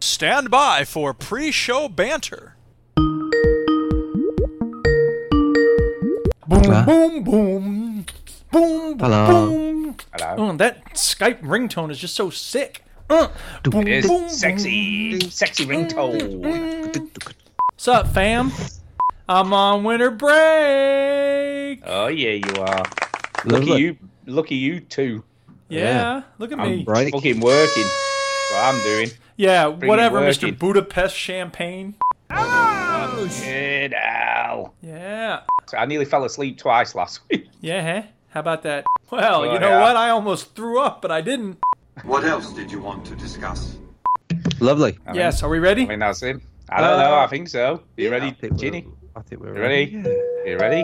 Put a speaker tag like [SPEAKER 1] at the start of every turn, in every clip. [SPEAKER 1] Stand by for pre show banter.
[SPEAKER 2] Boom,
[SPEAKER 3] What?
[SPEAKER 2] boom, boom, boom,
[SPEAKER 3] Hello.
[SPEAKER 2] boom.
[SPEAKER 4] Hello.
[SPEAKER 2] Uh, that Skype ringtone is just so sick. Uh, boom,
[SPEAKER 4] It's
[SPEAKER 2] boom,
[SPEAKER 4] sexy, sexy ringtone.
[SPEAKER 2] What's up, fam? I'm on winter break.
[SPEAKER 4] Oh yeah, you are.
[SPEAKER 3] Lovely.
[SPEAKER 4] Look at you. Look at you too.
[SPEAKER 2] Yeah,
[SPEAKER 3] yeah.
[SPEAKER 2] look at
[SPEAKER 3] I'm
[SPEAKER 2] me.
[SPEAKER 3] bright.
[SPEAKER 4] Fucking working. That's what I'm doing.
[SPEAKER 2] Yeah, whatever,
[SPEAKER 4] work
[SPEAKER 2] Mr.
[SPEAKER 4] in.
[SPEAKER 2] Budapest champagne.
[SPEAKER 4] Good owl.
[SPEAKER 2] Yeah,
[SPEAKER 4] So I nearly fell asleep twice last week.
[SPEAKER 2] yeah. huh? How about that? Well,
[SPEAKER 4] Oh,
[SPEAKER 2] you know
[SPEAKER 4] yeah.
[SPEAKER 2] what? I almost threw up, but I didn't.
[SPEAKER 5] What else did you want to discuss?
[SPEAKER 3] Lovely.
[SPEAKER 4] I
[SPEAKER 2] yes, are we ready?
[SPEAKER 4] Mean, I mean that's it. I don't know. I think so. You
[SPEAKER 3] I
[SPEAKER 4] ready,
[SPEAKER 3] think we're-
[SPEAKER 4] Ginny?
[SPEAKER 3] I think we're
[SPEAKER 4] You ready?
[SPEAKER 3] Yeah.
[SPEAKER 4] You ready?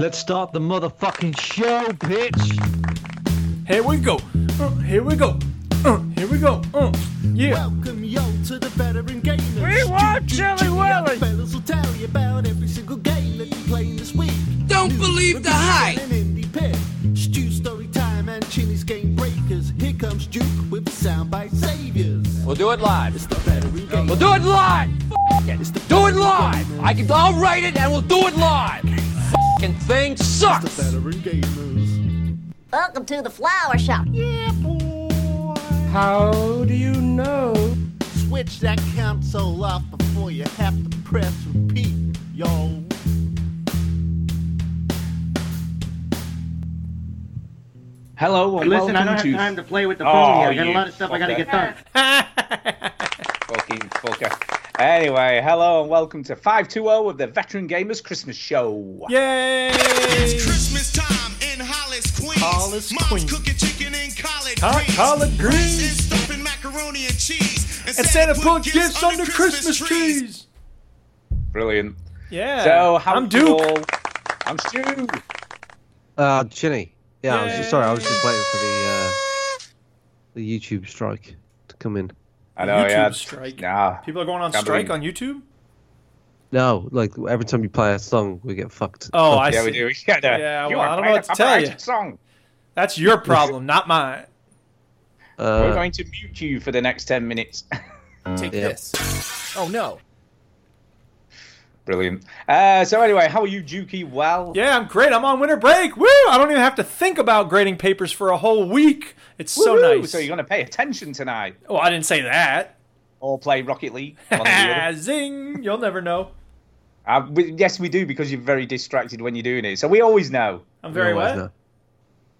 [SPEAKER 3] Let's start the motherfucking show, bitch.
[SPEAKER 2] Here we go. Uh, here we go. Uh, here we go. Uh, yeah.
[SPEAKER 6] Welcome yo to the veteran gamers. We want Chili Willy. Fellas will tell you about every single game that you're playing this week. Don't believe the hype. An indie pick. Stew story time and Chili's game breakers. Here comes Duke with the soundbite saviors. We'll do it live. It's the veteran gamers. We'll do it live. It's the do it live. I can. I'll write it and we'll do it live. Fucking thing sucks. It's the veteran gamers.
[SPEAKER 7] Welcome to the flower shop.
[SPEAKER 6] Switch that console off before you have to press repeat, yo.
[SPEAKER 4] Hello and
[SPEAKER 8] Listen, I
[SPEAKER 4] welcome
[SPEAKER 8] don't have
[SPEAKER 4] to
[SPEAKER 8] time to play with the
[SPEAKER 4] Oh,
[SPEAKER 8] phone here. I got
[SPEAKER 4] you
[SPEAKER 8] a lot of stuff I gotta
[SPEAKER 4] fucker.
[SPEAKER 8] get done.
[SPEAKER 4] fucking fucker. Anyway, hello and welcome to 520 of the Veteran Gamers Christmas Show.
[SPEAKER 2] Yay!
[SPEAKER 9] Christmas time in Hollis, Queens.
[SPEAKER 2] Hollis,
[SPEAKER 9] Mom's
[SPEAKER 2] Queens.
[SPEAKER 9] cooking chicken and collard
[SPEAKER 2] Hot
[SPEAKER 9] greens.
[SPEAKER 2] collard greens.
[SPEAKER 9] Rice and stuffing macaroni and cheese. And,
[SPEAKER 2] And Santa put gifts under Christmas trees.
[SPEAKER 4] Brilliant.
[SPEAKER 2] Yeah.
[SPEAKER 4] So how
[SPEAKER 2] I'm Duke.
[SPEAKER 4] I'm Stu.
[SPEAKER 3] Uh, Ginny. Yeah, I was just, sorry. I was just
[SPEAKER 2] Yay.
[SPEAKER 3] waiting for the uh, the YouTube strike to come in.
[SPEAKER 4] I know,
[SPEAKER 2] YouTube
[SPEAKER 4] yeah.
[SPEAKER 2] strike.
[SPEAKER 4] Nah.
[SPEAKER 2] People are going on
[SPEAKER 4] Can't
[SPEAKER 2] strike on
[SPEAKER 4] believe-
[SPEAKER 2] YouTube?
[SPEAKER 3] No, like every time you play a song, we get fucked.
[SPEAKER 2] Oh, I
[SPEAKER 4] Yeah,
[SPEAKER 2] see.
[SPEAKER 4] we do. Yeah, no.
[SPEAKER 2] Yeah,
[SPEAKER 4] you
[SPEAKER 2] well,
[SPEAKER 4] are
[SPEAKER 2] I don't know
[SPEAKER 4] playing
[SPEAKER 2] what
[SPEAKER 4] a
[SPEAKER 2] to tell you.
[SPEAKER 4] copyrighted Song.
[SPEAKER 2] That's your problem, not mine.
[SPEAKER 4] We're
[SPEAKER 3] Uh,
[SPEAKER 4] going to mute you for the next 10 minutes.
[SPEAKER 10] Take
[SPEAKER 3] Yeah.
[SPEAKER 10] this. Oh no.
[SPEAKER 4] Brilliant. Uh, so, anyway, how are you, Juki? Well,
[SPEAKER 2] Yeah, I'm great. I'm on winter break. Woo! I don't even have to think about grading papers for a whole week. It's so
[SPEAKER 4] woo-hoo,
[SPEAKER 2] nice.
[SPEAKER 4] So, you're going to pay attention tonight
[SPEAKER 2] Oh, I didn't say that.
[SPEAKER 4] or play Rocket League? one or the other.
[SPEAKER 2] Ah, Zing! You'll never know.
[SPEAKER 4] Uh, we- yes, we do because you're very distracted when you're doing it. So, we always know.
[SPEAKER 2] I'm very
[SPEAKER 3] otherwise,
[SPEAKER 2] wet.
[SPEAKER 3] no.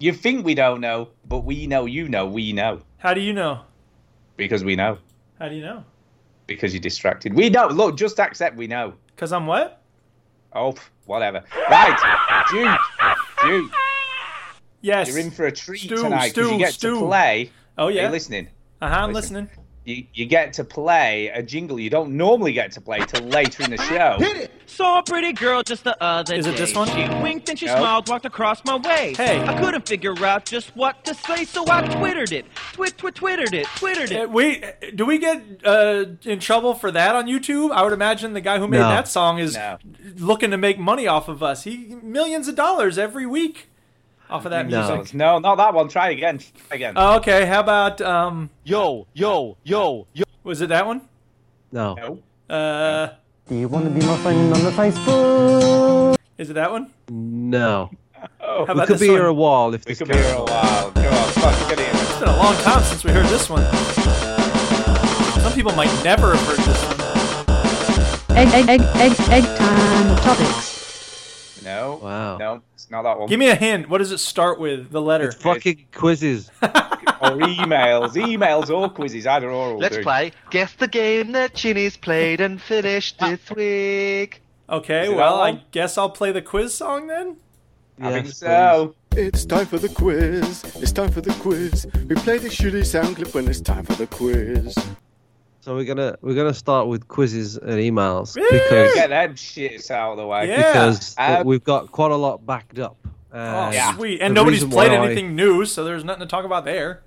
[SPEAKER 4] You think we don't know, but we know you know we know
[SPEAKER 2] How do you know?
[SPEAKER 4] because we know
[SPEAKER 2] How do you know?
[SPEAKER 4] because you're distracted. We know. Look, just accept we know.
[SPEAKER 2] Because I'm what?
[SPEAKER 4] Oh, pff, whatever. Right, Duke. Duke,
[SPEAKER 2] Yes.
[SPEAKER 4] you're in for a treat
[SPEAKER 2] Stu,
[SPEAKER 4] tonight because
[SPEAKER 2] Stu,
[SPEAKER 4] you get
[SPEAKER 2] Stu.
[SPEAKER 4] to play.
[SPEAKER 2] oh,
[SPEAKER 4] Are
[SPEAKER 2] yeah.
[SPEAKER 4] you listening?
[SPEAKER 2] Uh-huh, I'm
[SPEAKER 4] Listen.
[SPEAKER 2] listening.
[SPEAKER 4] you, you get to play a jingle you don't normally get to play till later in the show.
[SPEAKER 10] Saw a pretty girl just the other
[SPEAKER 2] Is
[SPEAKER 10] day.
[SPEAKER 2] it this one?
[SPEAKER 10] She winked and she
[SPEAKER 4] No.
[SPEAKER 10] smiled, walked across my way.
[SPEAKER 2] Hey.
[SPEAKER 10] I couldn't figure out just what to say, so I twittered it. Twit, twit, twittered it, twittered
[SPEAKER 2] Uh,
[SPEAKER 10] it.
[SPEAKER 2] We do we get uh, in trouble for that on YouTube? I would imagine the guy who made
[SPEAKER 3] No.
[SPEAKER 2] that song is
[SPEAKER 4] No.
[SPEAKER 2] looking to make money off of us. He millions of dollars every week off of that
[SPEAKER 3] No.
[SPEAKER 2] music.
[SPEAKER 4] No, not that one. Try again. Try again.
[SPEAKER 2] Oh, okay, how about um,
[SPEAKER 10] Yo, yo, yo, yo.
[SPEAKER 2] was it that one?
[SPEAKER 3] No.
[SPEAKER 4] no.
[SPEAKER 2] Uh,
[SPEAKER 6] Do you want to be my friend on the Facebook?
[SPEAKER 2] is it that one?
[SPEAKER 3] No.
[SPEAKER 2] How
[SPEAKER 3] We
[SPEAKER 2] about
[SPEAKER 3] could
[SPEAKER 2] this
[SPEAKER 3] be
[SPEAKER 2] one?
[SPEAKER 3] here a while if
[SPEAKER 4] We
[SPEAKER 3] this
[SPEAKER 4] could be here
[SPEAKER 3] goes
[SPEAKER 4] a
[SPEAKER 3] on.
[SPEAKER 4] while. Go on, fuck, get in.
[SPEAKER 2] It's been a long time since we heard this one. Some people might never have heard this one.
[SPEAKER 11] Egg, egg, egg, egg, egg time topics.
[SPEAKER 4] No.
[SPEAKER 3] Wow.
[SPEAKER 4] No, it's not that one.
[SPEAKER 2] Give me a hint. What does it start with? The letter.
[SPEAKER 3] Fucking quizzes.
[SPEAKER 4] or emails, emails or quizzes, either or. will do.
[SPEAKER 10] Guess the game that Ginny's played and finished this week.
[SPEAKER 2] Okay,
[SPEAKER 4] Is it that
[SPEAKER 2] well, I
[SPEAKER 4] one?
[SPEAKER 2] guess I'll play the quiz song then.
[SPEAKER 4] I think
[SPEAKER 3] Yes,
[SPEAKER 4] so.
[SPEAKER 6] It's time for the quiz. It's time for the quiz. We play the shitty sound clip when it's time for the quiz.
[SPEAKER 3] So we're gonna we're gonna start with quizzes and emails
[SPEAKER 2] Woo!
[SPEAKER 4] Get
[SPEAKER 3] because
[SPEAKER 4] them shits out of the way.
[SPEAKER 2] Yeah.
[SPEAKER 3] because uh,
[SPEAKER 4] Uh,
[SPEAKER 3] we've got quite a lot backed up.
[SPEAKER 2] Oh,
[SPEAKER 3] Uh,
[SPEAKER 4] yeah.
[SPEAKER 2] sweet.
[SPEAKER 3] the
[SPEAKER 2] And nobody's
[SPEAKER 3] reason
[SPEAKER 2] played
[SPEAKER 3] why
[SPEAKER 2] anything new, so there's nothing to talk about there.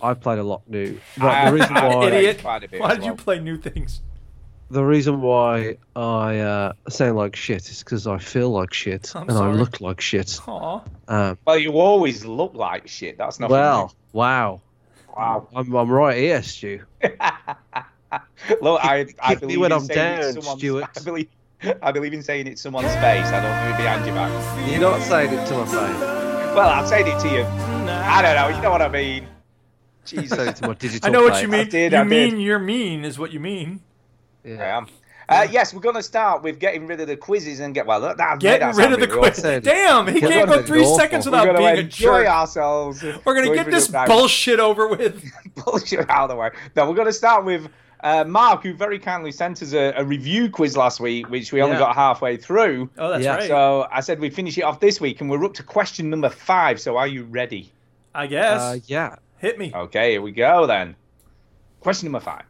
[SPEAKER 3] I played a lot new. Right,
[SPEAKER 4] I-
[SPEAKER 3] the reason
[SPEAKER 4] I-
[SPEAKER 3] why
[SPEAKER 4] Idiot.
[SPEAKER 2] Idiot. Why
[SPEAKER 4] quite a bit as
[SPEAKER 2] did you
[SPEAKER 4] well.
[SPEAKER 2] play new things?
[SPEAKER 3] the reason why I uh, sound like shit is because I feel like shit
[SPEAKER 2] I'm
[SPEAKER 3] and
[SPEAKER 2] sorry. Oh,
[SPEAKER 3] I look like shit.
[SPEAKER 2] Aw.
[SPEAKER 3] Um,
[SPEAKER 4] Well, you always look like shit. That's not
[SPEAKER 3] well, wow,
[SPEAKER 4] Wow.
[SPEAKER 3] I'm I'm right here, Stu.
[SPEAKER 4] Look, I, I
[SPEAKER 3] Kick me
[SPEAKER 4] believe
[SPEAKER 3] when
[SPEAKER 4] in
[SPEAKER 3] I'm
[SPEAKER 4] saying it's
[SPEAKER 3] down,
[SPEAKER 4] someone's-
[SPEAKER 3] Stuart.
[SPEAKER 4] I believe, I believe in saying it's someone's face. I don't do it behind your back.
[SPEAKER 3] You're not saying it till I say
[SPEAKER 4] Well, I'm saying it to you. I don't know. You know what I mean?
[SPEAKER 3] it. Say
[SPEAKER 4] Jesus,
[SPEAKER 3] it to my digital
[SPEAKER 2] I know what
[SPEAKER 3] plate.
[SPEAKER 2] you mean.
[SPEAKER 4] did,
[SPEAKER 2] you
[SPEAKER 4] I did.
[SPEAKER 2] mean you're mean is what you mean.
[SPEAKER 4] I
[SPEAKER 3] Yeah.
[SPEAKER 4] am. Uh, yes, we're going to start with getting rid of the quizzes and get well. That, that made
[SPEAKER 2] Getting rid
[SPEAKER 4] that sound
[SPEAKER 2] of the
[SPEAKER 4] really wrong.
[SPEAKER 2] quiz.
[SPEAKER 3] said-
[SPEAKER 2] Damn, he
[SPEAKER 3] We're
[SPEAKER 2] can't
[SPEAKER 3] gonna
[SPEAKER 2] go three
[SPEAKER 3] be
[SPEAKER 2] seconds
[SPEAKER 3] awful.
[SPEAKER 4] We're
[SPEAKER 2] without
[SPEAKER 4] going
[SPEAKER 2] being
[SPEAKER 4] to
[SPEAKER 2] a
[SPEAKER 4] enjoy
[SPEAKER 2] jerk.
[SPEAKER 4] ourselves.
[SPEAKER 2] We're gonna
[SPEAKER 4] Going
[SPEAKER 2] get
[SPEAKER 4] for
[SPEAKER 2] this
[SPEAKER 4] the- no,
[SPEAKER 2] bullshit over with.
[SPEAKER 4] bullshit out of the way. No, we're going to start with uh, Mark, who very kindly sent us a, a review quiz last week, which we only
[SPEAKER 3] Yeah.
[SPEAKER 4] got halfway through.
[SPEAKER 2] Oh, that's
[SPEAKER 3] Yeah.
[SPEAKER 2] right.
[SPEAKER 4] So I said we'd finish it off this week, and we're up to question number five. So are you ready?
[SPEAKER 2] I guess.
[SPEAKER 3] Uh, yeah.
[SPEAKER 2] Hit me.
[SPEAKER 4] Okay, here we go then. Question number five.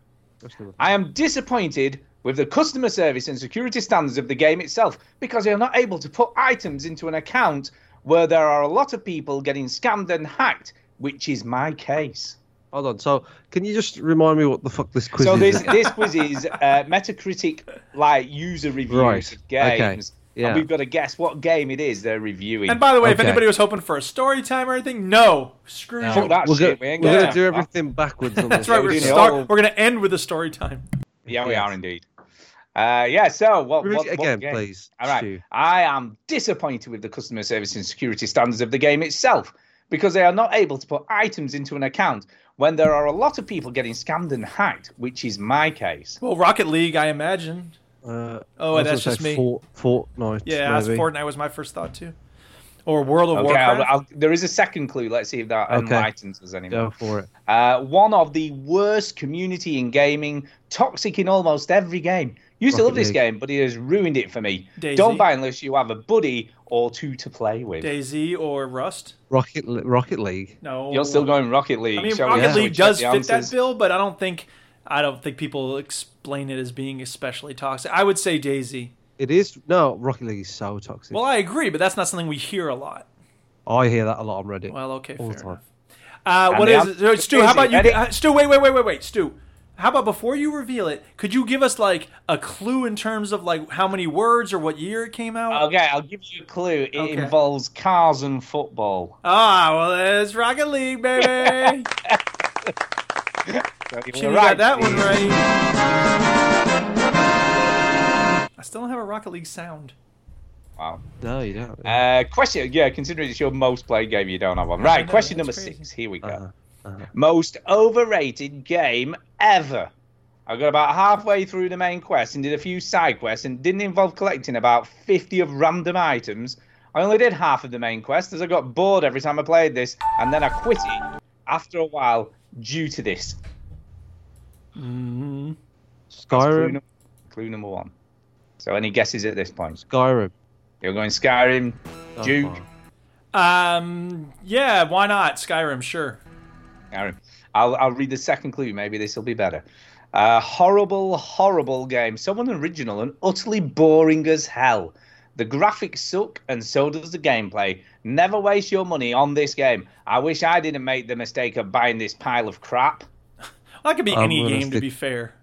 [SPEAKER 4] I am disappointed with the customer service and security standards of the game itself because they are not able to put items into an account where there are a lot of people getting scammed and hacked, which is my case.
[SPEAKER 3] Hold on. So, can you just remind me what the fuck this quiz
[SPEAKER 4] So
[SPEAKER 3] is?
[SPEAKER 4] this this quiz is uh, Metacritic like user reviews
[SPEAKER 3] Right,
[SPEAKER 4] of
[SPEAKER 3] okay,
[SPEAKER 4] games,
[SPEAKER 3] yeah.
[SPEAKER 4] and we've got to guess what game it is they're reviewing.
[SPEAKER 2] And by the way, if
[SPEAKER 3] Okay.
[SPEAKER 2] anybody was hoping for a story time or anything, no. Screw
[SPEAKER 3] No.
[SPEAKER 2] you.
[SPEAKER 4] Fuck that
[SPEAKER 3] we're
[SPEAKER 4] shit,
[SPEAKER 3] go-
[SPEAKER 4] we ain't
[SPEAKER 3] we're
[SPEAKER 4] gonna
[SPEAKER 3] gonna do
[SPEAKER 4] have that.
[SPEAKER 3] everything backwards. on
[SPEAKER 2] That's
[SPEAKER 3] this.
[SPEAKER 2] right.
[SPEAKER 4] we
[SPEAKER 2] We're,
[SPEAKER 4] did it all.
[SPEAKER 2] start, we're gonna end with a story time.
[SPEAKER 4] yeah, we
[SPEAKER 3] Yes.
[SPEAKER 4] are indeed. Uh, yeah, so what,
[SPEAKER 3] Read
[SPEAKER 4] what,
[SPEAKER 3] it
[SPEAKER 4] what
[SPEAKER 3] again,
[SPEAKER 4] game?
[SPEAKER 3] please,
[SPEAKER 4] All right.
[SPEAKER 3] Stu.
[SPEAKER 4] I am disappointed with the customer service and security standards of the game itself because they are not able to put items into an account when there are a lot of people getting scammed and hacked, which is my case.
[SPEAKER 2] Well, Rocket League, I imagine.
[SPEAKER 3] Uh,
[SPEAKER 2] Oh,
[SPEAKER 3] I was
[SPEAKER 2] that's
[SPEAKER 3] gonna
[SPEAKER 2] just
[SPEAKER 3] say
[SPEAKER 2] me.
[SPEAKER 3] Fort, Fortnite.
[SPEAKER 2] Yeah, that's
[SPEAKER 3] maybe.
[SPEAKER 2] Fortnite was my first thought too. Or World of
[SPEAKER 4] Okay, I'll,
[SPEAKER 2] Warcraft.
[SPEAKER 4] I'll, there is a second clue. Let's see if that
[SPEAKER 3] Okay.
[SPEAKER 4] enlightens us anymore.
[SPEAKER 3] Go for it.
[SPEAKER 4] Uh, one of the worst community in gaming, toxic in almost every game. Used to
[SPEAKER 3] Rocket
[SPEAKER 4] love this
[SPEAKER 3] League.
[SPEAKER 4] game, but it has ruined it for me.
[SPEAKER 2] Daisy.
[SPEAKER 4] Don't buy unless you have a buddy or two to play with.
[SPEAKER 2] Daisy or Rust?
[SPEAKER 3] Rocket Le- Rocket League.
[SPEAKER 2] No.
[SPEAKER 4] You're still going Rocket League.
[SPEAKER 2] Um, I mean,
[SPEAKER 4] shall we-
[SPEAKER 2] Rocket
[SPEAKER 4] shall we
[SPEAKER 2] League
[SPEAKER 4] check
[SPEAKER 2] does
[SPEAKER 4] the
[SPEAKER 2] fit that
[SPEAKER 4] answers?
[SPEAKER 2] bill, but I don't think I don't think people explain it as being especially toxic. I would say Daisy.
[SPEAKER 3] It is no Rocket League is so toxic.
[SPEAKER 2] Well, I agree, but that's not something we hear a lot.
[SPEAKER 3] I hear that a lot on Reddit.
[SPEAKER 2] Well, okay,
[SPEAKER 3] all the
[SPEAKER 2] fair
[SPEAKER 3] time.
[SPEAKER 2] enough. Uh, what
[SPEAKER 4] the
[SPEAKER 2] is
[SPEAKER 4] answer
[SPEAKER 2] it? Stu? How
[SPEAKER 4] is
[SPEAKER 2] about
[SPEAKER 4] it,
[SPEAKER 2] you?
[SPEAKER 4] Eddie?
[SPEAKER 2] uh, Stu, wait, wait, wait, wait, wait, Stu. How about before you reveal it, could you give us like a clue in terms of like how many words or what year it came out?
[SPEAKER 4] Okay, I'll give you a clue. It
[SPEAKER 2] Okay.
[SPEAKER 4] involves cars and football.
[SPEAKER 2] Ah, well, it's Rocket League, baby.
[SPEAKER 4] So you
[SPEAKER 2] She
[SPEAKER 4] were
[SPEAKER 2] got that one
[SPEAKER 4] Steve.
[SPEAKER 2] right. I still don't have a Rocket League sound.
[SPEAKER 4] Wow.
[SPEAKER 3] No, you don't.
[SPEAKER 4] Uh, question, yeah, considering it's your most played game, you don't have one. Right,
[SPEAKER 2] know,
[SPEAKER 4] question
[SPEAKER 2] that's
[SPEAKER 4] number
[SPEAKER 2] crazy.
[SPEAKER 4] six. Here we go.
[SPEAKER 3] Uh-huh,
[SPEAKER 4] Most overrated game ever. I got about halfway through the main quest and did a few side quests and didn't involve collecting about 50 of random items. I only did half of the main quest as I got bored every time I played this and then I quit it after a while due to this. Clue,
[SPEAKER 3] Skyrim.
[SPEAKER 4] num- clue number one. So any guesses at this point?
[SPEAKER 3] Skyrim.
[SPEAKER 4] You're going Skyrim,
[SPEAKER 3] Oh,
[SPEAKER 4] Duke,
[SPEAKER 3] fine.
[SPEAKER 2] Um, yeah, why not? Skyrim, sure.
[SPEAKER 4] Skyrim. I'll, I'll read the second clue. Maybe this will be better. Uh, horrible, horrible game. Someone original and utterly boring as hell. The graphics suck, and so does the gameplay. Never waste your money on this game. I wish I didn't make the mistake of buying this pile of crap.
[SPEAKER 2] That could be
[SPEAKER 3] I'm
[SPEAKER 2] any
[SPEAKER 3] gonna
[SPEAKER 2] game, to
[SPEAKER 3] stick-
[SPEAKER 2] be fair.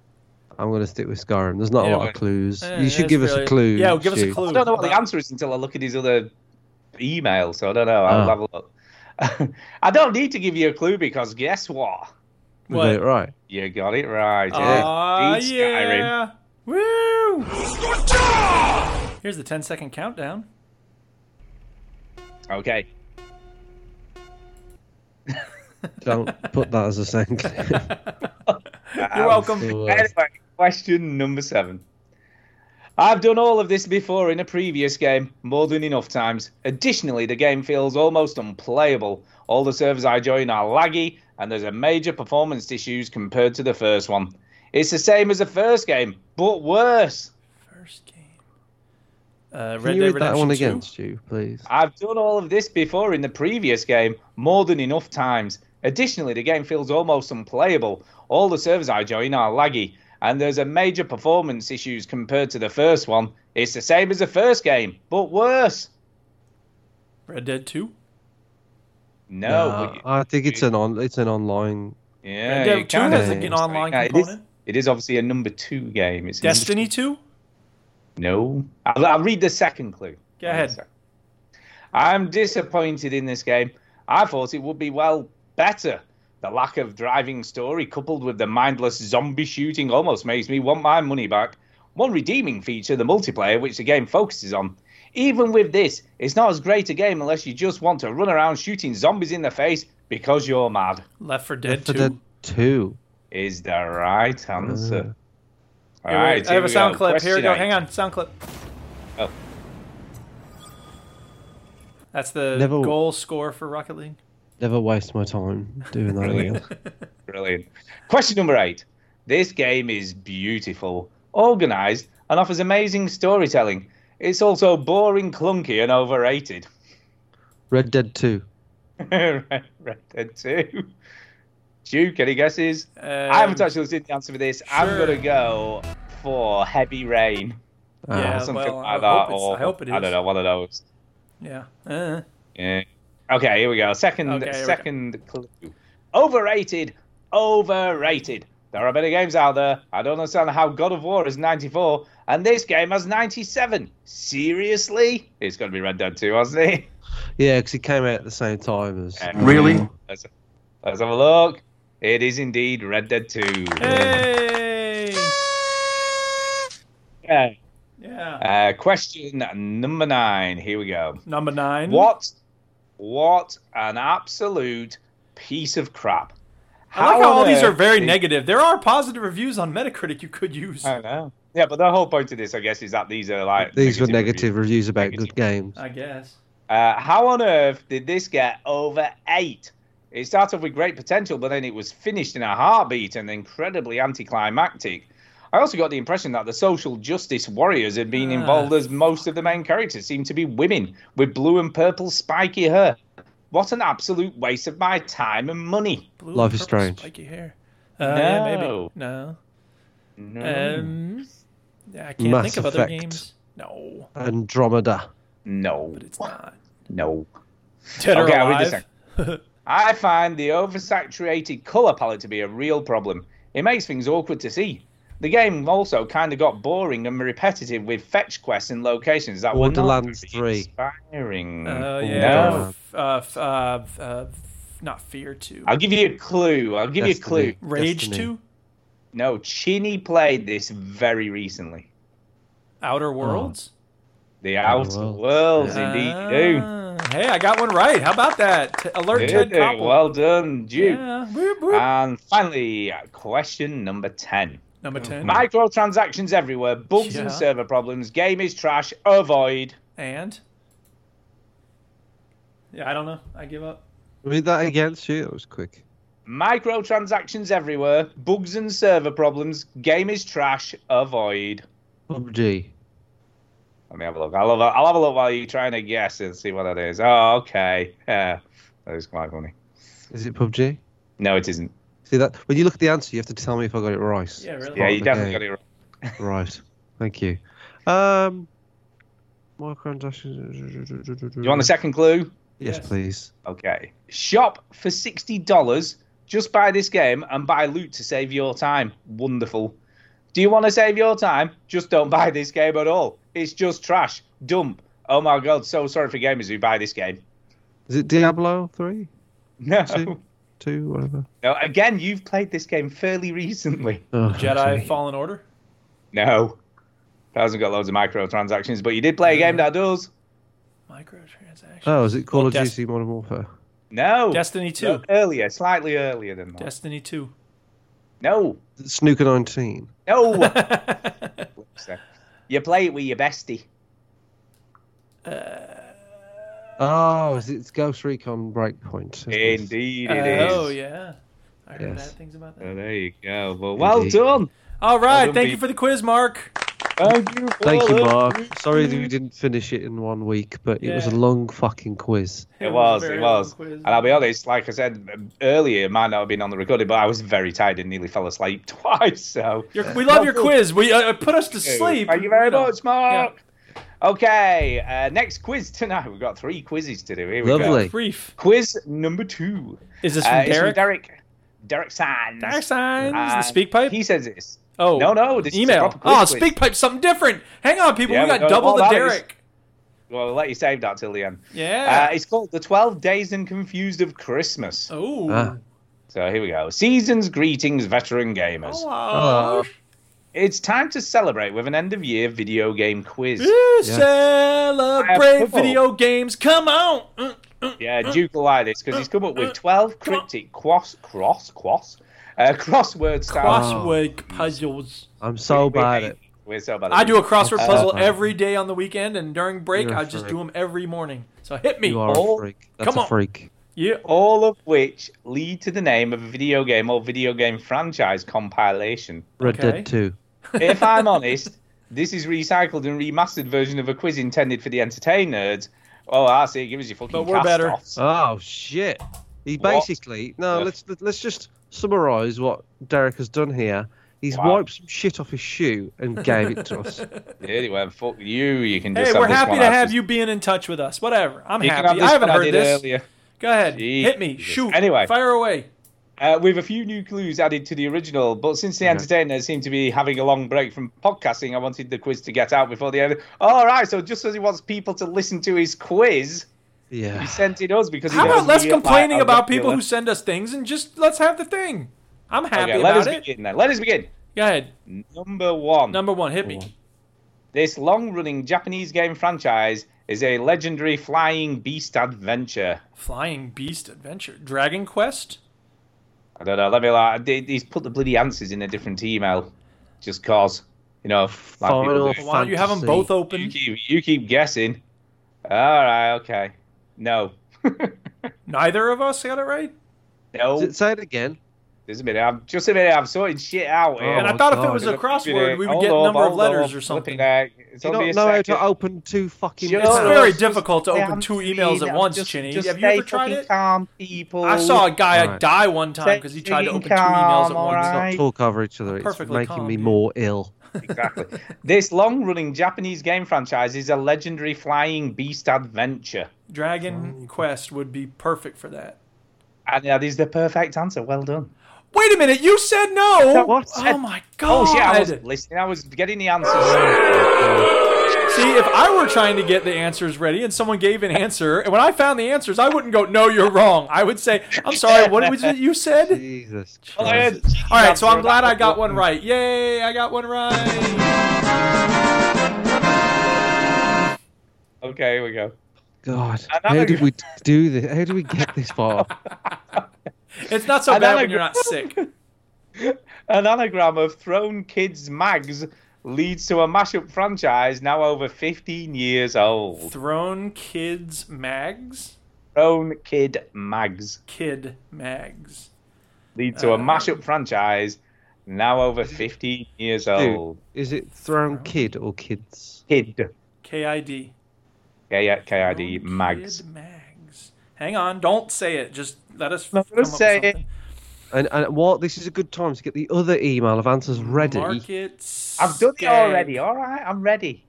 [SPEAKER 3] I'm gonna stick with Skyrim. There's not
[SPEAKER 4] Yeah,
[SPEAKER 3] a lot
[SPEAKER 4] but-
[SPEAKER 3] of clues.
[SPEAKER 2] Eh,
[SPEAKER 3] you should
[SPEAKER 2] that's
[SPEAKER 3] give us
[SPEAKER 2] really-
[SPEAKER 3] a clue.
[SPEAKER 2] Yeah, give us a
[SPEAKER 3] Stu.
[SPEAKER 2] clue.
[SPEAKER 4] I don't know what the
[SPEAKER 2] But-
[SPEAKER 4] answer is until I look at his other email, so I don't know. I'll
[SPEAKER 3] Oh.
[SPEAKER 4] have a look. I don't need to give you a clue because guess what?
[SPEAKER 3] We got it
[SPEAKER 2] What?
[SPEAKER 3] right.
[SPEAKER 4] You got it right.
[SPEAKER 2] Aw,
[SPEAKER 4] It is Skyrim.
[SPEAKER 2] yeah. Woo! Here's the 10 second countdown.
[SPEAKER 4] Okay.
[SPEAKER 3] Don't put that as a second clue.
[SPEAKER 4] Um,
[SPEAKER 2] You're welcome.
[SPEAKER 3] So, uh,
[SPEAKER 4] Anyway, question number seven. I've done all of this before in a previous game, more than enough times. Additionally, the game feels almost unplayable. All the servers I join are laggy, and there's a major performance issues compared to the first one. It's the same as the first game, but worse.
[SPEAKER 2] First game. Uh,
[SPEAKER 3] Can
[SPEAKER 2] Red
[SPEAKER 3] you
[SPEAKER 2] Dead
[SPEAKER 3] read that
[SPEAKER 2] Redemption
[SPEAKER 3] one
[SPEAKER 2] 2?
[SPEAKER 3] again, Stu, please?
[SPEAKER 4] I've done all of this before in the previous game more than enough times. Additionally, the game feels almost unplayable. All the servers I join are laggy, and there's a major performance issues compared to the first one. It's the same as the first game, but worse.
[SPEAKER 2] Red Dead 2?
[SPEAKER 4] No,
[SPEAKER 3] Nah,
[SPEAKER 4] but you-
[SPEAKER 3] I think it's an on. It's an online.
[SPEAKER 4] yeah,
[SPEAKER 2] Red Dead
[SPEAKER 4] you
[SPEAKER 2] 2
[SPEAKER 4] kinda-
[SPEAKER 2] has an online
[SPEAKER 4] Yeah, it is-
[SPEAKER 2] component.
[SPEAKER 4] It is obviously a number two game. It's a number
[SPEAKER 2] Destiny 2?
[SPEAKER 4] No. I'll, I'll read the second clue.
[SPEAKER 2] Go ahead.
[SPEAKER 4] I'm disappointed in this game. I thought it would be, well, better. The lack of driving story coupled with the mindless zombie shooting almost makes me want my money back. One redeeming feature, the multiplayer, which the game focuses on. Even with this, it's not as great a game unless you just want to run around shooting zombies in the face because you're mad.
[SPEAKER 2] Left for Dead
[SPEAKER 3] For
[SPEAKER 2] 2.
[SPEAKER 3] the two.
[SPEAKER 4] Is the right answer. All
[SPEAKER 2] Here, wait,
[SPEAKER 4] right,
[SPEAKER 2] Mm. I have a sound clip. Here we go.
[SPEAKER 4] Question
[SPEAKER 2] Hang on, sound clip.
[SPEAKER 4] Oh.
[SPEAKER 2] That's the
[SPEAKER 3] Never-
[SPEAKER 2] goal score for Rocket League.
[SPEAKER 3] Never waste my time doing that again.
[SPEAKER 4] Brilliant. Question number eight. This game is beautiful, organized, and offers amazing storytelling. It's also boring, clunky, and overrated.
[SPEAKER 3] Red Dead Two.
[SPEAKER 4] Red Dead 2. Duke, any guesses?
[SPEAKER 2] Uh,
[SPEAKER 4] I haven't actually looked at the answer for this. I'm
[SPEAKER 2] Um, sure.
[SPEAKER 4] going to go for Heavy Rain.
[SPEAKER 3] Ah,
[SPEAKER 2] Yeah.
[SPEAKER 4] or something
[SPEAKER 2] well, I
[SPEAKER 4] like that.
[SPEAKER 2] hope it's-
[SPEAKER 4] or,
[SPEAKER 2] I hope it
[SPEAKER 4] I don't
[SPEAKER 2] is.
[SPEAKER 4] know, one of those.
[SPEAKER 2] Yeah. Uh,
[SPEAKER 4] Yeah. Okay, here we go. Second,
[SPEAKER 2] Okay, here we go.
[SPEAKER 4] second clue. Overrated, overrated. There are better games out there. I don't understand how God of War is 94 and this game has 97. Seriously? It's going to be Red Dead 2, hasn't it?
[SPEAKER 3] Yeah, because it came out at the same time as.
[SPEAKER 5] Really?
[SPEAKER 4] Let's, let's have a look. It is indeed Red Dead 2.
[SPEAKER 2] hey.
[SPEAKER 4] Yeah.
[SPEAKER 2] Yeah.
[SPEAKER 4] Uh, question number nine. Here we go.
[SPEAKER 2] Number nine.
[SPEAKER 4] What? What an absolute piece of crap.
[SPEAKER 2] I like how all
[SPEAKER 4] on
[SPEAKER 2] these are
[SPEAKER 4] earth
[SPEAKER 2] very
[SPEAKER 4] is-
[SPEAKER 2] negative. There are positive reviews on Metacritic you could use.
[SPEAKER 4] I know. Yeah, but the whole point of this, I guess, is that these are like
[SPEAKER 3] These were
[SPEAKER 4] reviews.
[SPEAKER 3] negative reviews about
[SPEAKER 4] Negative.
[SPEAKER 3] good games.
[SPEAKER 2] I guess.
[SPEAKER 4] Uh, how on earth did this get over eight? It started with great potential, but then it was finished in a heartbeat and incredibly anticlimactic. I also got the impression that the social justice warriors had
[SPEAKER 3] Ah.
[SPEAKER 4] been involved, as most of the main characters seemed to be women with blue and purple spiky hair. What an absolute waste of my time and money!
[SPEAKER 2] Blue
[SPEAKER 3] Life
[SPEAKER 2] and
[SPEAKER 3] is
[SPEAKER 2] purple
[SPEAKER 3] strange.
[SPEAKER 2] Spiky hair. Uh, Yeah, maybe.
[SPEAKER 4] No.
[SPEAKER 2] No.
[SPEAKER 4] No,
[SPEAKER 2] Um, I can't
[SPEAKER 3] Mass
[SPEAKER 2] think of other
[SPEAKER 3] Effect.
[SPEAKER 2] games. No,
[SPEAKER 3] Andromeda.
[SPEAKER 4] no,
[SPEAKER 2] but it's not.
[SPEAKER 4] no.
[SPEAKER 2] Dead or
[SPEAKER 4] Okay, I'll read this
[SPEAKER 2] Alive.
[SPEAKER 4] I find the oversaturated colour palette to be a real problem. It makes things awkward to see. The game also kind of got boring and repetitive with fetch quests and locations that were not
[SPEAKER 3] Borderlands
[SPEAKER 4] very
[SPEAKER 3] 3.
[SPEAKER 4] inspiring.
[SPEAKER 2] Uh, yeah.
[SPEAKER 4] No.
[SPEAKER 2] f- Uh, f- uh, f- uh, f- not Fear 2.
[SPEAKER 4] I'll give you a clue. I'll give you a
[SPEAKER 3] Destiny.
[SPEAKER 4] clue.
[SPEAKER 2] Rage
[SPEAKER 3] Destiny.
[SPEAKER 2] 2?
[SPEAKER 4] No, Chini played this very recently.
[SPEAKER 2] Outer
[SPEAKER 3] Oh.
[SPEAKER 2] Worlds?
[SPEAKER 4] The
[SPEAKER 3] Outer
[SPEAKER 4] Outer
[SPEAKER 3] Worlds.
[SPEAKER 4] Worlds, indeed. you do.
[SPEAKER 2] Ah, hey, I got one right. How about that? T- Alert Ted
[SPEAKER 4] Yeah,
[SPEAKER 2] Koppel.
[SPEAKER 4] well done, Duke.
[SPEAKER 2] yeah. Whoop, whoop.
[SPEAKER 4] And finally, question number 10.
[SPEAKER 2] Number 10.
[SPEAKER 4] Microtransactions everywhere, bugs
[SPEAKER 2] Yeah.
[SPEAKER 4] and server problems, game is trash, avoid.
[SPEAKER 2] and? Yeah, I don't know. I give up.
[SPEAKER 3] Read that against you. That was quick.
[SPEAKER 4] Microtransactions everywhere, bugs and server problems, game is trash, avoid.
[SPEAKER 3] PUBG.
[SPEAKER 4] Let me have a look. I'll have a, I'll have a look while you're trying to guess and see what that is. Oh, okay. Yeah, that is quite funny.
[SPEAKER 3] Is it PUBG?
[SPEAKER 4] No, it isn't.
[SPEAKER 3] See that? When you look at the answer, you have to tell me if I got it right.
[SPEAKER 2] Yeah, really.
[SPEAKER 4] Yeah, you
[SPEAKER 3] the
[SPEAKER 4] definitely
[SPEAKER 3] game.
[SPEAKER 4] got it wrong.
[SPEAKER 3] Right. Thank you. Um, microtransactions.
[SPEAKER 4] Do you want the second clue?
[SPEAKER 3] Yes,
[SPEAKER 2] Yes.
[SPEAKER 3] please.
[SPEAKER 4] Okay. Shop for sixty dollars. Just buy this game and buy loot to save your time. Wonderful. Do you want to save your time? Just don't buy this game at all. It's just trash. Dump. Oh my god, so sorry for gamers who buy this game.
[SPEAKER 3] Is it Diablo three,
[SPEAKER 4] No.
[SPEAKER 3] two, two, whatever?
[SPEAKER 4] No, again, you've played this game fairly recently.
[SPEAKER 3] Oh,
[SPEAKER 2] Jedi
[SPEAKER 3] okay.
[SPEAKER 2] Fallen Order?
[SPEAKER 4] No. It hasn't got loads of microtransactions, but you did play a game that does.
[SPEAKER 2] Microtransactions.
[SPEAKER 3] Oh, is it Call
[SPEAKER 2] Well,
[SPEAKER 3] of
[SPEAKER 2] Des-
[SPEAKER 3] Duty Modern Warfare?
[SPEAKER 4] No.
[SPEAKER 2] Destiny 2.
[SPEAKER 4] No, earlier, slightly earlier than that.
[SPEAKER 2] Destiny 2.
[SPEAKER 4] No.
[SPEAKER 3] Snooker nineteen.
[SPEAKER 4] No. you play it with your bestie.
[SPEAKER 3] Oh, is it it's Ghost Recon Breakpoint? isn't it?
[SPEAKER 4] Indeed, it is.
[SPEAKER 2] oh, yeah. I heard
[SPEAKER 3] Yes.
[SPEAKER 2] bad things about that.
[SPEAKER 4] Oh, there you go. Well, well
[SPEAKER 3] Indeed.
[SPEAKER 4] done.
[SPEAKER 2] All right.
[SPEAKER 4] don't
[SPEAKER 2] Thank
[SPEAKER 4] be-
[SPEAKER 2] you for the quiz, Mark.
[SPEAKER 4] Thank you.
[SPEAKER 3] Thank you, Mark. Sorry that we didn't finish it in one week, but it was a
[SPEAKER 2] Yeah.
[SPEAKER 3] long fucking quiz.
[SPEAKER 4] It was,
[SPEAKER 2] a very
[SPEAKER 4] it
[SPEAKER 2] long
[SPEAKER 4] was.
[SPEAKER 2] quiz.
[SPEAKER 4] And I'll be honest, like I said earlier, it might not have been on the recording, but I was very tired and nearly fell asleep twice. So
[SPEAKER 2] Your, we love your quiz. We uh, put us to sleep.
[SPEAKER 4] Thank you very
[SPEAKER 2] You know.
[SPEAKER 4] much, Mark. Okay, uh, next quiz tonight. We've got three quizzes to do. Here we
[SPEAKER 3] Lovely.
[SPEAKER 4] go.
[SPEAKER 2] Brief.
[SPEAKER 4] Quiz number two.
[SPEAKER 2] Is this from
[SPEAKER 4] Uh, it's from
[SPEAKER 2] Derek?
[SPEAKER 4] Derek. Derek Sands.
[SPEAKER 2] Derek signs the
[SPEAKER 4] And
[SPEAKER 2] speak pipe.
[SPEAKER 4] He says this.
[SPEAKER 2] Oh
[SPEAKER 4] No, no, this is a
[SPEAKER 2] email.
[SPEAKER 4] proper quiz
[SPEAKER 2] oh,
[SPEAKER 4] quiz.
[SPEAKER 2] speak pipe. Something different. Hang on, people.
[SPEAKER 4] Yeah,
[SPEAKER 2] we
[SPEAKER 4] we
[SPEAKER 2] got
[SPEAKER 4] got
[SPEAKER 2] double
[SPEAKER 4] all
[SPEAKER 2] the
[SPEAKER 4] that is-
[SPEAKER 2] Derek.
[SPEAKER 4] Well, we'll let you save that till the end.
[SPEAKER 2] Yeah.
[SPEAKER 4] Uh, it's called The 12 Days and Confused of Christmas.
[SPEAKER 2] oh.
[SPEAKER 3] Ah.
[SPEAKER 4] So here we go. Season's greetings, veteran gamers.
[SPEAKER 2] Hello.
[SPEAKER 3] Oh,
[SPEAKER 4] It's time to celebrate with an end of year video game quiz.
[SPEAKER 2] You
[SPEAKER 3] Yeah.
[SPEAKER 4] I
[SPEAKER 2] Celebrate
[SPEAKER 4] have trouble.
[SPEAKER 2] video games. Come on. Mm.
[SPEAKER 4] Yeah, Duke will like this because he's come
[SPEAKER 2] Uh,
[SPEAKER 4] up with 12 cryptic cross, cross, cross, uh, crossword style.
[SPEAKER 2] Crossword puzzles.
[SPEAKER 3] I'm so bad at
[SPEAKER 4] We're so bad at
[SPEAKER 2] I do a crossword
[SPEAKER 3] Uh,
[SPEAKER 2] puzzle
[SPEAKER 3] uh,
[SPEAKER 2] every day on the weekend, and during break,
[SPEAKER 3] You're
[SPEAKER 2] I
[SPEAKER 3] a
[SPEAKER 2] just
[SPEAKER 3] freak.
[SPEAKER 2] do them every morning. So hit me.
[SPEAKER 3] you are
[SPEAKER 4] Oh,
[SPEAKER 3] a freak. That's
[SPEAKER 2] come on.
[SPEAKER 3] a freak.
[SPEAKER 2] Yeah.
[SPEAKER 4] All of which lead to the name of a video game or video game franchise compilation.
[SPEAKER 3] Red
[SPEAKER 2] Okay.
[SPEAKER 3] Dead 2.
[SPEAKER 4] If I'm honest, this is recycled and remastered version of a quiz intended for the entertain nerds. Oh, I see. Give us your fucking
[SPEAKER 2] But we're better.
[SPEAKER 4] cast-offs.
[SPEAKER 3] Oh shit! He
[SPEAKER 4] What?
[SPEAKER 3] basically no.
[SPEAKER 4] Yeah.
[SPEAKER 3] Let's let- let's just summarise what Derek has done here. He's
[SPEAKER 4] Wow.
[SPEAKER 3] wiped some shit off his shoe and gave it to us.
[SPEAKER 4] Anyway, fuck you. You can just
[SPEAKER 2] Hey,
[SPEAKER 4] have
[SPEAKER 2] we're
[SPEAKER 4] this
[SPEAKER 2] happy
[SPEAKER 4] one.
[SPEAKER 2] to
[SPEAKER 4] I've
[SPEAKER 2] have
[SPEAKER 4] just-
[SPEAKER 2] you being in touch with us. Whatever. I'm
[SPEAKER 4] You can have
[SPEAKER 2] happy.
[SPEAKER 4] this
[SPEAKER 2] I haven't
[SPEAKER 4] one
[SPEAKER 2] heard
[SPEAKER 4] did
[SPEAKER 2] this.
[SPEAKER 4] earlier.
[SPEAKER 2] Go ahead.
[SPEAKER 4] Jeez.
[SPEAKER 2] Hit me. Shoot.
[SPEAKER 4] Anyway.
[SPEAKER 2] Fire away.
[SPEAKER 4] Uh, with a few new clues added to the original, but since the entertainers seem to be having a long break from podcasting, I wanted the quiz to get out before the end. All right, so just as he wants people to listen to his quiz, he
[SPEAKER 3] Yeah.
[SPEAKER 4] sent it us because he
[SPEAKER 2] How about
[SPEAKER 4] knows
[SPEAKER 2] less
[SPEAKER 4] we are
[SPEAKER 2] complaining
[SPEAKER 4] like a
[SPEAKER 2] about people
[SPEAKER 4] regular-
[SPEAKER 2] who send us things and just let's have the thing. I'm happy
[SPEAKER 4] Okay, let
[SPEAKER 2] about
[SPEAKER 4] us
[SPEAKER 2] it.
[SPEAKER 4] begin then. Let us begin.
[SPEAKER 2] Go ahead.
[SPEAKER 4] Number one.
[SPEAKER 2] Number one. Hit me.
[SPEAKER 4] This long-running Japanese game franchise is a legendary flying beast adventure.
[SPEAKER 2] Flying Beast Adventure. Dragon Quest.
[SPEAKER 4] I don't know. Let me like they- he's put the bloody answers in a different email, just cause you know. Like people
[SPEAKER 3] Final
[SPEAKER 4] do.
[SPEAKER 2] Why don't you have them
[SPEAKER 3] Fantasy.
[SPEAKER 2] both
[SPEAKER 4] You
[SPEAKER 2] open?
[SPEAKER 4] keep, you keep guessing. All right, okay. No.
[SPEAKER 2] Neither of us got it right.
[SPEAKER 4] no.
[SPEAKER 3] S- Say it again.
[SPEAKER 4] There's a minute. I'm just a minute. I'm sorting shit out here.
[SPEAKER 2] and I
[SPEAKER 3] Oh,
[SPEAKER 2] thought if it
[SPEAKER 3] God.
[SPEAKER 2] was a
[SPEAKER 4] There's
[SPEAKER 2] crossword,
[SPEAKER 4] minute.
[SPEAKER 2] we would
[SPEAKER 4] Hold
[SPEAKER 2] get
[SPEAKER 4] up,
[SPEAKER 2] number of
[SPEAKER 4] hold up,
[SPEAKER 2] letters or something.
[SPEAKER 4] flipping heck. It's
[SPEAKER 3] Do you
[SPEAKER 4] only a
[SPEAKER 3] not know how
[SPEAKER 4] second.
[SPEAKER 3] to open two fucking.
[SPEAKER 4] Shut
[SPEAKER 2] It's
[SPEAKER 4] up.
[SPEAKER 2] very
[SPEAKER 4] Just-
[SPEAKER 2] difficult to open
[SPEAKER 4] I'm
[SPEAKER 2] two emails
[SPEAKER 4] free
[SPEAKER 2] at
[SPEAKER 4] now.
[SPEAKER 2] once,
[SPEAKER 4] Just-
[SPEAKER 2] Chinny.
[SPEAKER 4] just
[SPEAKER 2] Have you ever
[SPEAKER 4] stay
[SPEAKER 2] tried
[SPEAKER 4] fucking
[SPEAKER 2] it?
[SPEAKER 4] Calm, people.
[SPEAKER 2] I saw a guy
[SPEAKER 3] Alright.
[SPEAKER 2] die one time because he tried to
[SPEAKER 4] Stay
[SPEAKER 2] open two emails
[SPEAKER 4] calm,
[SPEAKER 2] at
[SPEAKER 3] Let's
[SPEAKER 2] once.
[SPEAKER 4] alright.
[SPEAKER 3] not talk over each other. It's
[SPEAKER 2] Perfectly
[SPEAKER 3] making
[SPEAKER 2] calm,
[SPEAKER 3] me
[SPEAKER 2] yeah.
[SPEAKER 3] more ill.
[SPEAKER 4] exactly. This long-running Japanese game franchise is a legendary flying beast adventure,
[SPEAKER 2] Dragon Quest would be perfect for that.
[SPEAKER 4] and that is the perfect answer. Well done.
[SPEAKER 2] Wait a minute, you said no.
[SPEAKER 4] What?
[SPEAKER 2] Oh my god!
[SPEAKER 4] Oh shit! I wasn't listening. I was getting the answers.
[SPEAKER 2] See, if I were trying to get the answers ready and someone gave an answer, and when I found the answers, I wouldn't go, "No, you're wrong." I would say, "I'm sorry. What was it you said?"
[SPEAKER 3] Jesus.
[SPEAKER 2] Oh,
[SPEAKER 4] Well, I had
[SPEAKER 3] Christ.
[SPEAKER 4] a cheeky
[SPEAKER 2] All right, so
[SPEAKER 4] answer
[SPEAKER 2] I'm glad
[SPEAKER 4] about
[SPEAKER 2] I got
[SPEAKER 4] the
[SPEAKER 2] one right. Yay! I got one right.
[SPEAKER 4] Okay, here we go.
[SPEAKER 3] God.
[SPEAKER 4] Another-
[SPEAKER 3] How did we do this? How did we get this far?
[SPEAKER 2] It's not so
[SPEAKER 4] And then
[SPEAKER 2] bad
[SPEAKER 4] I
[SPEAKER 2] when you're
[SPEAKER 4] go-
[SPEAKER 2] not sick.
[SPEAKER 4] An anagram of Thrown Kids Mags leads to a mashup franchise now over 15 years old.
[SPEAKER 2] Thrown kids mags,
[SPEAKER 4] Thrown Kid Mags
[SPEAKER 2] kid mags.
[SPEAKER 4] leads to a
[SPEAKER 2] Uh,
[SPEAKER 4] mashup franchise now over 15 years
[SPEAKER 3] Dude,
[SPEAKER 4] old.
[SPEAKER 3] is it thrown kid or kids?
[SPEAKER 4] Kid.
[SPEAKER 2] K I D.
[SPEAKER 4] Yeah, yeah, K-I-D,
[SPEAKER 2] Own
[SPEAKER 4] Mags.
[SPEAKER 2] kid mags. Hang on, don't say it. Just let us.
[SPEAKER 4] No,
[SPEAKER 2] come up
[SPEAKER 4] say
[SPEAKER 2] with something.
[SPEAKER 3] And and what? This is a good time to get the other email of answers
[SPEAKER 2] Mm,
[SPEAKER 3] ready.
[SPEAKER 2] Market.
[SPEAKER 4] I've done it
[SPEAKER 2] scan.
[SPEAKER 4] already, alright? I'm ready.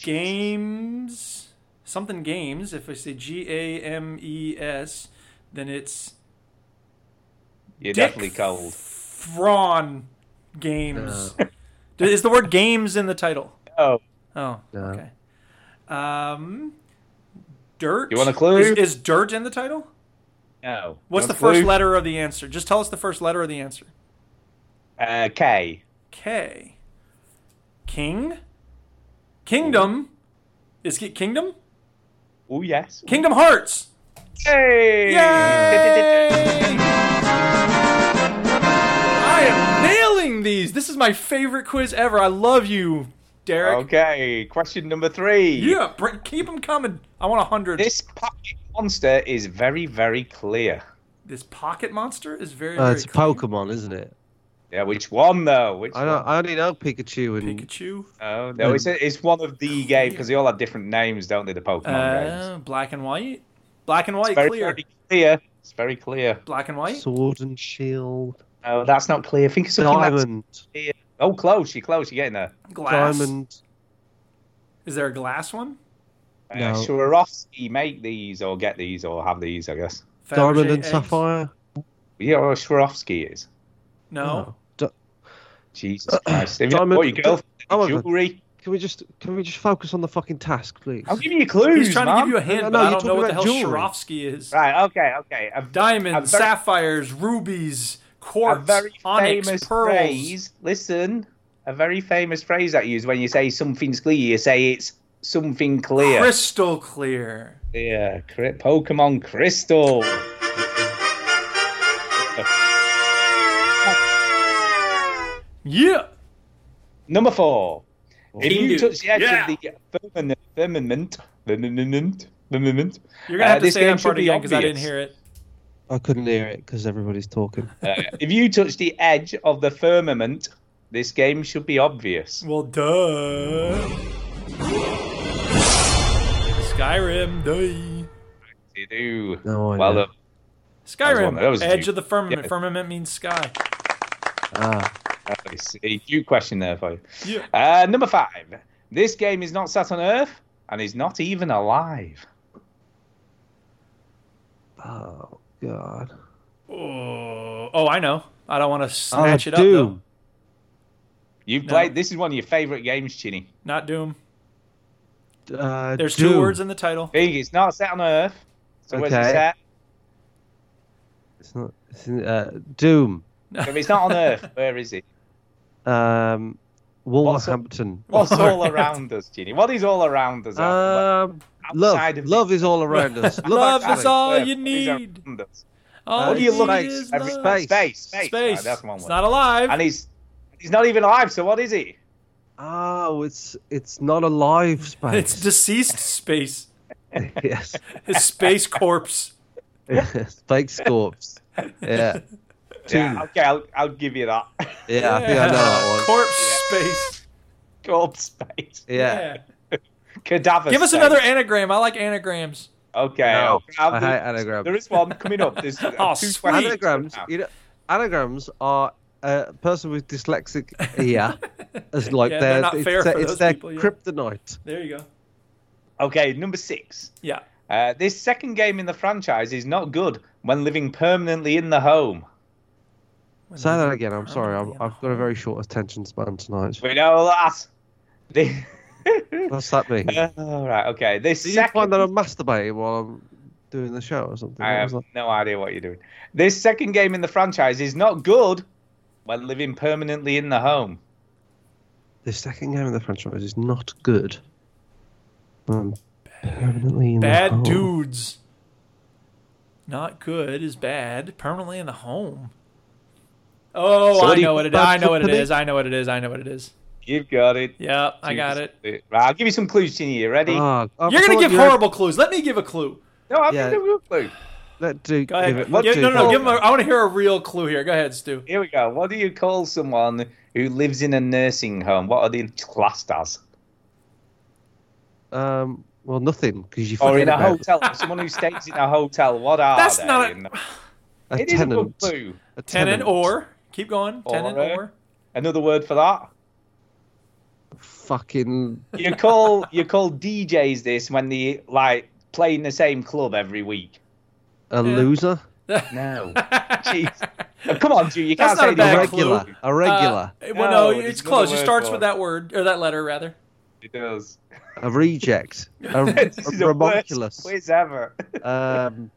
[SPEAKER 2] Games. Something games. If I say G A M E S, then it's
[SPEAKER 4] You're
[SPEAKER 2] Dick
[SPEAKER 4] definitely cold.
[SPEAKER 2] Thrawn games.
[SPEAKER 4] Uh.
[SPEAKER 2] Is the word games in the title?
[SPEAKER 4] Oh,
[SPEAKER 2] Oh,
[SPEAKER 3] No.
[SPEAKER 2] okay. Um, dirt.
[SPEAKER 4] You want a clue?
[SPEAKER 2] Is, is dirt in the title?
[SPEAKER 4] no.
[SPEAKER 2] What's
[SPEAKER 4] No
[SPEAKER 2] the first
[SPEAKER 4] clue?
[SPEAKER 2] letter of the answer? Just tell us the first letter of the answer.
[SPEAKER 4] Uh, K.
[SPEAKER 2] K. King. Kingdom. Is it kingdom?
[SPEAKER 4] Oh, yes.
[SPEAKER 2] Kingdom Hearts.
[SPEAKER 4] Hey!
[SPEAKER 2] Yay! I am nailing these. This is my favorite quiz ever. I love you, Derek.
[SPEAKER 4] Okay, question number three.
[SPEAKER 2] Yeah, br- keep them coming. I want a hundred.
[SPEAKER 4] This pocket monster is very, very clear.
[SPEAKER 2] This pocket monster is very.
[SPEAKER 3] Uh,
[SPEAKER 2] very
[SPEAKER 3] it's a
[SPEAKER 2] clean.
[SPEAKER 3] Pokemon, isn't it?
[SPEAKER 4] Yeah, which one though? Which
[SPEAKER 3] I don't. I only know Pikachu and
[SPEAKER 2] Pikachu.
[SPEAKER 4] Oh, no, it's it's one of the games because they all have different names, don't they? The Pokemon games.
[SPEAKER 2] Uh, black and white. Black and white.
[SPEAKER 4] Very,
[SPEAKER 2] clear.
[SPEAKER 4] very clear. It's very clear.
[SPEAKER 2] Black and white.
[SPEAKER 3] Sword and Shield,
[SPEAKER 4] No, that's not clear. Think of something that's
[SPEAKER 3] Diamond,
[SPEAKER 4] clear. Oh, close. You're close. You're getting there.
[SPEAKER 2] Glass.
[SPEAKER 3] Diamond.
[SPEAKER 2] Is there a glass one?
[SPEAKER 4] Uh,
[SPEAKER 3] No.
[SPEAKER 4] Swarovski make these or get these or have these, I guess.
[SPEAKER 3] Diamond
[SPEAKER 2] Fabergé
[SPEAKER 3] and
[SPEAKER 2] eggs?
[SPEAKER 3] Sapphire.
[SPEAKER 4] Yeah, or Swarovski is.
[SPEAKER 2] No.
[SPEAKER 3] Di- Oh.
[SPEAKER 4] Jesus Christ. If you
[SPEAKER 3] Diamond-
[SPEAKER 4] bought your girlfriend
[SPEAKER 3] Oh, my God.
[SPEAKER 4] jewelry,
[SPEAKER 3] Can we just can we just focus on the fucking task, please?
[SPEAKER 4] I'll give you clues.
[SPEAKER 2] He's trying
[SPEAKER 4] man.
[SPEAKER 2] to give you a hint,
[SPEAKER 3] No, no,
[SPEAKER 2] but I
[SPEAKER 3] you're
[SPEAKER 2] don't know
[SPEAKER 3] talking
[SPEAKER 2] what the hell
[SPEAKER 3] about jewelry.
[SPEAKER 2] Swarovski is.
[SPEAKER 4] Right. Okay. Okay. A
[SPEAKER 2] Diamonds,
[SPEAKER 4] a very-
[SPEAKER 2] sapphires, rubies,
[SPEAKER 4] a
[SPEAKER 2] quartz,
[SPEAKER 4] very
[SPEAKER 2] onyx,
[SPEAKER 4] famous
[SPEAKER 2] pearls.
[SPEAKER 4] phrase. Listen, a very famous phrase that you use when you say something's clear. You say it's something clear.
[SPEAKER 2] Crystal clear.
[SPEAKER 4] Yeah, cri- Pokemon Crystal.
[SPEAKER 2] Yeah.
[SPEAKER 4] Number four. If you
[SPEAKER 2] Kindu.
[SPEAKER 4] touch the edge
[SPEAKER 2] Yeah.
[SPEAKER 4] of the firmament, firmament, firmament, firmament,
[SPEAKER 2] You're gonna
[SPEAKER 4] uh,
[SPEAKER 2] have to
[SPEAKER 4] this
[SPEAKER 2] say
[SPEAKER 4] game
[SPEAKER 2] that
[SPEAKER 4] should
[SPEAKER 2] part
[SPEAKER 4] be
[SPEAKER 2] again because I didn't
[SPEAKER 4] obvious.
[SPEAKER 2] hear it.
[SPEAKER 3] I couldn't hear it because everybody's talking.
[SPEAKER 4] Uh, if you touch the edge of the firmament, this game should be obvious.
[SPEAKER 2] Well, duh. Skyrim, duh.
[SPEAKER 4] You do.
[SPEAKER 3] No, I
[SPEAKER 4] well,
[SPEAKER 3] know.
[SPEAKER 4] uh, was one-
[SPEAKER 2] Skyrim,
[SPEAKER 4] that was a
[SPEAKER 2] edge
[SPEAKER 4] deep-
[SPEAKER 2] of the firmament.
[SPEAKER 4] yeah.
[SPEAKER 2] Firmament means sky.
[SPEAKER 3] Ah,
[SPEAKER 4] That's a huge question there for you.
[SPEAKER 2] Yeah.
[SPEAKER 4] Uh, number five. This game is not sat on Earth and is not even alive.
[SPEAKER 3] oh god.
[SPEAKER 2] Oh, oh, I know. I don't want
[SPEAKER 4] Uh,
[SPEAKER 2] to
[SPEAKER 3] Ah,
[SPEAKER 2] snatch it up. Though.
[SPEAKER 3] Doom.
[SPEAKER 4] You've
[SPEAKER 2] No.
[SPEAKER 4] played. This is one of your favorite games, Chinny.
[SPEAKER 2] Not Doom.
[SPEAKER 3] Uh,
[SPEAKER 2] There's
[SPEAKER 3] Doom.
[SPEAKER 2] two words in the title.
[SPEAKER 4] Big. It's not set on Earth. So where's it
[SPEAKER 3] Okay.
[SPEAKER 4] set?
[SPEAKER 3] It's not. It's in, uh, Doom.
[SPEAKER 4] If it's not on Earth, where is it?
[SPEAKER 3] Um, Wolverhampton.
[SPEAKER 4] What's all around us, Ginny? What is all around us?
[SPEAKER 2] Uh,
[SPEAKER 3] Um, love.
[SPEAKER 4] Outside of-
[SPEAKER 3] Love is all around us.
[SPEAKER 2] Love
[SPEAKER 3] Actually.
[SPEAKER 2] is all
[SPEAKER 4] Earth,
[SPEAKER 2] you
[SPEAKER 4] what is
[SPEAKER 2] need.
[SPEAKER 4] around us?
[SPEAKER 2] Oh,
[SPEAKER 4] What do you look
[SPEAKER 3] Space.
[SPEAKER 2] is love.
[SPEAKER 4] Every-
[SPEAKER 3] Space.
[SPEAKER 4] Space. Space.
[SPEAKER 2] Space.
[SPEAKER 4] Right, that's one
[SPEAKER 2] it's
[SPEAKER 4] word.
[SPEAKER 2] not alive.
[SPEAKER 4] And he's he's not even alive. So what is he?
[SPEAKER 3] Oh, it's it's not a live space.
[SPEAKER 2] it's deceased space.
[SPEAKER 3] yes.
[SPEAKER 2] His space corpse.
[SPEAKER 3] Fake Scorps. Yeah.
[SPEAKER 2] Hmm.
[SPEAKER 4] Yeah, okay, I'll, I'll give you that.
[SPEAKER 3] Yeah, I think I know that one.
[SPEAKER 2] Corpse space.
[SPEAKER 4] Corpse space.
[SPEAKER 3] Yeah.
[SPEAKER 4] Cadaver.
[SPEAKER 2] Give us
[SPEAKER 4] space.
[SPEAKER 2] another anagram. I like anagrams.
[SPEAKER 4] Okay.
[SPEAKER 3] No,
[SPEAKER 4] I'll-
[SPEAKER 3] I
[SPEAKER 4] I'll-
[SPEAKER 3] hate anagrams.
[SPEAKER 4] There is one coming up. There's uh,
[SPEAKER 2] Oh,
[SPEAKER 4] two
[SPEAKER 2] sweet.
[SPEAKER 4] questions
[SPEAKER 3] Anagrams,
[SPEAKER 4] now.
[SPEAKER 3] you know, anagrams are a person with dyslexic ear. As like
[SPEAKER 2] Yeah, they're
[SPEAKER 3] their,
[SPEAKER 2] not
[SPEAKER 3] it's
[SPEAKER 2] fair
[SPEAKER 3] their,
[SPEAKER 2] for
[SPEAKER 3] it's
[SPEAKER 2] those
[SPEAKER 3] their
[SPEAKER 2] people, yeah.
[SPEAKER 3] kryptonite.
[SPEAKER 2] There you go.
[SPEAKER 4] Okay, number six.
[SPEAKER 2] Yeah.
[SPEAKER 4] Uh, this second game in the franchise is not good when living permanently in the home.
[SPEAKER 3] Say
[SPEAKER 2] Mm.
[SPEAKER 3] that again. I'm sorry. I'm, I've got a very short attention span tonight.
[SPEAKER 4] We know that. The-
[SPEAKER 3] What's that mean?
[SPEAKER 4] Uh, all right. Okay. This
[SPEAKER 3] Do you
[SPEAKER 4] second.
[SPEAKER 3] find that I'm masturbating while I'm doing the show or something?
[SPEAKER 4] I
[SPEAKER 3] What
[SPEAKER 4] have
[SPEAKER 3] was that?
[SPEAKER 4] no idea what you're doing. This second game in the franchise is not good when living permanently in the home.
[SPEAKER 3] The second game of the franchise is not good. Um, permanently in the
[SPEAKER 2] Bad
[SPEAKER 3] hole.
[SPEAKER 2] dudes. Not good is bad. Permanently in the home. Oh,
[SPEAKER 3] So
[SPEAKER 2] I
[SPEAKER 3] what do you
[SPEAKER 2] know
[SPEAKER 3] call
[SPEAKER 2] what it.
[SPEAKER 3] that
[SPEAKER 2] I know what it
[SPEAKER 3] company?
[SPEAKER 2] is. I know what it is. I know what it is.
[SPEAKER 4] You've got it.
[SPEAKER 2] Yeah, I got it.
[SPEAKER 4] Right, I'll give you some clues, Ginny. You ready?
[SPEAKER 3] Ah, I
[SPEAKER 2] You're gonna
[SPEAKER 3] thought
[SPEAKER 2] give
[SPEAKER 3] you-
[SPEAKER 2] horrible clues. Let me give a clue.
[SPEAKER 4] no, I'll
[SPEAKER 3] yeah.
[SPEAKER 4] give you a clue.
[SPEAKER 3] Let Duke
[SPEAKER 2] Go ahead.
[SPEAKER 3] give it.
[SPEAKER 2] Give-
[SPEAKER 3] Let Duke
[SPEAKER 2] no, no, no.
[SPEAKER 3] have
[SPEAKER 2] Give him.
[SPEAKER 3] it.
[SPEAKER 2] A, I want to hear a real clue here. Go ahead, Stu.
[SPEAKER 4] Here we go. What do you call someone who lives in a nursing home? What are they classed as?
[SPEAKER 3] Um, well, nothing because you.
[SPEAKER 4] Or
[SPEAKER 3] forget
[SPEAKER 4] in a
[SPEAKER 3] about
[SPEAKER 4] hotel? someone who stays in a hotel. What are
[SPEAKER 2] That's
[SPEAKER 4] they?
[SPEAKER 2] not a-
[SPEAKER 4] in-
[SPEAKER 3] A
[SPEAKER 4] It is a good
[SPEAKER 3] tenant.
[SPEAKER 4] clue.
[SPEAKER 3] a
[SPEAKER 2] Tenant or keep going. Tenant
[SPEAKER 4] Or, uh,
[SPEAKER 2] or
[SPEAKER 4] Another word for that.
[SPEAKER 3] fucking.
[SPEAKER 4] You call you call DJs this when they like play in the same club every week.
[SPEAKER 3] A loser,
[SPEAKER 4] No. Jeez. Oh, come on, Drew. You can't
[SPEAKER 2] That's not
[SPEAKER 4] say
[SPEAKER 2] a
[SPEAKER 3] a
[SPEAKER 2] Bad
[SPEAKER 4] that.
[SPEAKER 2] clue.
[SPEAKER 3] regular, a regular,
[SPEAKER 2] Uh, well, no,
[SPEAKER 4] No,
[SPEAKER 2] it's
[SPEAKER 4] it's
[SPEAKER 2] close. It
[SPEAKER 4] another word
[SPEAKER 2] starts
[SPEAKER 4] for
[SPEAKER 2] with
[SPEAKER 4] it.
[SPEAKER 2] that word or that letter rather.
[SPEAKER 4] It does.
[SPEAKER 3] a reject, a, a
[SPEAKER 4] this is the worst
[SPEAKER 3] rambunctious,
[SPEAKER 4] quiz ever.
[SPEAKER 3] um,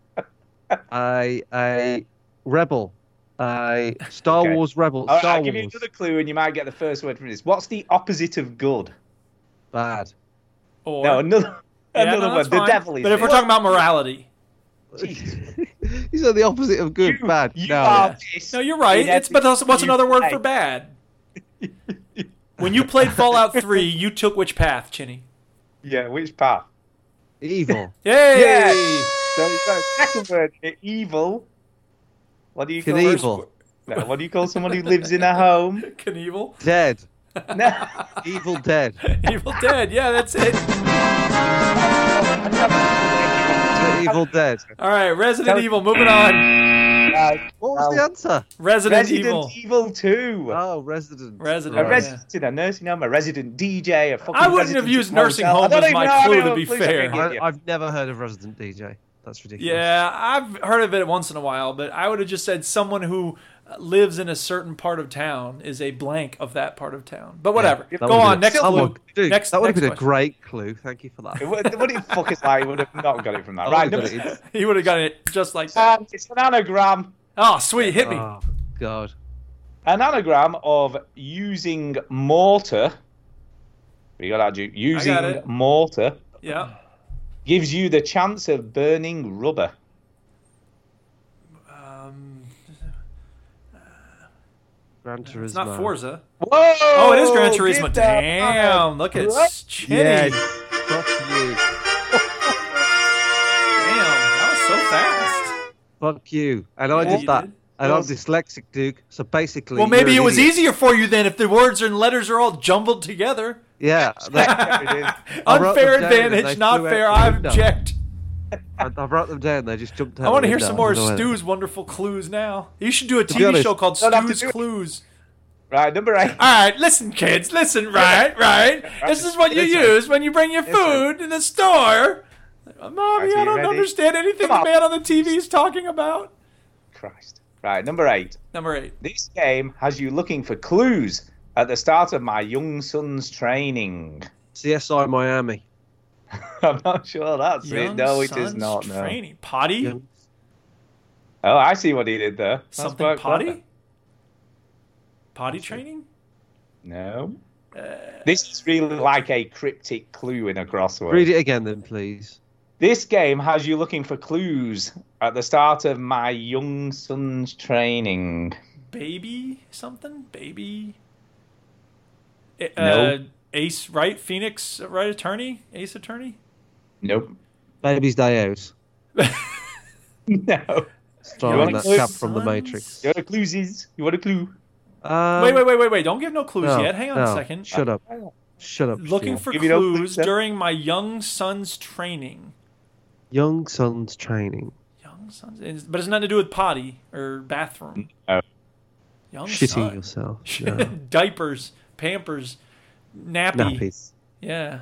[SPEAKER 3] a a rebel, a Star
[SPEAKER 4] Okay.
[SPEAKER 3] Wars rebel,
[SPEAKER 4] All right,
[SPEAKER 3] Star
[SPEAKER 4] I'll give you
[SPEAKER 3] Wars
[SPEAKER 4] another clue, and you might get the first word from this. What's the opposite of good?
[SPEAKER 3] bad.
[SPEAKER 2] Or
[SPEAKER 4] No, another
[SPEAKER 2] Yeah, no, that's
[SPEAKER 4] another word. The
[SPEAKER 2] fine.
[SPEAKER 4] devil is.
[SPEAKER 2] But if we're
[SPEAKER 4] this.
[SPEAKER 2] talking about morality,
[SPEAKER 3] These are the opposite of good,
[SPEAKER 4] you,
[SPEAKER 3] bad.
[SPEAKER 4] you
[SPEAKER 3] no,
[SPEAKER 4] are this.
[SPEAKER 2] no, you're right.
[SPEAKER 4] in
[SPEAKER 2] It's but that's-
[SPEAKER 4] everything
[SPEAKER 2] what's
[SPEAKER 4] you
[SPEAKER 2] another word
[SPEAKER 4] say.
[SPEAKER 2] for bad? When you played Fallout Three, you took which path, Chinny?
[SPEAKER 4] Yeah, which path?
[SPEAKER 3] evil.
[SPEAKER 2] Yay!
[SPEAKER 4] Yeah. So you got a second word. here, Evil. What do you call
[SPEAKER 3] Knievel,
[SPEAKER 4] No, what do you call someone who lives in a home?
[SPEAKER 2] Knievel.
[SPEAKER 3] dead,
[SPEAKER 4] No.
[SPEAKER 3] evil, dead.
[SPEAKER 2] Evil Dead. Yeah, that's it.
[SPEAKER 3] evil, dead.
[SPEAKER 2] All right, Resident
[SPEAKER 4] That-
[SPEAKER 2] Evil. Moving on.
[SPEAKER 3] What was the answer?
[SPEAKER 2] Resident,
[SPEAKER 4] Uh, Resident
[SPEAKER 2] Evil.
[SPEAKER 4] Evil, 2.
[SPEAKER 3] Oh, resident.
[SPEAKER 2] Resident,
[SPEAKER 4] a
[SPEAKER 2] yeah.
[SPEAKER 3] Right.
[SPEAKER 4] resident in a nursing home, a resident DJ, a fucking
[SPEAKER 2] I wouldn't
[SPEAKER 4] resident
[SPEAKER 2] have used
[SPEAKER 4] in a
[SPEAKER 2] nursing
[SPEAKER 4] hotel.
[SPEAKER 2] home
[SPEAKER 4] I don't
[SPEAKER 2] as
[SPEAKER 4] even
[SPEAKER 2] my
[SPEAKER 4] know how
[SPEAKER 2] clue,
[SPEAKER 4] many
[SPEAKER 2] to be
[SPEAKER 4] clues I
[SPEAKER 2] fair.
[SPEAKER 4] can give
[SPEAKER 3] I,
[SPEAKER 4] you.
[SPEAKER 3] I've never heard of resident DJ. That's ridiculous.
[SPEAKER 2] Yeah, I've heard of it once in a while, but I would have just said someone who uh, lives in a certain part of town is a blank of that part of town. But whatever.
[SPEAKER 3] That
[SPEAKER 2] Go
[SPEAKER 3] would've
[SPEAKER 2] on.
[SPEAKER 3] been-
[SPEAKER 2] Next
[SPEAKER 3] that
[SPEAKER 2] clue.
[SPEAKER 3] would- dude,
[SPEAKER 2] next,
[SPEAKER 3] that would have
[SPEAKER 2] next
[SPEAKER 3] been
[SPEAKER 2] question.
[SPEAKER 3] a great clue. Thank you for that.
[SPEAKER 4] What, what the fuck is that? You would have not got it from that.
[SPEAKER 3] I
[SPEAKER 4] Right,
[SPEAKER 3] would've
[SPEAKER 4] number
[SPEAKER 3] got it.
[SPEAKER 4] six.
[SPEAKER 2] He would have gotten it just like that.
[SPEAKER 4] Um, it's an anagram.
[SPEAKER 2] Oh, sweet. Hit me.
[SPEAKER 3] Oh, God.
[SPEAKER 4] An anagram of using mortar. We got that, Duke. Using
[SPEAKER 2] it.
[SPEAKER 4] mortar
[SPEAKER 2] Yeah.
[SPEAKER 4] gives you the chance of burning rubber.
[SPEAKER 3] Gran Turismo.
[SPEAKER 2] It's not Forza.
[SPEAKER 4] Whoa!
[SPEAKER 2] Oh, it is Gran
[SPEAKER 4] get
[SPEAKER 2] Turismo.
[SPEAKER 4] that
[SPEAKER 2] Damn. Look at
[SPEAKER 4] Right?
[SPEAKER 2] Chinny.
[SPEAKER 3] Yeah. Fuck you.
[SPEAKER 2] Damn. That was so fast.
[SPEAKER 3] Fuck you. And I
[SPEAKER 2] Yeah, you
[SPEAKER 3] did that.
[SPEAKER 2] did.
[SPEAKER 3] And I'm dyslexic, Duke. So basically.
[SPEAKER 2] Well, maybe
[SPEAKER 3] you're
[SPEAKER 2] it
[SPEAKER 3] an
[SPEAKER 2] was
[SPEAKER 3] idiot.
[SPEAKER 2] easier for you then if the words and letters are all jumbled together.
[SPEAKER 3] Yeah. that- I wrote
[SPEAKER 2] Unfair
[SPEAKER 3] them down and they
[SPEAKER 2] advantage, not
[SPEAKER 3] flew
[SPEAKER 2] fair.
[SPEAKER 3] out
[SPEAKER 2] I
[SPEAKER 3] the window.
[SPEAKER 2] object.
[SPEAKER 3] I, I wrote them down. They just jumped out.
[SPEAKER 2] I want to
[SPEAKER 3] the
[SPEAKER 2] hear
[SPEAKER 3] window.
[SPEAKER 2] some more of
[SPEAKER 3] I don't know where-
[SPEAKER 2] Stu's wonderful clues now. You should do a
[SPEAKER 3] be
[SPEAKER 2] TV
[SPEAKER 3] honest,
[SPEAKER 2] show called
[SPEAKER 4] don't have to
[SPEAKER 2] Stu's
[SPEAKER 4] do it.
[SPEAKER 2] Clues.
[SPEAKER 4] Right, number eight.
[SPEAKER 2] All right, listen, kids, listen, right, right. This is what you
[SPEAKER 4] Listen.
[SPEAKER 2] use when you bring your food in the store. Mommy,
[SPEAKER 4] so
[SPEAKER 2] I
[SPEAKER 4] you
[SPEAKER 2] don't
[SPEAKER 4] ready?
[SPEAKER 2] understand anything
[SPEAKER 4] Come
[SPEAKER 2] the man
[SPEAKER 4] on.
[SPEAKER 2] on the TV is talking about.
[SPEAKER 4] Christ. Right, number eight.
[SPEAKER 2] Number eight.
[SPEAKER 4] This game has you looking for clues at the start of my young son's training.
[SPEAKER 3] CSI Miami.
[SPEAKER 4] I'm not sure that's it. No, it is
[SPEAKER 2] son's
[SPEAKER 4] not. No.
[SPEAKER 2] Training. Potty?
[SPEAKER 4] Oh, I see what he did there. That's
[SPEAKER 2] Something
[SPEAKER 4] quite
[SPEAKER 2] potty?
[SPEAKER 4] clever.
[SPEAKER 2] Potty training?
[SPEAKER 4] No.
[SPEAKER 2] Uh,
[SPEAKER 4] this is really like a cryptic clue in a crossword.
[SPEAKER 3] Read it again, then, please.
[SPEAKER 4] This game has you looking for clues at the start of my young son's training.
[SPEAKER 2] Baby something? Baby? Uh,
[SPEAKER 4] No.
[SPEAKER 2] Ace, right? Phoenix, uh, right? Attorney? Ace Attorney?
[SPEAKER 4] Nope.
[SPEAKER 3] Baby's Day Out.
[SPEAKER 4] No. You
[SPEAKER 3] Starring
[SPEAKER 4] wanna
[SPEAKER 3] that
[SPEAKER 4] go-
[SPEAKER 3] chap from The Matrix.
[SPEAKER 4] You want a clues is? You want a clue?
[SPEAKER 3] Um,
[SPEAKER 2] Wait, wait, wait, wait, wait. Don't give no clues
[SPEAKER 3] no,
[SPEAKER 2] yet. Hang on
[SPEAKER 3] no,
[SPEAKER 2] a second.
[SPEAKER 3] Shut up. Shut up.
[SPEAKER 2] Looking
[SPEAKER 3] Stu.
[SPEAKER 2] for
[SPEAKER 4] Give me no
[SPEAKER 2] clues
[SPEAKER 4] clues, yeah.
[SPEAKER 2] during my young son's training.
[SPEAKER 3] Young Son's Training.
[SPEAKER 2] Young son's, it's- but it's nothing to do with potty or bathroom.
[SPEAKER 4] No.
[SPEAKER 2] Young
[SPEAKER 3] Shitting
[SPEAKER 2] son.
[SPEAKER 3] yourself. No.
[SPEAKER 2] Diapers, pampers, nappy.
[SPEAKER 3] Nappies.
[SPEAKER 2] Yeah.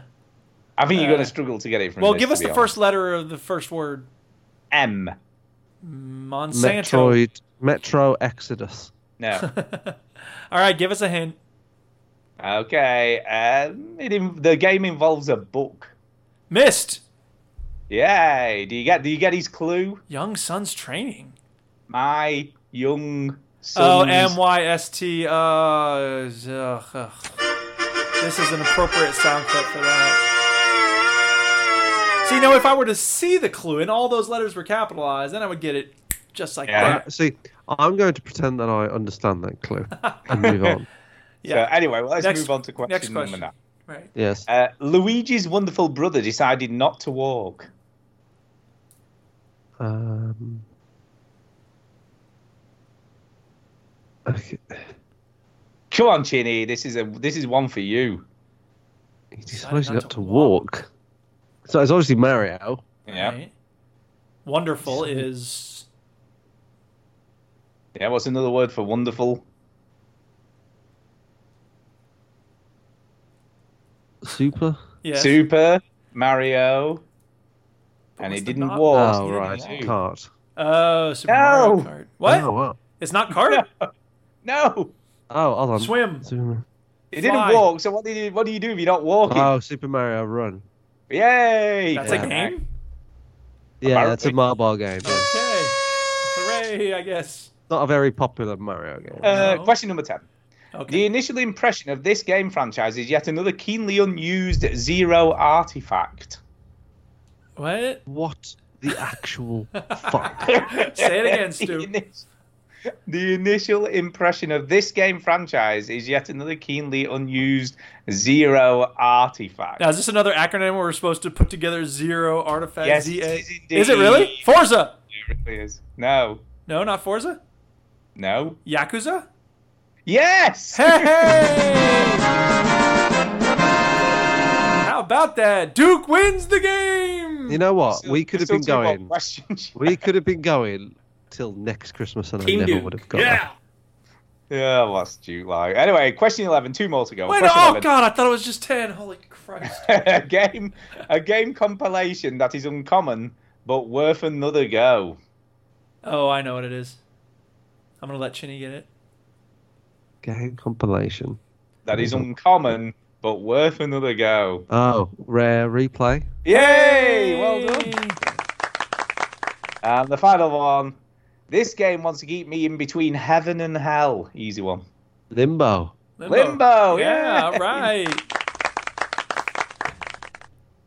[SPEAKER 4] I think you're
[SPEAKER 2] Uh,
[SPEAKER 4] going to struggle to get it from
[SPEAKER 2] Well,
[SPEAKER 4] this,
[SPEAKER 2] give
[SPEAKER 4] to
[SPEAKER 2] us
[SPEAKER 4] be
[SPEAKER 2] the
[SPEAKER 4] honest.
[SPEAKER 2] first letter of the first word.
[SPEAKER 4] M.
[SPEAKER 2] Monsanto.
[SPEAKER 3] Metroid. Metro Exodus.
[SPEAKER 4] No.
[SPEAKER 2] All right, give us a hint.
[SPEAKER 4] okay. Um, it in, the game involves a book.
[SPEAKER 2] Missed.
[SPEAKER 4] Yay! Do you get? Do you get his clue?
[SPEAKER 2] Young son's training.
[SPEAKER 4] My young
[SPEAKER 2] Oh,
[SPEAKER 4] son.
[SPEAKER 2] M Y S T. Uh, z- ugh, ugh. This is an appropriate sound clip for that. See, now if I were to see the clue and all those letters were capitalized, then I would get it just like
[SPEAKER 4] Yeah.
[SPEAKER 2] that.
[SPEAKER 3] Uh, See, I'm going to pretend that I understand that clue and move on.
[SPEAKER 2] Yeah.
[SPEAKER 4] So anyway, well, let's
[SPEAKER 2] Next-
[SPEAKER 4] move on to question,
[SPEAKER 2] next question.
[SPEAKER 4] number
[SPEAKER 2] Right.
[SPEAKER 3] Yes.
[SPEAKER 4] nine. Uh, Luigi's wonderful brother decided not to walk.
[SPEAKER 3] Um, okay.
[SPEAKER 4] Come on, Chinny. This is a this is one for you.
[SPEAKER 3] He
[SPEAKER 2] decided
[SPEAKER 3] decided
[SPEAKER 2] not
[SPEAKER 3] not
[SPEAKER 2] to
[SPEAKER 3] to walk. So it's obviously Mario.
[SPEAKER 4] Yeah.
[SPEAKER 2] Right. Wonderful is
[SPEAKER 4] Yeah. What's another word for wonderful?
[SPEAKER 3] Super.
[SPEAKER 2] yes.
[SPEAKER 4] Super Mario.
[SPEAKER 2] But
[SPEAKER 4] and
[SPEAKER 2] what's
[SPEAKER 4] it
[SPEAKER 2] the
[SPEAKER 4] didn't
[SPEAKER 2] not-
[SPEAKER 4] walk.
[SPEAKER 3] oh, right.
[SPEAKER 4] Two.
[SPEAKER 3] Cart.
[SPEAKER 2] Oh, Super
[SPEAKER 4] No!
[SPEAKER 2] Mario Kart. What?
[SPEAKER 3] Oh, wow.
[SPEAKER 2] It's not card.
[SPEAKER 4] No,
[SPEAKER 3] Oh, hold on.
[SPEAKER 2] Swim.
[SPEAKER 3] Super-
[SPEAKER 4] it
[SPEAKER 2] Fly.
[SPEAKER 4] didn't walk. So what do you what do you do if you're not walking?
[SPEAKER 3] Oh, Super Mario Run.
[SPEAKER 4] Yay!
[SPEAKER 2] That's
[SPEAKER 3] Yeah.
[SPEAKER 2] a game.
[SPEAKER 3] Yeah,
[SPEAKER 4] Mario-
[SPEAKER 3] that's a mobile game. yeah. It's
[SPEAKER 2] Okay. Hooray! I guess.
[SPEAKER 3] not a very popular Mario game.
[SPEAKER 4] Uh,
[SPEAKER 2] No.
[SPEAKER 4] Question number ten. The
[SPEAKER 2] Okay.
[SPEAKER 4] initial impression of this game franchise is yet another keenly unused zero artifact.
[SPEAKER 2] What?
[SPEAKER 3] what the actual fuck?
[SPEAKER 2] Say it again,
[SPEAKER 4] The
[SPEAKER 2] Stu.
[SPEAKER 4] ini- The initial impression of this game franchise is yet another keenly unused zero artifact.
[SPEAKER 2] Now, is this another acronym where we're supposed to put together zero artifacts?
[SPEAKER 4] Yes,
[SPEAKER 2] ZA?
[SPEAKER 4] it is
[SPEAKER 2] Is it really?
[SPEAKER 4] indeed.
[SPEAKER 2] Forza?
[SPEAKER 4] It really is. No,
[SPEAKER 2] No, not Forza.
[SPEAKER 4] no.
[SPEAKER 2] Yakuza?
[SPEAKER 4] Yes.
[SPEAKER 2] Hey! How about that? Duke wins the game!
[SPEAKER 3] You know what?
[SPEAKER 4] Still-
[SPEAKER 3] we could have
[SPEAKER 4] still
[SPEAKER 3] been
[SPEAKER 4] two more
[SPEAKER 3] going.
[SPEAKER 4] questions.
[SPEAKER 3] We could have been going till next Christmas, and I never would have got.
[SPEAKER 2] yeah!
[SPEAKER 4] Yeah, what's Duke like? Anyway, question eleven. Two more to go.
[SPEAKER 2] Wait,
[SPEAKER 4] Question
[SPEAKER 2] oh
[SPEAKER 4] 11.
[SPEAKER 2] god, I thought it was just 10. Holy Christ.
[SPEAKER 4] a game, a game compilation that is uncommon but worth another go.
[SPEAKER 2] oh, I know what it is. I'm gonna let Chinny get it.
[SPEAKER 3] Gang compilation.
[SPEAKER 4] That is uncommon, but worth another go.
[SPEAKER 3] Oh, rare replay.
[SPEAKER 4] Yay! Well done. And the final one. This game wants to keep me in between heaven and hell. Easy one.
[SPEAKER 3] Limbo.
[SPEAKER 4] Limbo. yeah.
[SPEAKER 2] all right.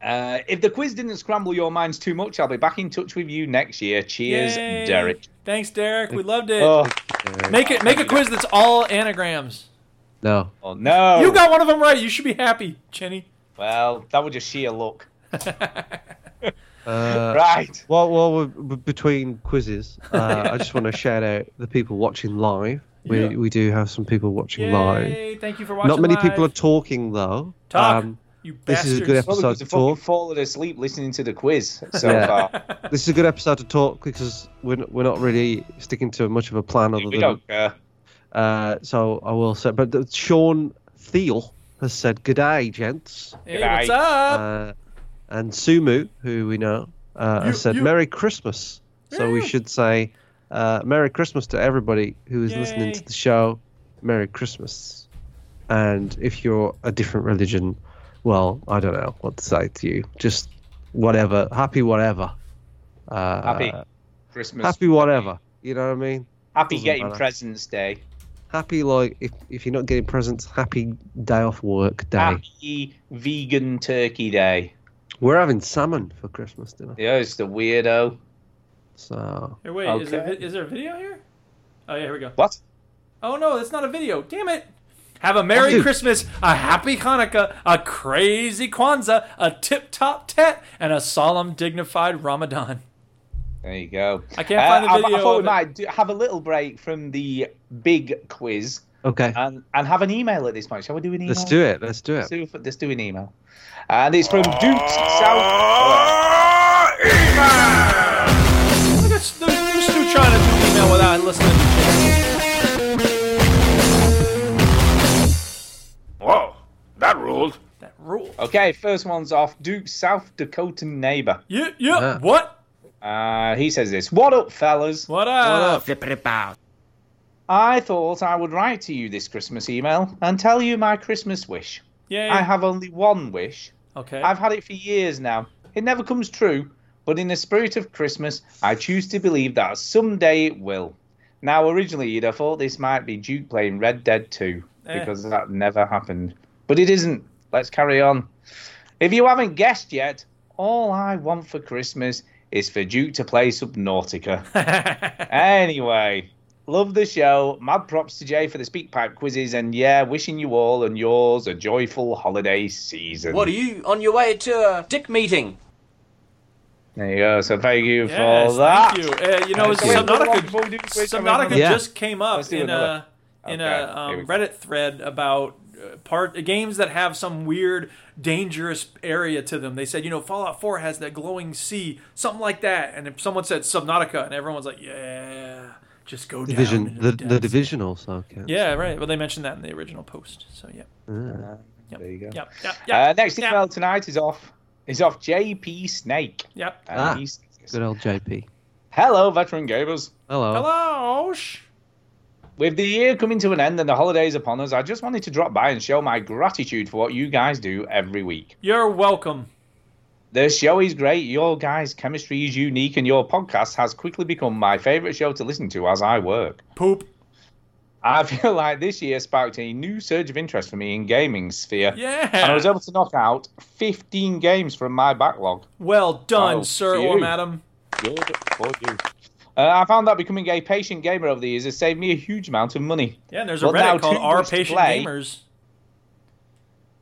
[SPEAKER 4] Uh, if the quiz didn't scramble your minds too much, I'll be back in touch with you next year. Cheers,
[SPEAKER 2] Yay.
[SPEAKER 4] Derek.
[SPEAKER 2] Thanks, Derek. We loved it.
[SPEAKER 4] Oh,
[SPEAKER 2] Make it make a quiz that's all anagrams.
[SPEAKER 3] No.
[SPEAKER 4] oh, no.
[SPEAKER 2] You got one of them right. You should be happy, Chinny.
[SPEAKER 4] Well, that was just sheer luck.
[SPEAKER 2] Oh.
[SPEAKER 3] Uh,
[SPEAKER 4] Right.
[SPEAKER 3] While, while we're b- between quizzes, uh, I just want to shout out the people watching live. We,
[SPEAKER 2] Yeah.
[SPEAKER 3] we do have some people watching live.
[SPEAKER 2] Yay! Thank you for watching.
[SPEAKER 3] Not many
[SPEAKER 2] live.
[SPEAKER 3] people are talking though. Um,
[SPEAKER 2] Talk. you
[SPEAKER 3] this
[SPEAKER 2] bastards.
[SPEAKER 3] is a good
[SPEAKER 4] Probably
[SPEAKER 3] episode
[SPEAKER 4] because
[SPEAKER 3] to
[SPEAKER 4] I fucking
[SPEAKER 3] talk.
[SPEAKER 4] fallen asleep listening to the quiz so
[SPEAKER 3] Yeah.
[SPEAKER 4] far.
[SPEAKER 3] This is a good episode to talk because we're, n- we're not really sticking to much of a plan other
[SPEAKER 4] we
[SPEAKER 3] than
[SPEAKER 4] don't care.
[SPEAKER 3] Uh, so I will say, but uh, Sean Thiel has said good day, gents.
[SPEAKER 2] Hey, what's
[SPEAKER 4] Good
[SPEAKER 2] up?
[SPEAKER 3] Uh, and Sumu, who we know, uh,
[SPEAKER 2] You-
[SPEAKER 3] has said
[SPEAKER 2] you-
[SPEAKER 3] Merry Christmas. So we should say uh, Merry Christmas to everybody who is listening
[SPEAKER 2] Yay.
[SPEAKER 3] to the show. Merry Christmas. And if you're a different religion, well, I don't know what to say to you. Just whatever. Happy whatever. Uh,
[SPEAKER 4] Happy Christmas. Happy,
[SPEAKER 3] Happy whatever. You know what I mean? doesn't
[SPEAKER 4] getting
[SPEAKER 3] matter.
[SPEAKER 4] presents day.
[SPEAKER 3] happy like if, if you're not getting presents happy day off work day
[SPEAKER 4] Ah. Happy vegan turkey day.
[SPEAKER 3] we're having salmon for christmas dinner
[SPEAKER 4] Yeah, it's the weirdo.
[SPEAKER 3] so
[SPEAKER 2] Here, wait, is, there,
[SPEAKER 4] okay.
[SPEAKER 2] is there a video here? Oh yeah, here we go.
[SPEAKER 4] What?
[SPEAKER 2] Oh no, that's not a video. Damn it. Have a Merry
[SPEAKER 3] Dude.
[SPEAKER 2] Christmas, a Happy Hanukkah, a crazy Kwanzaa, a tip top tet, and a solemn, dignified Ramadan.
[SPEAKER 4] There you go. Uh,
[SPEAKER 2] I can't find the
[SPEAKER 4] I- I,
[SPEAKER 2] video
[SPEAKER 4] thought we
[SPEAKER 2] of it.
[SPEAKER 4] might do, have a little break from the big quiz
[SPEAKER 3] okay
[SPEAKER 4] and, and have an email at this point. Shall we do an email?
[SPEAKER 3] let's do it let's do
[SPEAKER 4] Let's
[SPEAKER 3] it
[SPEAKER 4] do, let's do an email. And it's from Dukes South.
[SPEAKER 2] Look at Stu, there's Stu trying to do email without listening.
[SPEAKER 8] Whoa, that ruled.
[SPEAKER 2] That rule.
[SPEAKER 4] Okay, first one's off Duke's South Dakotan neighbor.
[SPEAKER 2] Yeah, yeah.
[SPEAKER 3] Yeah.
[SPEAKER 2] What?
[SPEAKER 4] Uh, he says this What up, fellas?
[SPEAKER 2] What up?
[SPEAKER 4] I thought I would write to you this Christmas email and tell you my Christmas wish.
[SPEAKER 2] Yay.
[SPEAKER 4] I have only one wish.
[SPEAKER 2] okay.
[SPEAKER 4] I've had it for years now. It never comes true, but in the spirit of Christmas, I choose to believe that someday it will. Now, originally, you'd have thought this might be Duke playing Red Dead 2,
[SPEAKER 2] Eh.
[SPEAKER 4] because that never happened. But it isn't. Let's carry on. If you haven't guessed yet, all I want for Christmas is for Duke to play Subnautica. Anyway, love the show. Mad props to Jay for the speak pipe quizzes, and yeah, wishing you all and yours a joyful holiday season.
[SPEAKER 12] What are you on your way to a dick meeting?
[SPEAKER 4] There you go. So thank you for
[SPEAKER 2] yes,
[SPEAKER 4] that.
[SPEAKER 2] thank you. Uh, you know,
[SPEAKER 4] Let's do another one
[SPEAKER 2] Subnautica,
[SPEAKER 4] before we do the quiz.
[SPEAKER 2] Subnautica
[SPEAKER 3] Yeah.
[SPEAKER 2] just came up
[SPEAKER 4] Let's do
[SPEAKER 2] in a
[SPEAKER 4] another.
[SPEAKER 2] in
[SPEAKER 4] Okay,
[SPEAKER 2] a
[SPEAKER 4] here
[SPEAKER 2] um,
[SPEAKER 4] we go.
[SPEAKER 2] Reddit thread about uh, part games that have some weird dangerous area to them. They said, you know, Fallout 4 has that glowing sea, something like that. And if someone said Subnautica, and everyone's like, yeah, just go down.
[SPEAKER 3] division
[SPEAKER 2] into
[SPEAKER 3] the,
[SPEAKER 2] depths."
[SPEAKER 3] the division also counts.
[SPEAKER 2] Yeah, right. Well, they mentioned that in the original post. So yeah,
[SPEAKER 3] Yeah.
[SPEAKER 4] Ah, There you go.
[SPEAKER 2] yeah, yeah, yeah.
[SPEAKER 4] Uh, next
[SPEAKER 2] yeah,
[SPEAKER 4] email tonight is off is off JP Snake.
[SPEAKER 2] yeah.
[SPEAKER 4] And
[SPEAKER 3] Ah.
[SPEAKER 4] he's-
[SPEAKER 3] good old jp
[SPEAKER 4] Hello, veteran gamers.
[SPEAKER 3] hello,
[SPEAKER 2] Hello. sh-
[SPEAKER 4] With the year coming to an end and the holidays upon us, I just wanted to drop by and show my gratitude for what you guys do every week.
[SPEAKER 2] You're welcome.
[SPEAKER 4] The show is great. Your guys' chemistry is unique, and your podcast has quickly become my favorite show to listen to as I work.
[SPEAKER 2] Poop.
[SPEAKER 4] I feel like this year sparked a new surge of interest for me in gaming sphere.
[SPEAKER 2] Yeah.
[SPEAKER 4] And I was able to knock out 15 games from my backlog.
[SPEAKER 2] Well done,
[SPEAKER 4] Oh,
[SPEAKER 2] sir
[SPEAKER 4] phew.
[SPEAKER 2] or madam.
[SPEAKER 4] Good for you. Uh, I found that becoming a patient gamer over the years has saved me a huge amount of money.
[SPEAKER 2] Yeah, and there's a
[SPEAKER 4] Well, now
[SPEAKER 2] Reddit called
[SPEAKER 4] two
[SPEAKER 2] "Our
[SPEAKER 4] must
[SPEAKER 2] Patient
[SPEAKER 4] play.
[SPEAKER 2] Gamers."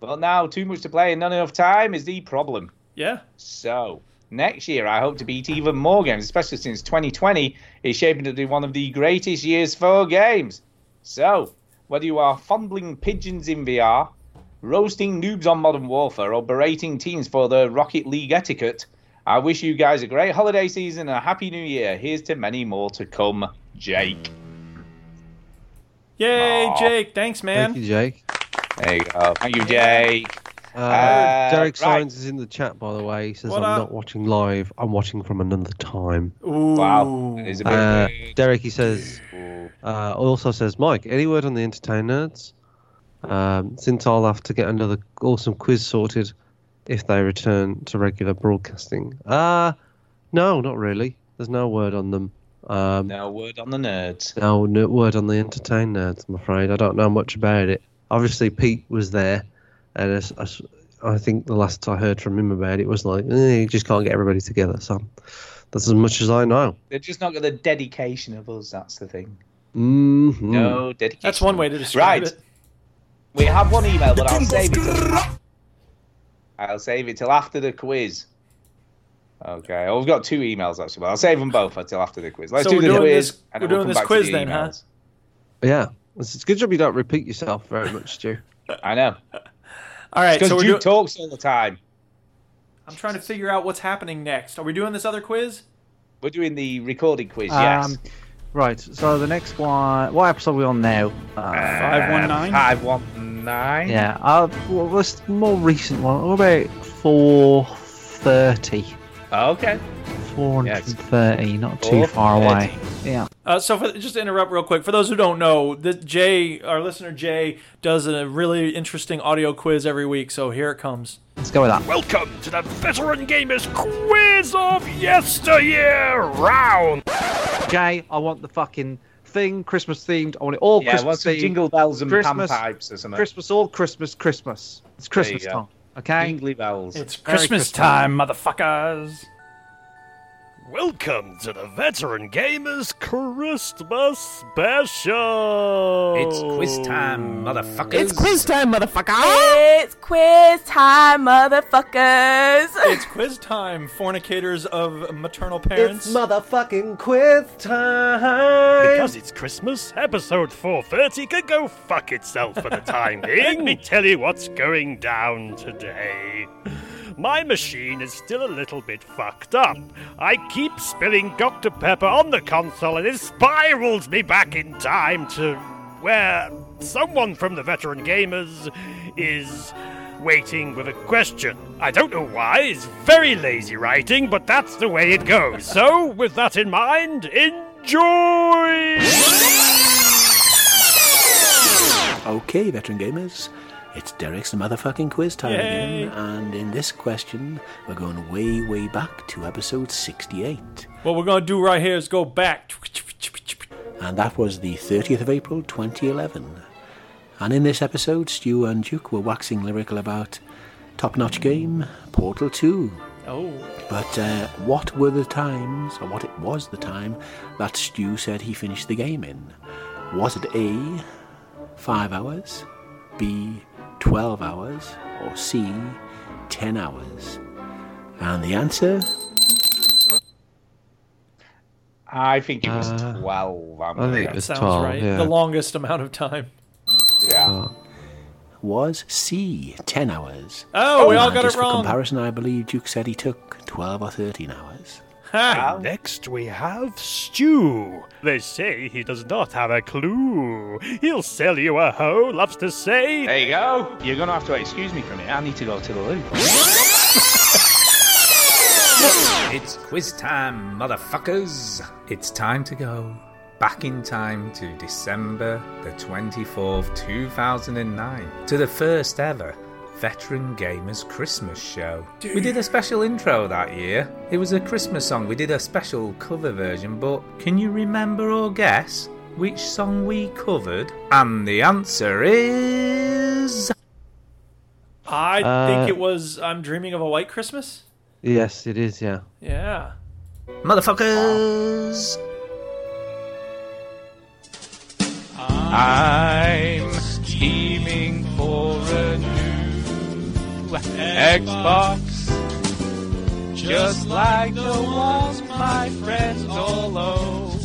[SPEAKER 4] But now, too much to play and not enough time is the problem.
[SPEAKER 2] Yeah,
[SPEAKER 4] So, next year I hope to beat even more games, especially since 2020 is shaping to be one of the greatest years for games. So, whether you are fondling pigeons in VR, roasting noobs on Modern Warfare, or berating teams for their Rocket League etiquette, I wish you guys a great holiday season and a happy new year. Here's to many more to come, Jake.
[SPEAKER 2] yay,
[SPEAKER 4] Aw.
[SPEAKER 2] Jake! Thanks, man.
[SPEAKER 3] thank you jake
[SPEAKER 4] There you go. Thank you, Jake.
[SPEAKER 3] Uh,
[SPEAKER 4] Uh,
[SPEAKER 3] Derek
[SPEAKER 4] right.
[SPEAKER 3] Sines is in the chat, by the way. He says,
[SPEAKER 2] What
[SPEAKER 3] I'm
[SPEAKER 2] up?
[SPEAKER 3] not watching live. I'm watching from another time.
[SPEAKER 4] Wow. That is a bit
[SPEAKER 3] Uh,
[SPEAKER 4] weird.
[SPEAKER 3] Derek, he says,
[SPEAKER 4] Ooh.
[SPEAKER 3] uh, also says, Mike, any word on the Entertain Nerds? Um, since I'll have to get another awesome quiz sorted if they return to regular broadcasting. Uh, no, not really. There's no word on them. Um,
[SPEAKER 4] No word on the nerds.
[SPEAKER 3] no, no word on the entertain nerds, I'm afraid. I don't know much about it. Obviously, Pete was there, and I s- I, s- I think the last I heard from him about it was like, eh, you just can't get everybody together. So that's as much as I know.
[SPEAKER 4] They've just not got the dedication of us. That's the thing.
[SPEAKER 3] Mhm.
[SPEAKER 4] No dedication.
[SPEAKER 2] That's one way to describe
[SPEAKER 4] Right.
[SPEAKER 2] it.
[SPEAKER 4] We have one email, but I'll save it. Till, I'll save it till after the quiz. Okay. Oh, we've got two emails actually, but I'll save them both until after the quiz. Let's
[SPEAKER 2] So
[SPEAKER 4] do
[SPEAKER 2] we're
[SPEAKER 4] the
[SPEAKER 2] doing
[SPEAKER 4] quiz.
[SPEAKER 2] this-
[SPEAKER 4] and
[SPEAKER 2] we're
[SPEAKER 4] then we'll
[SPEAKER 2] doing this
[SPEAKER 4] come back to
[SPEAKER 2] quiz
[SPEAKER 4] the
[SPEAKER 2] then, huh?
[SPEAKER 4] emails.
[SPEAKER 3] Yeah. It's it's a good job you don't repeat yourself very much, Stu.
[SPEAKER 4] I know.
[SPEAKER 2] All right,
[SPEAKER 4] Because
[SPEAKER 2] so we're
[SPEAKER 4] you
[SPEAKER 2] doing.
[SPEAKER 4] talks all the time.
[SPEAKER 2] I'm trying to figure out what's happening next. Are we doing this other quiz?
[SPEAKER 4] We're doing the recording quiz. Yes.
[SPEAKER 13] Um, right, so the next one. What episode are we on now? Uh,
[SPEAKER 9] Five one nine.
[SPEAKER 4] Five one nine.
[SPEAKER 13] yeah, uh, well, what's the more recent one? What about 430?
[SPEAKER 4] Okay.
[SPEAKER 13] 430, not too far
[SPEAKER 4] 430.
[SPEAKER 13] away. Yeah.
[SPEAKER 2] Uh, so, for, just to interrupt real quick, for those who don't know, the, Jay, our listener Jay, does a really interesting audio quiz every week. So here it comes.
[SPEAKER 13] Let's go with that.
[SPEAKER 9] Welcome to the Veteran Gamers Quiz of Yesteryear Round.
[SPEAKER 13] Jay, I want the fucking thing, Christmas themed. I want it all
[SPEAKER 4] Yeah,
[SPEAKER 13] Christmas
[SPEAKER 4] what's some
[SPEAKER 13] themed.
[SPEAKER 4] jingle bells and
[SPEAKER 13] Christmas,
[SPEAKER 4] panpipes or something?
[SPEAKER 13] Christmas, all Christmas, Christmas. It's
[SPEAKER 4] There you
[SPEAKER 13] Christmas
[SPEAKER 4] go.
[SPEAKER 13] time. Okay.
[SPEAKER 4] Jingly bells.
[SPEAKER 2] It's
[SPEAKER 13] Merry
[SPEAKER 2] Christmas
[SPEAKER 13] Christmas.
[SPEAKER 2] time, motherfuckers.
[SPEAKER 9] Welcome to the Veteran Gamers Christmas Special.
[SPEAKER 14] It's quiz time, motherfuckers.
[SPEAKER 8] It's quiz time, motherfucker!
[SPEAKER 15] It's quiz time, motherfuckers.
[SPEAKER 2] It's quiz time, fornicators of maternal parents.
[SPEAKER 8] motherfucking quiz time!
[SPEAKER 9] Because it's Christmas, episode 430 could go fuck itself for the time being. Let me tell you what's going down today. My machine is still a little bit fucked up. I keep spilling Dr. Pepper on the console and it spirals me back in time to where someone from the Veteran Gamers is waiting with a question. I don't know why, it's very lazy writing, but that's the way it goes. So, with that in mind, enjoy!
[SPEAKER 14] Okay, veteran gamers, it's Derek's motherfucking quiz time
[SPEAKER 2] Yay.
[SPEAKER 14] again, and in this question, we're going way, way back to episode 68,
[SPEAKER 2] What we're gonna do right here is go back.
[SPEAKER 14] and that was the 30th of April 2011. And in this episode, Stu and Duke were waxing lyrical about top notch game, Portal 2.
[SPEAKER 2] Oh.
[SPEAKER 14] But uh, what were the times, or what it was the time, that Stu said he finished the game in? Was it A, 5 hours, B, 12 hours, or C, 10 hours? And the answer?
[SPEAKER 4] I think it was
[SPEAKER 14] Uh,
[SPEAKER 4] twelve. I'm
[SPEAKER 3] I think
[SPEAKER 4] gonna
[SPEAKER 3] it was
[SPEAKER 4] go.
[SPEAKER 2] Sounds
[SPEAKER 3] 12.
[SPEAKER 2] right.
[SPEAKER 3] Yeah.
[SPEAKER 2] The longest amount of time.
[SPEAKER 4] Yeah.
[SPEAKER 14] Was C, 10 hours.
[SPEAKER 2] Oh, we all
[SPEAKER 14] And
[SPEAKER 2] got it
[SPEAKER 14] just
[SPEAKER 2] wrong.
[SPEAKER 14] For comparison, I believe Duke said he took 12 or 13 hours.
[SPEAKER 2] Ha!
[SPEAKER 9] Next, we have Stew. They say he does not have a clue. He'll sell you a hoe, loves to say.
[SPEAKER 4] There you go. You're gonna have to excuse me for a minute. I need to go to the loo.
[SPEAKER 6] It's quiz time, motherfuckers! It's time to go back in time to December the 24th, 2009, to the first ever Veteran Gamers Christmas show. We did a special intro that year. It was a Christmas song. We did a special cover version, but can you remember or guess which song we covered? And the answer is.
[SPEAKER 2] I
[SPEAKER 6] Uh,
[SPEAKER 2] think it was I'm Dreaming of a White Christmas?
[SPEAKER 3] Yes, it is, yeah.
[SPEAKER 2] Yeah.
[SPEAKER 6] Motherfuckers!
[SPEAKER 16] I'm scheming for a new Xbox. Just like the ones my friends all own.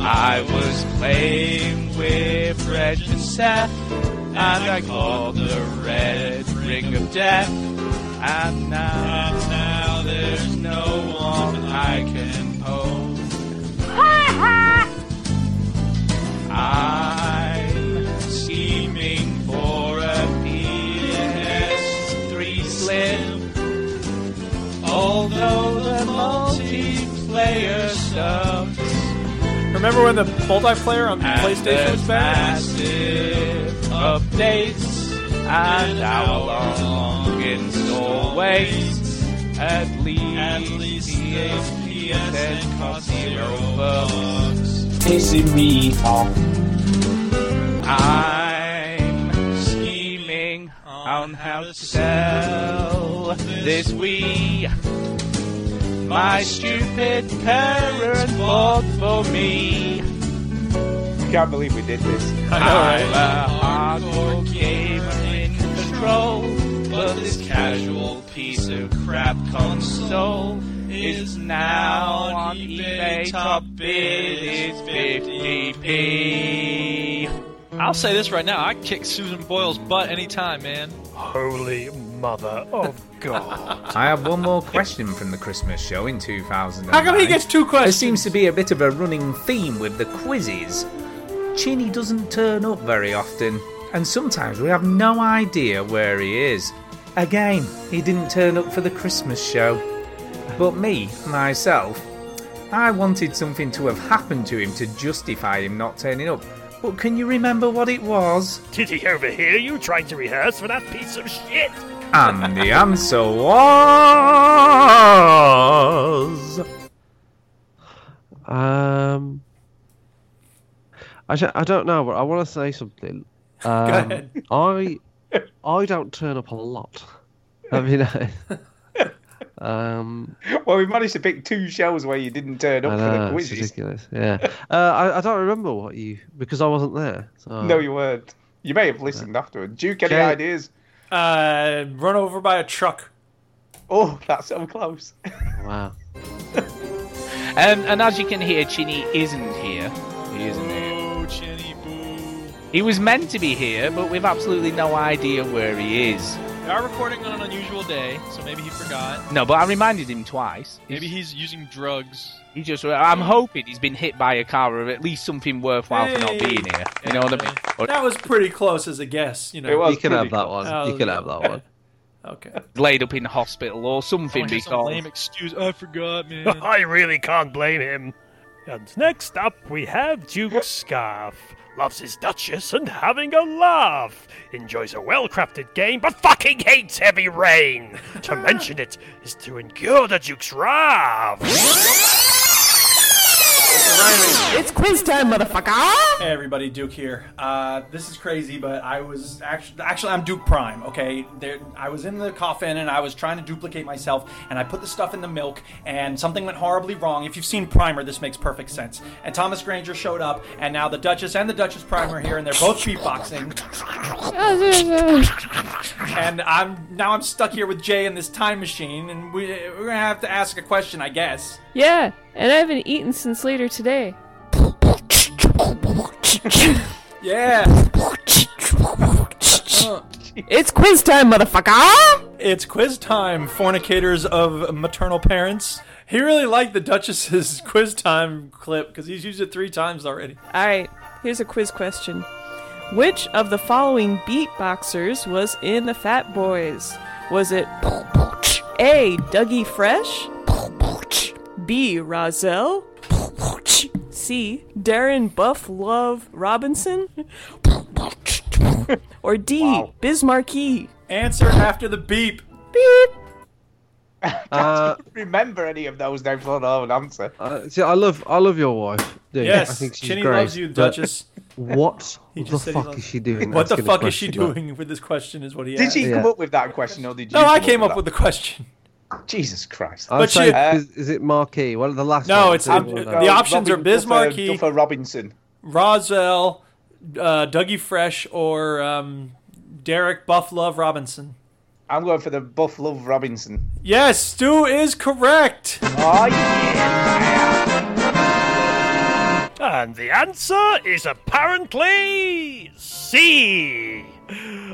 [SPEAKER 16] I was playing with Reg and Seth, and I called the red ring of death. And now, now there's no one I can pose. I'm scheming for a peace.
[SPEAKER 2] Remember when the multiplayer on PlayStation was bad?
[SPEAKER 9] massive updates and how long in store waits. At least, at least the PS cost zero bucks.
[SPEAKER 17] Pissing me off.
[SPEAKER 9] I'm scheming on how to sell this Wii. My stupid parents bought for me.
[SPEAKER 17] I can't believe we did this.
[SPEAKER 9] I'm a hardcore gamer in control, but this casual piece of crap console is now on eBay. Top bid is 50p.
[SPEAKER 18] I'll say this right now. I'd kick Susan Boyle's butt anytime, man.
[SPEAKER 8] Holy mother of God.
[SPEAKER 4] I have one more question from the Christmas show in 2000.
[SPEAKER 2] How come he gets two questions?
[SPEAKER 4] There seems to be a bit of a running theme with the quizzes. Chinny doesn't turn up very often, and sometimes we have no idea where he is. Again, he didn't turn up for the Christmas show. But me, myself, I wanted something to have happened to him to justify him not turning up. But can you remember what it was?
[SPEAKER 8] Did he overhear you trying to rehearse for that piece of shit?
[SPEAKER 4] And the answer was.
[SPEAKER 3] Um, I, sh- I don't know, but I want to say something. Um,
[SPEAKER 2] ahead.
[SPEAKER 3] I I don't turn up a lot. I mean, I, um,
[SPEAKER 17] Well, we managed to pick two shows where you didn't turn up
[SPEAKER 3] I
[SPEAKER 17] for
[SPEAKER 3] know,
[SPEAKER 17] the
[SPEAKER 3] it's
[SPEAKER 17] quizzes.
[SPEAKER 3] ridiculous. Yeah, uh, I, I don't remember what you because I wasn't there. So.
[SPEAKER 17] No, you weren't. You may have listened afterward. Duke, any
[SPEAKER 3] Jay-
[SPEAKER 17] ideas?
[SPEAKER 2] Uh, run over by a truck.
[SPEAKER 17] Oh, that's so close.
[SPEAKER 3] Wow.
[SPEAKER 9] And, Um, and as you can hear, Chinny isn't here. He isn't here.
[SPEAKER 18] Oh, Chinny Boo.
[SPEAKER 9] He was meant to be here, but we've absolutely no idea where he is.
[SPEAKER 18] We are recording on an unusual day, so maybe he forgot.
[SPEAKER 9] No, but I reminded him twice.
[SPEAKER 18] Maybe he's using drugs.
[SPEAKER 9] He just, I'm hoping he's been hit by a car or at least something worthwhile for not
[SPEAKER 2] Hey.
[SPEAKER 9] being here. You know what I mean? Or
[SPEAKER 2] That was pretty close as a guess. You know,
[SPEAKER 17] It was
[SPEAKER 3] you can have
[SPEAKER 17] pretty
[SPEAKER 3] that one.
[SPEAKER 2] Oh,
[SPEAKER 3] you can have that one.
[SPEAKER 2] Okay.
[SPEAKER 9] laid up in hospital or something
[SPEAKER 18] Someone has some
[SPEAKER 9] because.
[SPEAKER 18] lame excuse. I forgot, man.
[SPEAKER 8] I really can't blame him. And next up, we have Duke Scarf. Loves his Duchess and having a laugh. Enjoys a well crafted game, but fucking hates heavy rain. to mention it is to endure the Duke's wrath.
[SPEAKER 14] It's quiz time, motherfucker!
[SPEAKER 2] Hey everybody, Duke here. Uh, this is crazy, but I was actually actually I'm Duke Prime. Okay, there I was in the coffin and I was trying to duplicate myself, and I put the stuff in the milk, and something went horribly wrong. If you've seen Primer, this makes perfect sense. And Thomas Granger showed up, and now the Duchess and the Duchess Prime are here, and they're both beatboxing. and I'm now I'm stuck here with Jay in this time machine, and we, we're gonna have to ask a question, I guess.
[SPEAKER 6] Yeah, and I haven't eaten since later today.
[SPEAKER 2] Yeah. Uh.
[SPEAKER 14] It's quiz time, motherfucker!
[SPEAKER 2] It's quiz time, fornicators of maternal parents. He really liked the Duchess's quiz time clip because he's used it three times already.
[SPEAKER 6] Alright, here's a quiz question. Which of the following beatboxers was in the Fat Boys? Was it A. Dougie Fresh? B. Rozelle? C. Darren Buff Love Robinson? Or D. E? Bismarcky?
[SPEAKER 2] Answer after the beep.
[SPEAKER 6] Beep!
[SPEAKER 3] Uh,
[SPEAKER 17] Remember any of those? They've not an answer.
[SPEAKER 3] Uh, see, I love I love your wife. Dude.
[SPEAKER 2] Yes,
[SPEAKER 3] I think she's
[SPEAKER 2] Chinny
[SPEAKER 3] great,
[SPEAKER 2] loves you,
[SPEAKER 3] but
[SPEAKER 2] Duchess.
[SPEAKER 3] What
[SPEAKER 2] He
[SPEAKER 3] the
[SPEAKER 2] just said he
[SPEAKER 3] fuck
[SPEAKER 2] loves-
[SPEAKER 3] is she doing?
[SPEAKER 2] What the
[SPEAKER 3] asking a
[SPEAKER 2] fuck is she
[SPEAKER 3] question like-
[SPEAKER 2] doing with this question? Is what he
[SPEAKER 17] Did
[SPEAKER 2] asked.
[SPEAKER 17] she
[SPEAKER 3] Yeah.
[SPEAKER 17] come up with that question, or did you?
[SPEAKER 2] No, I
[SPEAKER 17] come
[SPEAKER 2] came
[SPEAKER 17] with
[SPEAKER 2] up
[SPEAKER 17] that?
[SPEAKER 2] with the question.
[SPEAKER 17] Jesus Christ.
[SPEAKER 3] I'd
[SPEAKER 2] But
[SPEAKER 3] say,
[SPEAKER 2] she-
[SPEAKER 3] is, is it Marquee? Well, the last
[SPEAKER 2] No,
[SPEAKER 3] one,
[SPEAKER 2] it's-
[SPEAKER 3] so
[SPEAKER 2] I'm- the
[SPEAKER 3] we'll know.
[SPEAKER 17] Oh,
[SPEAKER 2] options are
[SPEAKER 17] Robin
[SPEAKER 2] Bismarcky.
[SPEAKER 17] Duffer, Duffer Robinson.
[SPEAKER 2] Roswell, uh, Dougie Fresh, or um, Derek Buff Love Robinson.
[SPEAKER 17] I'm going for the Buff Love Robinson.
[SPEAKER 2] Yes, Stu is correct.
[SPEAKER 17] Oh yeah!
[SPEAKER 8] And the answer is apparently C.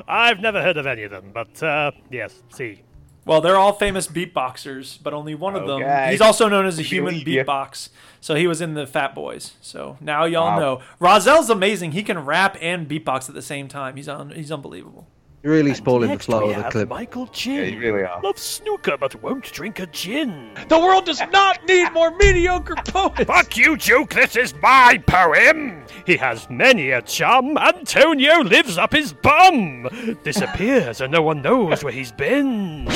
[SPEAKER 8] I've never heard of any of them, but uh, yes, C.
[SPEAKER 2] Well, they're all famous beatboxers, but only one of them.
[SPEAKER 17] Okay.
[SPEAKER 2] He's also known as a human
[SPEAKER 17] Believe ya.
[SPEAKER 2] beatbox. So he was in the Fat Boys. So now y'all
[SPEAKER 17] Wow.
[SPEAKER 2] know. Razel's amazing. He can rap and beatbox at the same time. He's on. He's unbelievable.
[SPEAKER 3] You're really spoiling the
[SPEAKER 8] Next
[SPEAKER 3] flow
[SPEAKER 8] we
[SPEAKER 3] of the
[SPEAKER 8] have
[SPEAKER 3] clip.
[SPEAKER 8] Michael Chin.
[SPEAKER 3] Yeah, you really are.
[SPEAKER 8] Loves snooker but won't drink a gin.
[SPEAKER 1] The world does not need more mediocre poets.
[SPEAKER 8] Fuck you, Duke. This is my poem. He has many a chum. Antonio lives up his bum. Disappears and no one knows where he's been.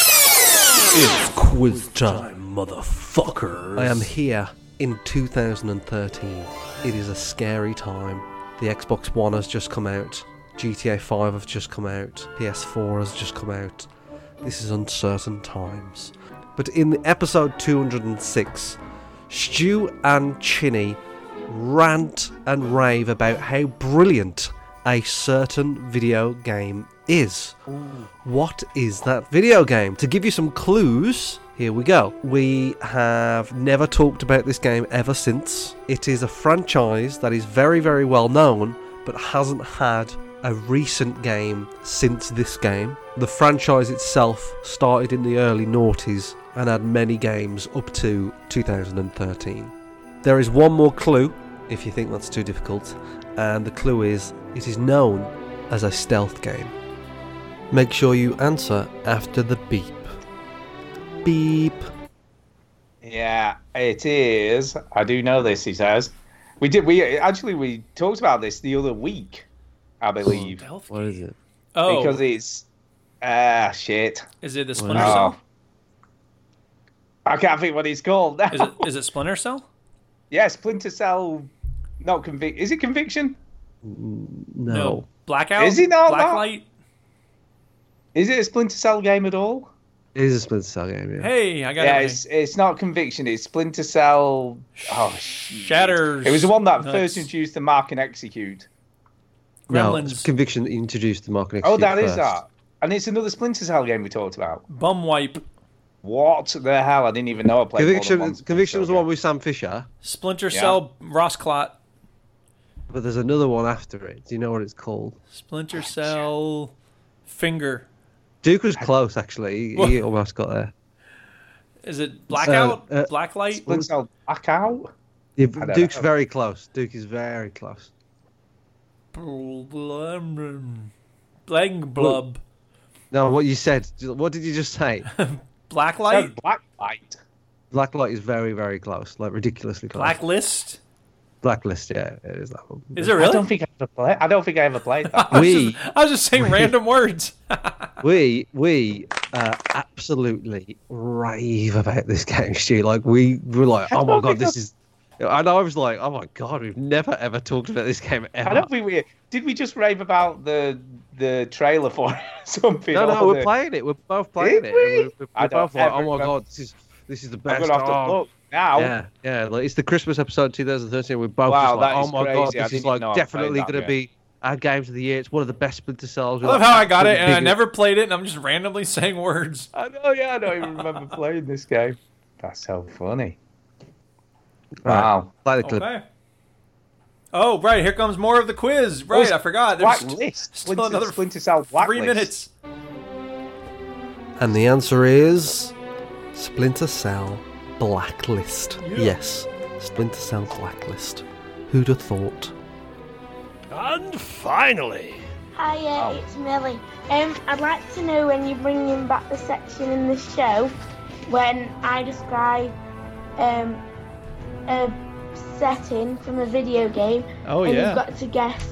[SPEAKER 19] It's quiz time, motherfuckers.
[SPEAKER 3] I am here in 2013. It is a scary time. The Xbox One has just come out. GTA 5 have just come out. PS4 has just come out. This is uncertain times. But in episode 206, Stu and Chinny rant and rave about how brilliant a certain video game is. What is that video game? To give you some clues, here we go. We have never talked about this game ever since. It is a franchise that is very, very well known, but hasn't had a recent game since this game. The franchise itself started in the early noughties and had many games up to 2013. There is one more clue, if you think that's too difficult, and the clue is it is known as a stealth game. Make sure you answer after the beep. Beep.
[SPEAKER 4] Yeah, it is. I do know this. He says, "We did. We actually we talked about this the other week, I believe,
[SPEAKER 3] What is it?
[SPEAKER 2] Oh.
[SPEAKER 4] because it's ah shit.
[SPEAKER 2] Is it the Splinter
[SPEAKER 4] Oh.
[SPEAKER 2] Cell?
[SPEAKER 4] I can't think what it's called. Now.
[SPEAKER 2] Is it is it Splinter Cell?
[SPEAKER 4] Yeah, Splinter Cell. Not convic. Is it conviction?
[SPEAKER 3] No.
[SPEAKER 2] Blackout.
[SPEAKER 4] Is it not that?
[SPEAKER 2] Blacklight.
[SPEAKER 4] Is it a Splinter Cell game at all?
[SPEAKER 3] It is a Splinter Cell game, yeah.
[SPEAKER 2] Hey, I got
[SPEAKER 4] Yeah,
[SPEAKER 2] it.
[SPEAKER 4] it's, it's not conviction. It's Splinter Cell. Oh, shatters.
[SPEAKER 2] Shatters
[SPEAKER 4] It was the one that
[SPEAKER 2] Nuts.
[SPEAKER 4] first introduced the mark and execute.
[SPEAKER 3] No,
[SPEAKER 2] Gremlins.
[SPEAKER 3] it's Conviction introduced the market.
[SPEAKER 4] oh, that is
[SPEAKER 3] first.
[SPEAKER 4] that. And it's another Splinter Cell game we talked about.
[SPEAKER 2] Bum wipe.
[SPEAKER 4] What the hell? I didn't even know I played more than
[SPEAKER 3] Conviction,
[SPEAKER 4] one.
[SPEAKER 3] conviction was the one with Sam Fisher,
[SPEAKER 2] Splinter
[SPEAKER 4] Yeah.
[SPEAKER 2] Cell. Ross Clot.
[SPEAKER 3] but there's another one after it. Do you know what it's called?
[SPEAKER 2] Splinter Cell. Finger.
[SPEAKER 3] Duke was close, actually. He, he almost got there.
[SPEAKER 2] Is it blackout?
[SPEAKER 3] Uh, uh,
[SPEAKER 2] Blacklight.
[SPEAKER 4] Splinter Cell Blackout.
[SPEAKER 3] Yeah,
[SPEAKER 4] I don't
[SPEAKER 3] Duke's
[SPEAKER 4] know.
[SPEAKER 3] very close. Duke is very close.
[SPEAKER 2] Blang blub.
[SPEAKER 3] No, what you said. What did you just say?
[SPEAKER 2] Blacklight.
[SPEAKER 4] Blacklight.
[SPEAKER 3] Blacklight is very, very close. Like, ridiculously close.
[SPEAKER 2] Blacklist.
[SPEAKER 3] Blacklist, yeah, it is that one.
[SPEAKER 2] Is it really?
[SPEAKER 4] I don't think I ever played. I don't think I ever played that.
[SPEAKER 3] We,
[SPEAKER 2] I was just saying random words.
[SPEAKER 3] we, we uh, absolutely rave about this game, Stu. Like, we were like, oh my god, this is. And I was like, oh my god, we've never ever talked about this game ever.
[SPEAKER 4] I don't think we did. We just rave about the the trailer for it or something.
[SPEAKER 3] No,
[SPEAKER 4] or
[SPEAKER 3] no, we're
[SPEAKER 4] the-
[SPEAKER 3] playing it. We're both playing
[SPEAKER 4] Did
[SPEAKER 3] it. We're,
[SPEAKER 4] we?
[SPEAKER 3] we're-
[SPEAKER 4] I
[SPEAKER 3] we're
[SPEAKER 4] don't
[SPEAKER 3] both like,
[SPEAKER 4] ever
[SPEAKER 3] oh my
[SPEAKER 4] remember.
[SPEAKER 3] god, this is this is the
[SPEAKER 4] I'm
[SPEAKER 3] best.
[SPEAKER 4] gonna have to
[SPEAKER 3] oh.
[SPEAKER 4] look now.
[SPEAKER 3] Yeah, yeah. Like, it's the Christmas episode 2013. We're both
[SPEAKER 4] Wow,
[SPEAKER 3] just like,
[SPEAKER 4] that
[SPEAKER 3] oh
[SPEAKER 4] is
[SPEAKER 3] my
[SPEAKER 4] crazy. I
[SPEAKER 3] god, this
[SPEAKER 4] didn't
[SPEAKER 3] is
[SPEAKER 4] know I
[SPEAKER 3] like
[SPEAKER 4] played
[SPEAKER 3] definitely
[SPEAKER 4] that
[SPEAKER 3] going to
[SPEAKER 4] game.
[SPEAKER 3] be our games of the year. It's one of the best Splinter Cells.
[SPEAKER 2] I love how I got it, and I never played it, and I'm just randomly saying words.
[SPEAKER 4] I know, yeah, I don't even remember playing this game. That's so funny. Wow.
[SPEAKER 3] Play the clip.
[SPEAKER 2] Okay. Oh, right. Here comes more of the quiz.
[SPEAKER 4] Oh,
[SPEAKER 2] Right,
[SPEAKER 4] it's
[SPEAKER 2] I forgot. There's
[SPEAKER 4] Blacklist.
[SPEAKER 2] still
[SPEAKER 4] Splinter,
[SPEAKER 2] another
[SPEAKER 4] Splinter Cell Blacklist.
[SPEAKER 2] three minutes.
[SPEAKER 3] And the answer is Splinter Cell Blacklist.
[SPEAKER 8] Yeah.
[SPEAKER 3] Yes, Splinter Cell Blacklist. Who'd have thought?
[SPEAKER 8] And finally,
[SPEAKER 14] Oh.
[SPEAKER 20] Hiya, it's Millie. Um, I'd like to know when you're bringing back the section in the show when I describe um, a setting from a video game.
[SPEAKER 1] Oh,
[SPEAKER 20] and
[SPEAKER 1] yeah.
[SPEAKER 20] you've got to guess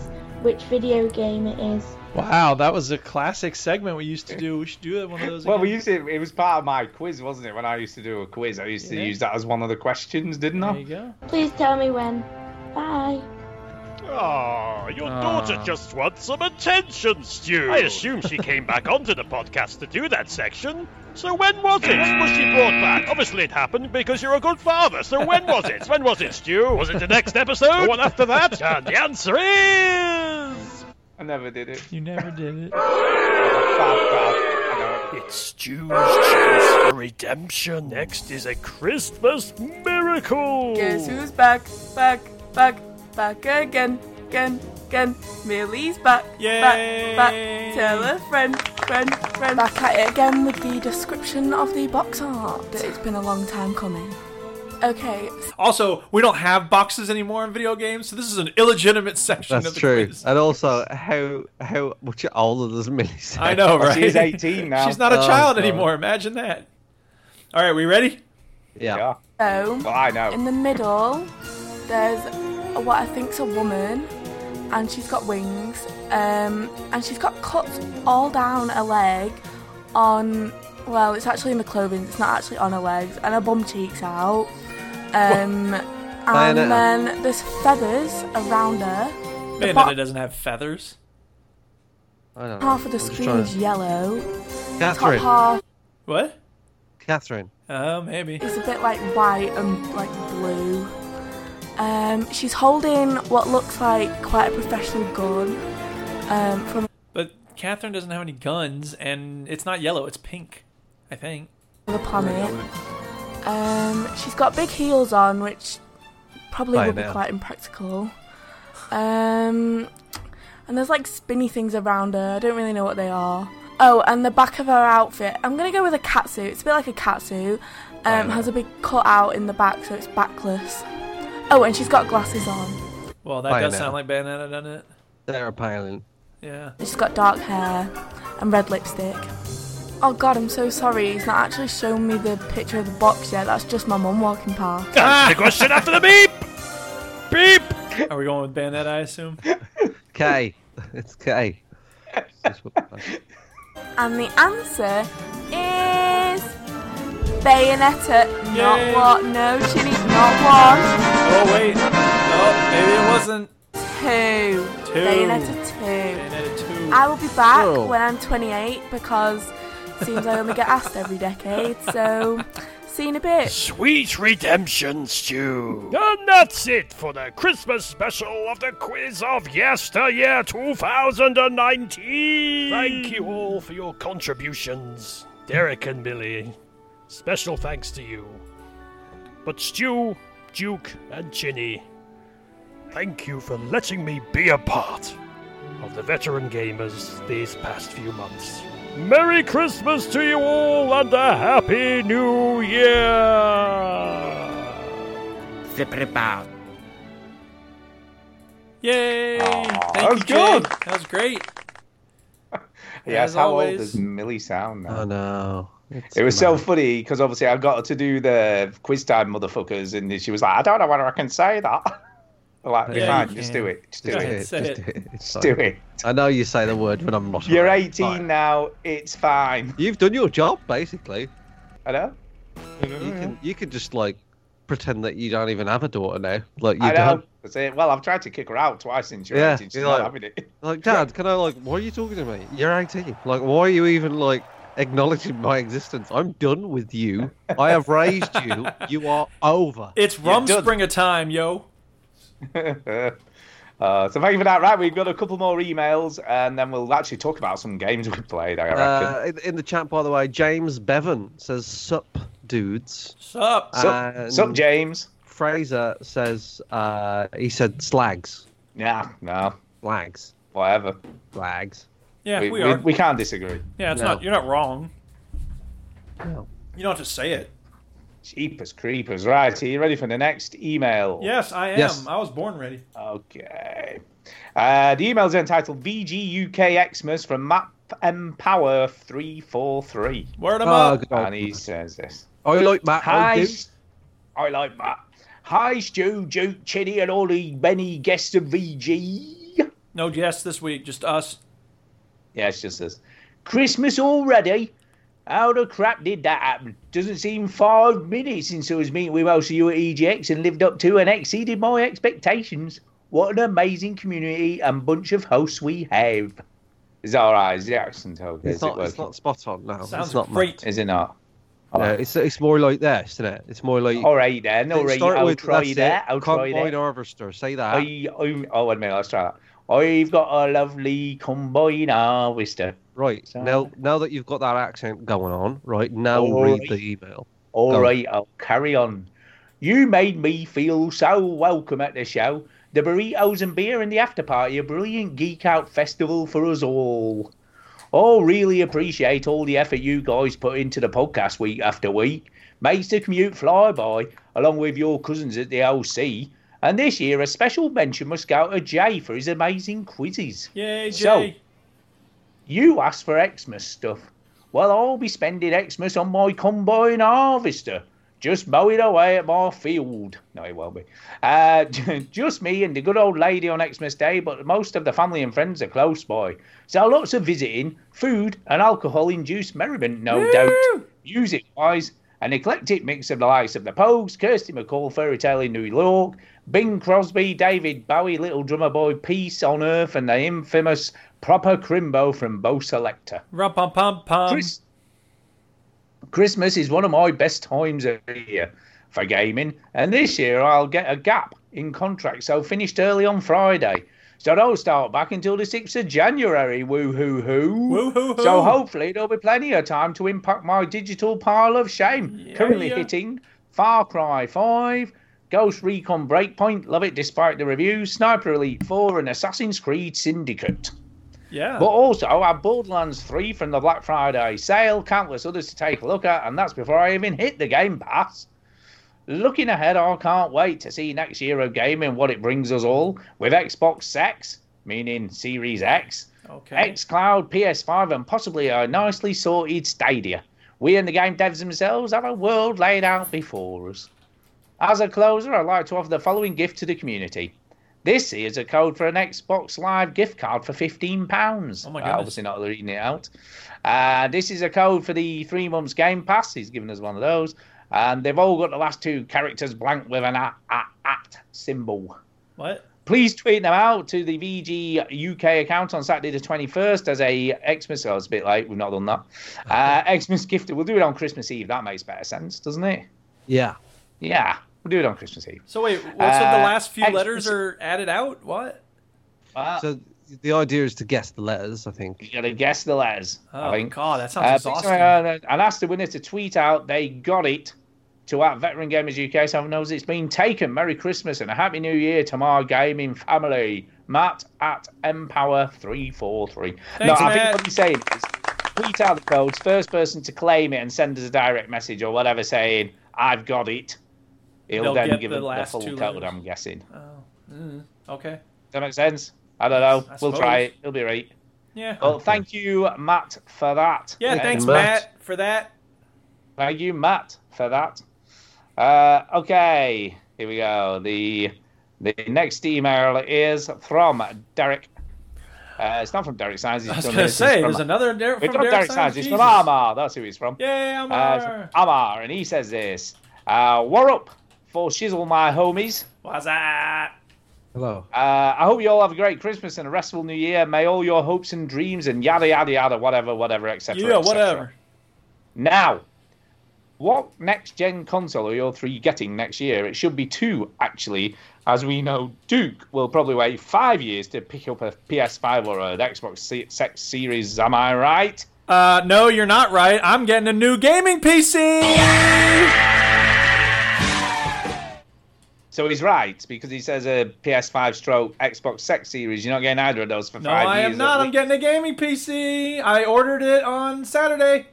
[SPEAKER 20] which video game it is.
[SPEAKER 1] Wow, that was a classic segment we used to do. We should do one of those.
[SPEAKER 4] Well,
[SPEAKER 1] again.
[SPEAKER 4] we used to, it was part of my quiz, wasn't it? When I used to do a quiz, I used to
[SPEAKER 1] Yeah.
[SPEAKER 4] use that as one of the questions, didn't I?
[SPEAKER 1] There you go.
[SPEAKER 20] Please tell me when. Bye.
[SPEAKER 8] ah, your
[SPEAKER 4] Ah.
[SPEAKER 8] daughter just wants some attention, Stu. I assume she came back onto the podcast to do that section. So when was it? Was she brought back? Obviously, it happened because you're a good father. So when was it? When was it, Stu? Was it the next episode? The one after that? And the answer is.
[SPEAKER 4] I never did it. Oh,
[SPEAKER 1] You never did it.
[SPEAKER 8] It's Stu's chance for redemption. Next is a Christmas miracle.
[SPEAKER 14] Guess who's back, back, back, back again, again, again. Millie's back, back, back. Tell a friend, friend, friend. Back at it again with the description of the box art.
[SPEAKER 20] It's been a long time coming.
[SPEAKER 14] Okay.
[SPEAKER 2] Also, we don't have boxes anymore in video games, so this is an illegitimate section. of
[SPEAKER 3] That's
[SPEAKER 2] the
[SPEAKER 3] true. Uh,
[SPEAKER 2] Quiz.
[SPEAKER 3] And also, how how much older does Millie sound?
[SPEAKER 2] I know, right? She's not a
[SPEAKER 3] Oh,
[SPEAKER 2] child
[SPEAKER 3] God.
[SPEAKER 2] anymore. Imagine that. All right, we ready?
[SPEAKER 3] Yeah.
[SPEAKER 14] So,
[SPEAKER 4] Oh, Well, I
[SPEAKER 3] Oh.
[SPEAKER 4] know.
[SPEAKER 14] in the middle, there's a- what I think's a woman, and she's got wings, um, and she's got cuts all down her leg. On, well, it's actually in the clothing. It's not actually on her legs, and her bum cheeks out. Um, and
[SPEAKER 2] Bayonetta.
[SPEAKER 14] then there's feathers around her. The
[SPEAKER 2] Man,
[SPEAKER 14] bot-
[SPEAKER 2] it doesn't have feathers.
[SPEAKER 3] I don't know.
[SPEAKER 14] half of the
[SPEAKER 3] I'm just
[SPEAKER 14] screen
[SPEAKER 3] trying
[SPEAKER 14] is
[SPEAKER 3] to-
[SPEAKER 14] yellow.
[SPEAKER 3] Catherine.
[SPEAKER 14] Top half
[SPEAKER 2] What?
[SPEAKER 3] Catherine.
[SPEAKER 2] Oh, maybe.
[SPEAKER 14] It's a bit like white and like blue. Um, she's holding what looks like quite a professional gun. Um, from
[SPEAKER 2] But Catherine doesn't have any guns, and it's not yellow. It's pink, I think.
[SPEAKER 14] the planet. Um, she's got big heels on, which probably would be
[SPEAKER 2] Bayonetta.
[SPEAKER 14] quite impractical. Um, and there's like spinny things around her. I don't really know what they are. Oh, and the back of her outfit. I'm gonna go with a catsuit. It's a bit like a catsuit. Um,
[SPEAKER 2] Bayonetta.
[SPEAKER 14] has a big cut out in the back, so it's backless. Oh, and she's got glasses on.
[SPEAKER 2] Well, Oh, that does
[SPEAKER 3] Bayonetta.
[SPEAKER 2] sound like Bayonetta, doesn't it?
[SPEAKER 3] They're a piling.
[SPEAKER 2] Yeah.
[SPEAKER 14] She's got dark hair and red lipstick. Oh God, I'm so sorry. He's not actually shown me the picture of the box yet. That's just my mum walking past.
[SPEAKER 8] That's the question after the beep. Beep.
[SPEAKER 2] Are we going with Bayonetta? I assume.
[SPEAKER 3] K. It's K.
[SPEAKER 14] And the answer is Bayonetta. Not what? No, Chili, not one.
[SPEAKER 2] Oh wait. Oh, maybe it wasn't.
[SPEAKER 14] Two.
[SPEAKER 2] Two.
[SPEAKER 14] Bayonetta two.
[SPEAKER 2] Bayonetta two.
[SPEAKER 14] I will be back
[SPEAKER 2] Oh.
[SPEAKER 14] when I'm 28 because it seems I only get asked every decade. So, see you in a bit.
[SPEAKER 8] Sweet redemption stew. And that's it for the Christmas special of the quiz of yesteryear 2019. Thank you all for your contributions, Derek and Billy. Special thanks to you. But Stew, Duke, and Chinny, thank you for letting me be a part of the veteran gamers these past few months. Merry Christmas to you all and a Happy New Year!
[SPEAKER 9] Flip it about.
[SPEAKER 2] Yay!
[SPEAKER 4] that was
[SPEAKER 2] Thank you,
[SPEAKER 4] good.
[SPEAKER 2] Jay. That was great.
[SPEAKER 4] Yes,
[SPEAKER 2] As
[SPEAKER 4] how
[SPEAKER 2] always-
[SPEAKER 4] old does Millie sound now?
[SPEAKER 3] Oh no. It's
[SPEAKER 4] It was so funny because obviously I got her to do the quiz time, motherfuckers, and she was like, "I don't know whether I can say that." I'm like,
[SPEAKER 3] Yeah,
[SPEAKER 4] fine,
[SPEAKER 3] you
[SPEAKER 4] just
[SPEAKER 3] can.
[SPEAKER 4] do it, just do
[SPEAKER 3] Just
[SPEAKER 4] it.
[SPEAKER 3] do it. Just
[SPEAKER 4] Just do
[SPEAKER 3] fine.
[SPEAKER 4] it.
[SPEAKER 3] I know you say the word, but I'm not.
[SPEAKER 4] You're
[SPEAKER 3] right.
[SPEAKER 4] 18
[SPEAKER 3] Fine.
[SPEAKER 4] now. It's fine.
[SPEAKER 3] You've done your job basically.
[SPEAKER 4] I know.
[SPEAKER 3] You
[SPEAKER 4] Oh,
[SPEAKER 3] can you can just like pretend that you don't even have a daughter now. Like you
[SPEAKER 4] I know.
[SPEAKER 3] don't.
[SPEAKER 4] That's it. Well, I've tried to kick her out twice since you're
[SPEAKER 3] Yeah,
[SPEAKER 4] 18. She's
[SPEAKER 3] you're
[SPEAKER 4] not
[SPEAKER 3] like-
[SPEAKER 4] having it.
[SPEAKER 3] Like Dad, can I like? Why are you talking to me? You're 18. Like why are you even like acknowledging my existence? I'm done with you. I have raised you. You are over.
[SPEAKER 2] It's
[SPEAKER 3] You're
[SPEAKER 2] rum
[SPEAKER 3] done.
[SPEAKER 2] spring of time, yo.
[SPEAKER 4] Uh, so thank you for that. Right, we've got a couple more emails, and then we'll actually talk about some games we played. I reckon.
[SPEAKER 3] Uh, in, in the chat, by the way, James Bevan says, "Sup, dudes."
[SPEAKER 2] Sup?
[SPEAKER 4] Sup, sup,
[SPEAKER 3] And-
[SPEAKER 4] James.
[SPEAKER 3] Fraser says uh, he said slags,
[SPEAKER 4] Yeah, no,
[SPEAKER 3] slags,
[SPEAKER 4] whatever.
[SPEAKER 3] slags.
[SPEAKER 2] Yeah, we,
[SPEAKER 4] we,
[SPEAKER 2] are.
[SPEAKER 4] we can't disagree.
[SPEAKER 2] yeah, it's
[SPEAKER 3] No.
[SPEAKER 2] not. You're not wrong.
[SPEAKER 3] No.
[SPEAKER 2] You don't have to say it.
[SPEAKER 4] Jeepers creepers. Right, are you ready for the next email?
[SPEAKER 2] Yes, I am.
[SPEAKER 4] Yes.
[SPEAKER 2] I was born ready.
[SPEAKER 4] Okay. Uh, the email's entitled VGUK Xmas from Map Empower 343.
[SPEAKER 2] Word
[SPEAKER 3] Uh,
[SPEAKER 2] 'em
[SPEAKER 4] him
[SPEAKER 2] Oh, up. good old
[SPEAKER 4] And he says this.
[SPEAKER 3] I Oh, like Matt.
[SPEAKER 4] Hi, s- I like Matt. Hi, Stu, Duke, Chitty, and all the many guests of VG.
[SPEAKER 2] No guests this week, just us.
[SPEAKER 4] Yeah, it's just this. Christmas already? How the crap did that happen? Doesn't seem five minutes since I was meeting with most of you at EGX and lived up to and exceeded my expectations. What an amazing community and bunch of hosts we have. Is that alright? Is the accent okay?
[SPEAKER 3] It's
[SPEAKER 4] Is
[SPEAKER 3] not,
[SPEAKER 4] it
[SPEAKER 3] it's
[SPEAKER 4] working?
[SPEAKER 3] not spot on now.
[SPEAKER 4] Sounds
[SPEAKER 3] it's not
[SPEAKER 4] great. Is it not?
[SPEAKER 3] Yeah, it's it's more like this, isn't it? It's more like.
[SPEAKER 4] Alright then, alright,
[SPEAKER 3] Start
[SPEAKER 4] Oh, I'll
[SPEAKER 3] with,
[SPEAKER 4] try
[SPEAKER 3] that's
[SPEAKER 4] that,
[SPEAKER 3] It.
[SPEAKER 4] I'll try
[SPEAKER 3] Combine
[SPEAKER 4] that.
[SPEAKER 3] harvester. Say that.
[SPEAKER 4] I, I'm, oh, wait a minute, let's try that. I've got a lovely combine harvester.
[SPEAKER 3] Right, now now that you've got that accent going on, right now read
[SPEAKER 4] Alright.
[SPEAKER 3] the email.
[SPEAKER 4] All
[SPEAKER 3] Go.
[SPEAKER 4] right, I'll carry on. You made me feel so welcome at the show. The burritos and beer and the after party, a brilliant geek out festival for us all. Oh, really appreciate all the effort you guys put into the podcast week after week. Makes the commute fly by, along with your cousins at the OC. And this year, a special mention must go to Jay for his amazing quizzes.
[SPEAKER 2] Yay,
[SPEAKER 4] So,
[SPEAKER 2] Jay.
[SPEAKER 4] you asked for Xmas stuff. Well, I'll be spending Xmas on my combine harvester, just mowing away at my field. No, it won't be. Uh, just me and the good old lady on Xmas Day, but most of the family and friends are close by. So lots of visiting, food, and alcohol induced merriment, no doubt. Music wise, an eclectic mix of the likes of the Pogues, Kirsty McCall, Fairy Tale in New York, Bing Crosby, David Bowie, Little Drummer Boy, Peace on Earth, and the infamous Proper Crimbo from Bo Selector.
[SPEAKER 2] Rum pum pum pum.
[SPEAKER 4] Chris- Um, Christmas is one of my best times of the year for gaming, and this year I'll get a gap in contract, so finished early on Friday. So don't start back until the 6th of January, woo hoo hoo.
[SPEAKER 2] Woo hoo hoo.
[SPEAKER 4] So hopefully there'll be plenty of time to impact my digital pile of shame. Currently
[SPEAKER 2] yeah.
[SPEAKER 4] hitting Far Cry 5, Ghost Recon Breakpoint, love it despite the reviews, Sniper Elite 4, and Assassin's Creed Syndicate.
[SPEAKER 2] Yeah.
[SPEAKER 4] But also, I have Borderlands 3 from the Black Friday sale, countless others to take a look at, and that's before I even hit the Game Pass. Looking ahead, I can't wait to see next year of gaming what it brings us all with Xbox X, meaning Series X,
[SPEAKER 6] Oh,
[SPEAKER 2] Okay.
[SPEAKER 4] xCloud, PS5, and possibly a nicely sorted Stadia. We and the game devs themselves have a world laid out before us. As a closer, I'd like to offer the following gift to the community. This is a code for an Xbox Live gift card for fifteen pounds. Oh
[SPEAKER 2] my
[SPEAKER 4] god!
[SPEAKER 2] goodness.
[SPEAKER 4] Obviously not reading it out. Uh, this is a code for the three months Game Pass. He's given us one of those, and they've all got the last two characters blank with an at, at, at symbol.
[SPEAKER 2] What?
[SPEAKER 4] Please tweet them out to the VG UK account on Saturday the 21st as a Xmas. Oh, it's a bit late. We've not done that. Uh, Xmas gift. We'll do it on Christmas Eve. That makes better sense, doesn't it?
[SPEAKER 3] Yeah.
[SPEAKER 4] Yeah, we'll do it on Christmas Eve.
[SPEAKER 2] So wait, what, so the
[SPEAKER 4] Uh,
[SPEAKER 2] last few
[SPEAKER 4] X-
[SPEAKER 2] letters are added out? What?
[SPEAKER 3] so the idea is to guess the letters, I think.
[SPEAKER 4] You gotta guess the letters.
[SPEAKER 2] Oh,
[SPEAKER 4] I think.
[SPEAKER 2] God, that sounds
[SPEAKER 4] Uh,
[SPEAKER 2] exhausting.
[SPEAKER 4] and asked the winner to tweet out they got it to at Veteran Gamers UK. So knows it's been taken. Merry Christmas and a Happy New Year to my gaming family. Matt at Empower343. No,
[SPEAKER 2] Thanks,
[SPEAKER 4] I
[SPEAKER 2] Matt.
[SPEAKER 4] think what he's saying is tweet out the codes, first person to claim it and send us a direct message or whatever saying, I've got it. He'll
[SPEAKER 2] They'll
[SPEAKER 4] then
[SPEAKER 2] get
[SPEAKER 4] give
[SPEAKER 2] the
[SPEAKER 4] us the
[SPEAKER 2] last
[SPEAKER 4] full
[SPEAKER 2] two
[SPEAKER 4] code,
[SPEAKER 2] letters.
[SPEAKER 4] I'm guessing.
[SPEAKER 2] Oh, mm, okay.
[SPEAKER 4] Does that make sense? I don't know.
[SPEAKER 2] I
[SPEAKER 4] we'll try
[SPEAKER 2] suppose.
[SPEAKER 4] it. It'll be right.
[SPEAKER 2] Yeah.
[SPEAKER 4] Well, thank you, Matt, for that.
[SPEAKER 2] yeah.
[SPEAKER 4] Uh,
[SPEAKER 2] Thanks, Matt. for that.
[SPEAKER 4] Thank you, Matt, for that. Uh, okay, here we go. The the next email is from Derek. Uh, it's not from Derek Science.
[SPEAKER 2] I was gonna say, there's another Derek
[SPEAKER 4] uh, It's
[SPEAKER 2] from
[SPEAKER 4] not
[SPEAKER 2] Derek
[SPEAKER 4] Derek
[SPEAKER 2] Science,
[SPEAKER 4] Science. It's from
[SPEAKER 2] Jesus.
[SPEAKER 4] Amar. That's who he's from.
[SPEAKER 2] Yeah,
[SPEAKER 4] Uh,
[SPEAKER 2] Amar.
[SPEAKER 4] from Amar, and he says this. Uh, war up for shizzle, my homies.
[SPEAKER 2] What's that?
[SPEAKER 3] Hello.
[SPEAKER 4] Uh, I hope you all have a great Christmas and a restful New Year. May all your hopes and dreams and yada yada yada, whatever, whatever, etc.
[SPEAKER 2] Yeah, whatever.
[SPEAKER 4] Now, what next gen console are your three getting next year? It should be two, actually, as we know Duke will probably wait five years to pick up a PS5 or an Xbox Se- Sex Series. Am I right?
[SPEAKER 2] Uh, no, you're not right. I'm getting a new gaming PC.
[SPEAKER 4] So he's right because he says a PS5 stroke Xbox Sex Series. You're not getting either of those for
[SPEAKER 2] No,
[SPEAKER 4] five
[SPEAKER 2] I
[SPEAKER 4] years.
[SPEAKER 2] am not.
[SPEAKER 4] at
[SPEAKER 2] I'm getting a gaming PC. I ordered it on Saturday.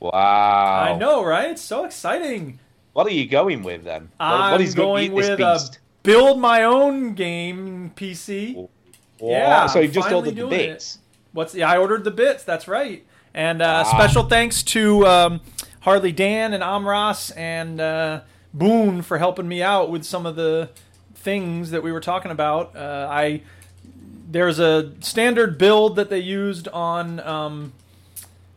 [SPEAKER 4] Wow.
[SPEAKER 2] I know, right? It's so exciting.
[SPEAKER 4] What are you going with then? What,
[SPEAKER 2] I'm
[SPEAKER 4] what is
[SPEAKER 2] going
[SPEAKER 4] going to eat
[SPEAKER 2] with
[SPEAKER 4] this
[SPEAKER 2] a
[SPEAKER 4] beast?
[SPEAKER 2] build my own game PC.
[SPEAKER 4] Wow, so
[SPEAKER 2] I'm
[SPEAKER 4] you just
[SPEAKER 2] finally
[SPEAKER 4] ordered the
[SPEAKER 2] doing it.
[SPEAKER 4] bits.
[SPEAKER 2] What's yeah, I ordered the bits. That's right. And uh,
[SPEAKER 4] Ah.
[SPEAKER 2] special thanks to um, Harley Dan and Amras and uh, Boone for helping me out with some of the things that we were talking about. Uh, I there's a standard build that they used on um,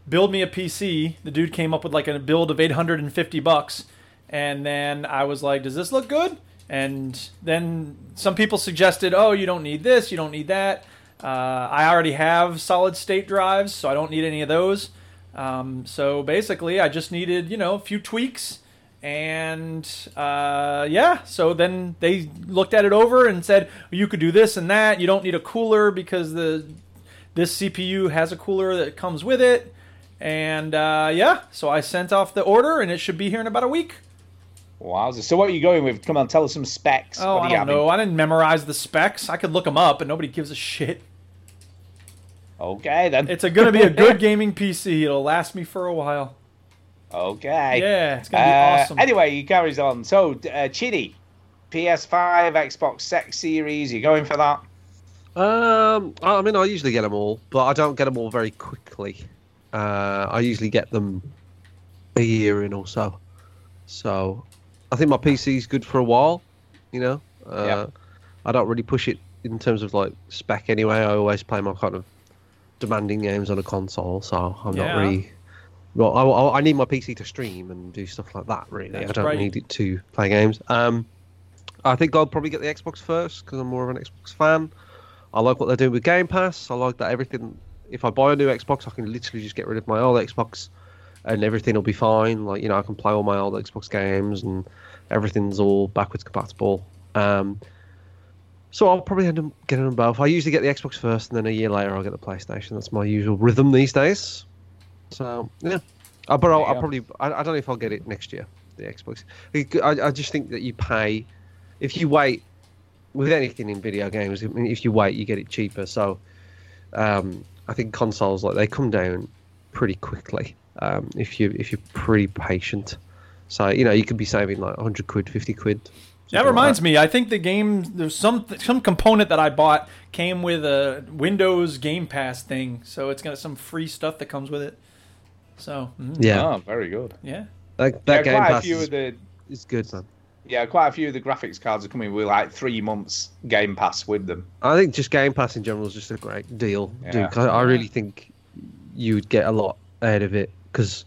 [SPEAKER 2] build me a PC. The dude came up with like a build of 850 bucks, and then I was like, "Does this look good?" And then some people suggested, "Oh, you don't need this, you don't need that." Uh, I already have solid state drives, so I don't need any of those. Um, so basically, I just needed you know a few tweaks, and uh, yeah. So then they looked at it over and said, "You could do this and that. You don't need a cooler because the this CPU has a cooler that comes with it. And uh, yeah, so I sent off the order, and it should be here in about a week.
[SPEAKER 4] Wowza. So what are you going with? Come on, tell us some specs.
[SPEAKER 2] Oh,
[SPEAKER 4] what are
[SPEAKER 2] I
[SPEAKER 4] you
[SPEAKER 2] don't
[SPEAKER 4] having?
[SPEAKER 2] know. I didn't memorize the specs. I could look them up, but nobody gives a shit.
[SPEAKER 4] Okay, then.
[SPEAKER 2] It's going to be a good gaming PC. It'll last me for a while.
[SPEAKER 4] Okay.
[SPEAKER 2] Yeah, it's gonna be
[SPEAKER 4] Uh,
[SPEAKER 2] awesome.
[SPEAKER 4] Anyway, he carries on. So, uh, Chidi, PS5, Xbox Sex Series, you going for that?
[SPEAKER 3] Um, I I mean, I usually get them all, but I don't get them all very quickly. Uh, I usually get them a year in or so. So, I think my PC's good for a while. You know, uh, I don't really push it in terms of like spec anyway. I always play my kind of demanding games on a console, so I'm
[SPEAKER 2] Yeah.
[SPEAKER 3] not really. Well, I, I- I need my PC to stream and do stuff like that. Really,
[SPEAKER 2] That's
[SPEAKER 3] I don't
[SPEAKER 2] right.
[SPEAKER 3] need it to play games. Um, I think I'll probably get the Xbox first because I'm more of an Xbox fan. I like what they're doing with Game Pass. I like that everything. If I buy a new Xbox, I can literally just get rid of my old Xbox, and everything will be fine. Like you know, I can play all my old Xbox games, and everything's all backwards compatible. Um, so I'll probably end up getting them both. I usually get the Xbox first, and then a year later I'll get the PlayStation. That's my usual rhythm these days. So yeah, uh, but I'll,
[SPEAKER 4] There you
[SPEAKER 3] I'll
[SPEAKER 4] go.
[SPEAKER 3] probably I, I don't know if I'll get it next year. The Xbox. I, I just think that you pay if you wait with anything in video games. I mean, if you wait, you get it cheaper. So um, I think consoles like they come down pretty quickly um, if you if you're pretty patient. So you know you could be saving like 100 quid, 50 quid.
[SPEAKER 2] That reminds me. I think the game there's some some component that I bought came with a Windows Game Pass thing, so it's got some free stuff that comes with it. So mhm.
[SPEAKER 3] Yeah.
[SPEAKER 4] Oh, very good.
[SPEAKER 2] yeah,
[SPEAKER 3] That, that
[SPEAKER 4] yeah,
[SPEAKER 3] Game
[SPEAKER 4] quite
[SPEAKER 3] Pass
[SPEAKER 4] a few
[SPEAKER 3] is,
[SPEAKER 4] of the
[SPEAKER 3] is good, man.
[SPEAKER 4] yeah, quite a few of the graphics cards are coming with like three months Game Pass with them.
[SPEAKER 3] I think just Game Pass in general is just a great deal,
[SPEAKER 4] Yeah.
[SPEAKER 3] dude. 'cause I really think you would get a lot out of it because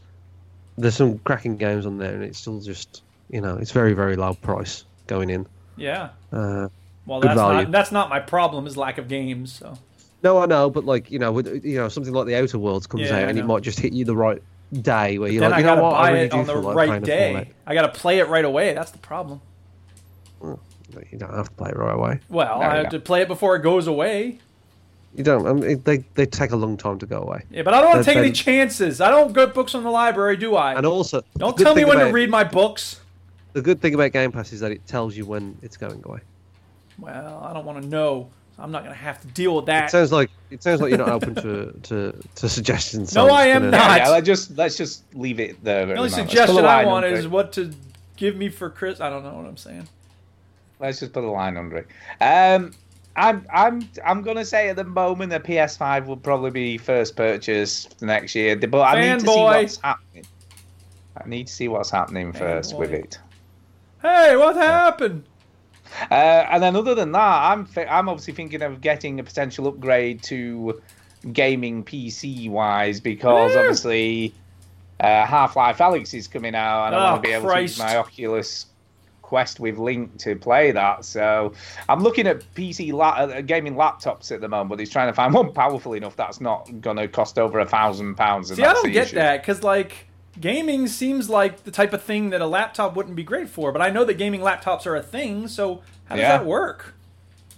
[SPEAKER 3] there's some cracking games on there, and it's still just you know it's very very low price going in.
[SPEAKER 2] yeah.
[SPEAKER 3] Uh,
[SPEAKER 2] Well,
[SPEAKER 3] good
[SPEAKER 2] that's
[SPEAKER 3] value.
[SPEAKER 2] not that's not my problem. Is lack of games. So
[SPEAKER 3] No, I know, but like you know, with, you know something like the Outer Worlds comes
[SPEAKER 2] Yeah, I
[SPEAKER 3] out, and it
[SPEAKER 2] know.
[SPEAKER 3] might just hit you the right day where you're
[SPEAKER 2] then
[SPEAKER 3] like,
[SPEAKER 2] I
[SPEAKER 3] you
[SPEAKER 2] gotta
[SPEAKER 3] know what,
[SPEAKER 2] buy
[SPEAKER 3] I really
[SPEAKER 2] it
[SPEAKER 3] do
[SPEAKER 2] on the
[SPEAKER 3] feel like
[SPEAKER 2] right
[SPEAKER 3] playing a
[SPEAKER 2] day. I gotta play it right away. That's the problem.
[SPEAKER 3] Fortnite. You don't have to play it right away.
[SPEAKER 2] Well, I have to play it before it goes away.
[SPEAKER 3] You don't. I mean, they they take a long time to go away.
[SPEAKER 2] Yeah, but I don't want to
[SPEAKER 3] They-
[SPEAKER 2] take any
[SPEAKER 3] they-
[SPEAKER 2] chances. I don't get books from the library, do I?
[SPEAKER 3] And also,
[SPEAKER 2] Don't
[SPEAKER 3] the good
[SPEAKER 2] tell me
[SPEAKER 3] thing
[SPEAKER 2] when to
[SPEAKER 3] about-
[SPEAKER 2] read my books.
[SPEAKER 3] The good thing about Game Pass is that it tells you when it's going away.
[SPEAKER 2] Well, I don't want to know. I'm not gonna have to deal with
[SPEAKER 3] It
[SPEAKER 2] that.
[SPEAKER 3] sounds like it sounds like you're not open to to, to suggestions.
[SPEAKER 2] No,
[SPEAKER 3] so I'm
[SPEAKER 2] I
[SPEAKER 3] just
[SPEAKER 2] am
[SPEAKER 3] gonna-
[SPEAKER 2] not.
[SPEAKER 4] Yeah, let's just let's just leave it there.
[SPEAKER 2] The only suggestion I want is what to give me for Chris. I don't know what I'm saying.
[SPEAKER 4] Let's just put a line under it. Um, I'm I'm I'm gonna say at the moment the PS5 will probably be first purchase for next year, but I need to see
[SPEAKER 2] Fanboy.
[SPEAKER 4] what's happening. I need to see what's happening first with it.
[SPEAKER 2] Hey, what happened?
[SPEAKER 4] Uh, and then other than that, I'm th- I'm obviously thinking of getting a potential upgrade to gaming PC wise because
[SPEAKER 2] Yeah.
[SPEAKER 4] obviously uh, Half Life Alex is coming out, and I
[SPEAKER 2] Oh,
[SPEAKER 4] want to be able
[SPEAKER 2] Christ.
[SPEAKER 4] to use my Oculus Quest with Link to play that. So I'm looking at PC la- uh, gaming laptops at the moment, but he's trying to find one powerful enough that's not going to cost over a thousand pounds. and
[SPEAKER 2] See, I
[SPEAKER 4] that's
[SPEAKER 2] don't
[SPEAKER 4] the
[SPEAKER 2] get
[SPEAKER 4] issue.
[SPEAKER 2] that because like gaming seems like the type of thing that a laptop wouldn't be great for. But I know that gaming laptops are a thing. So how does
[SPEAKER 4] Yeah.
[SPEAKER 2] that work?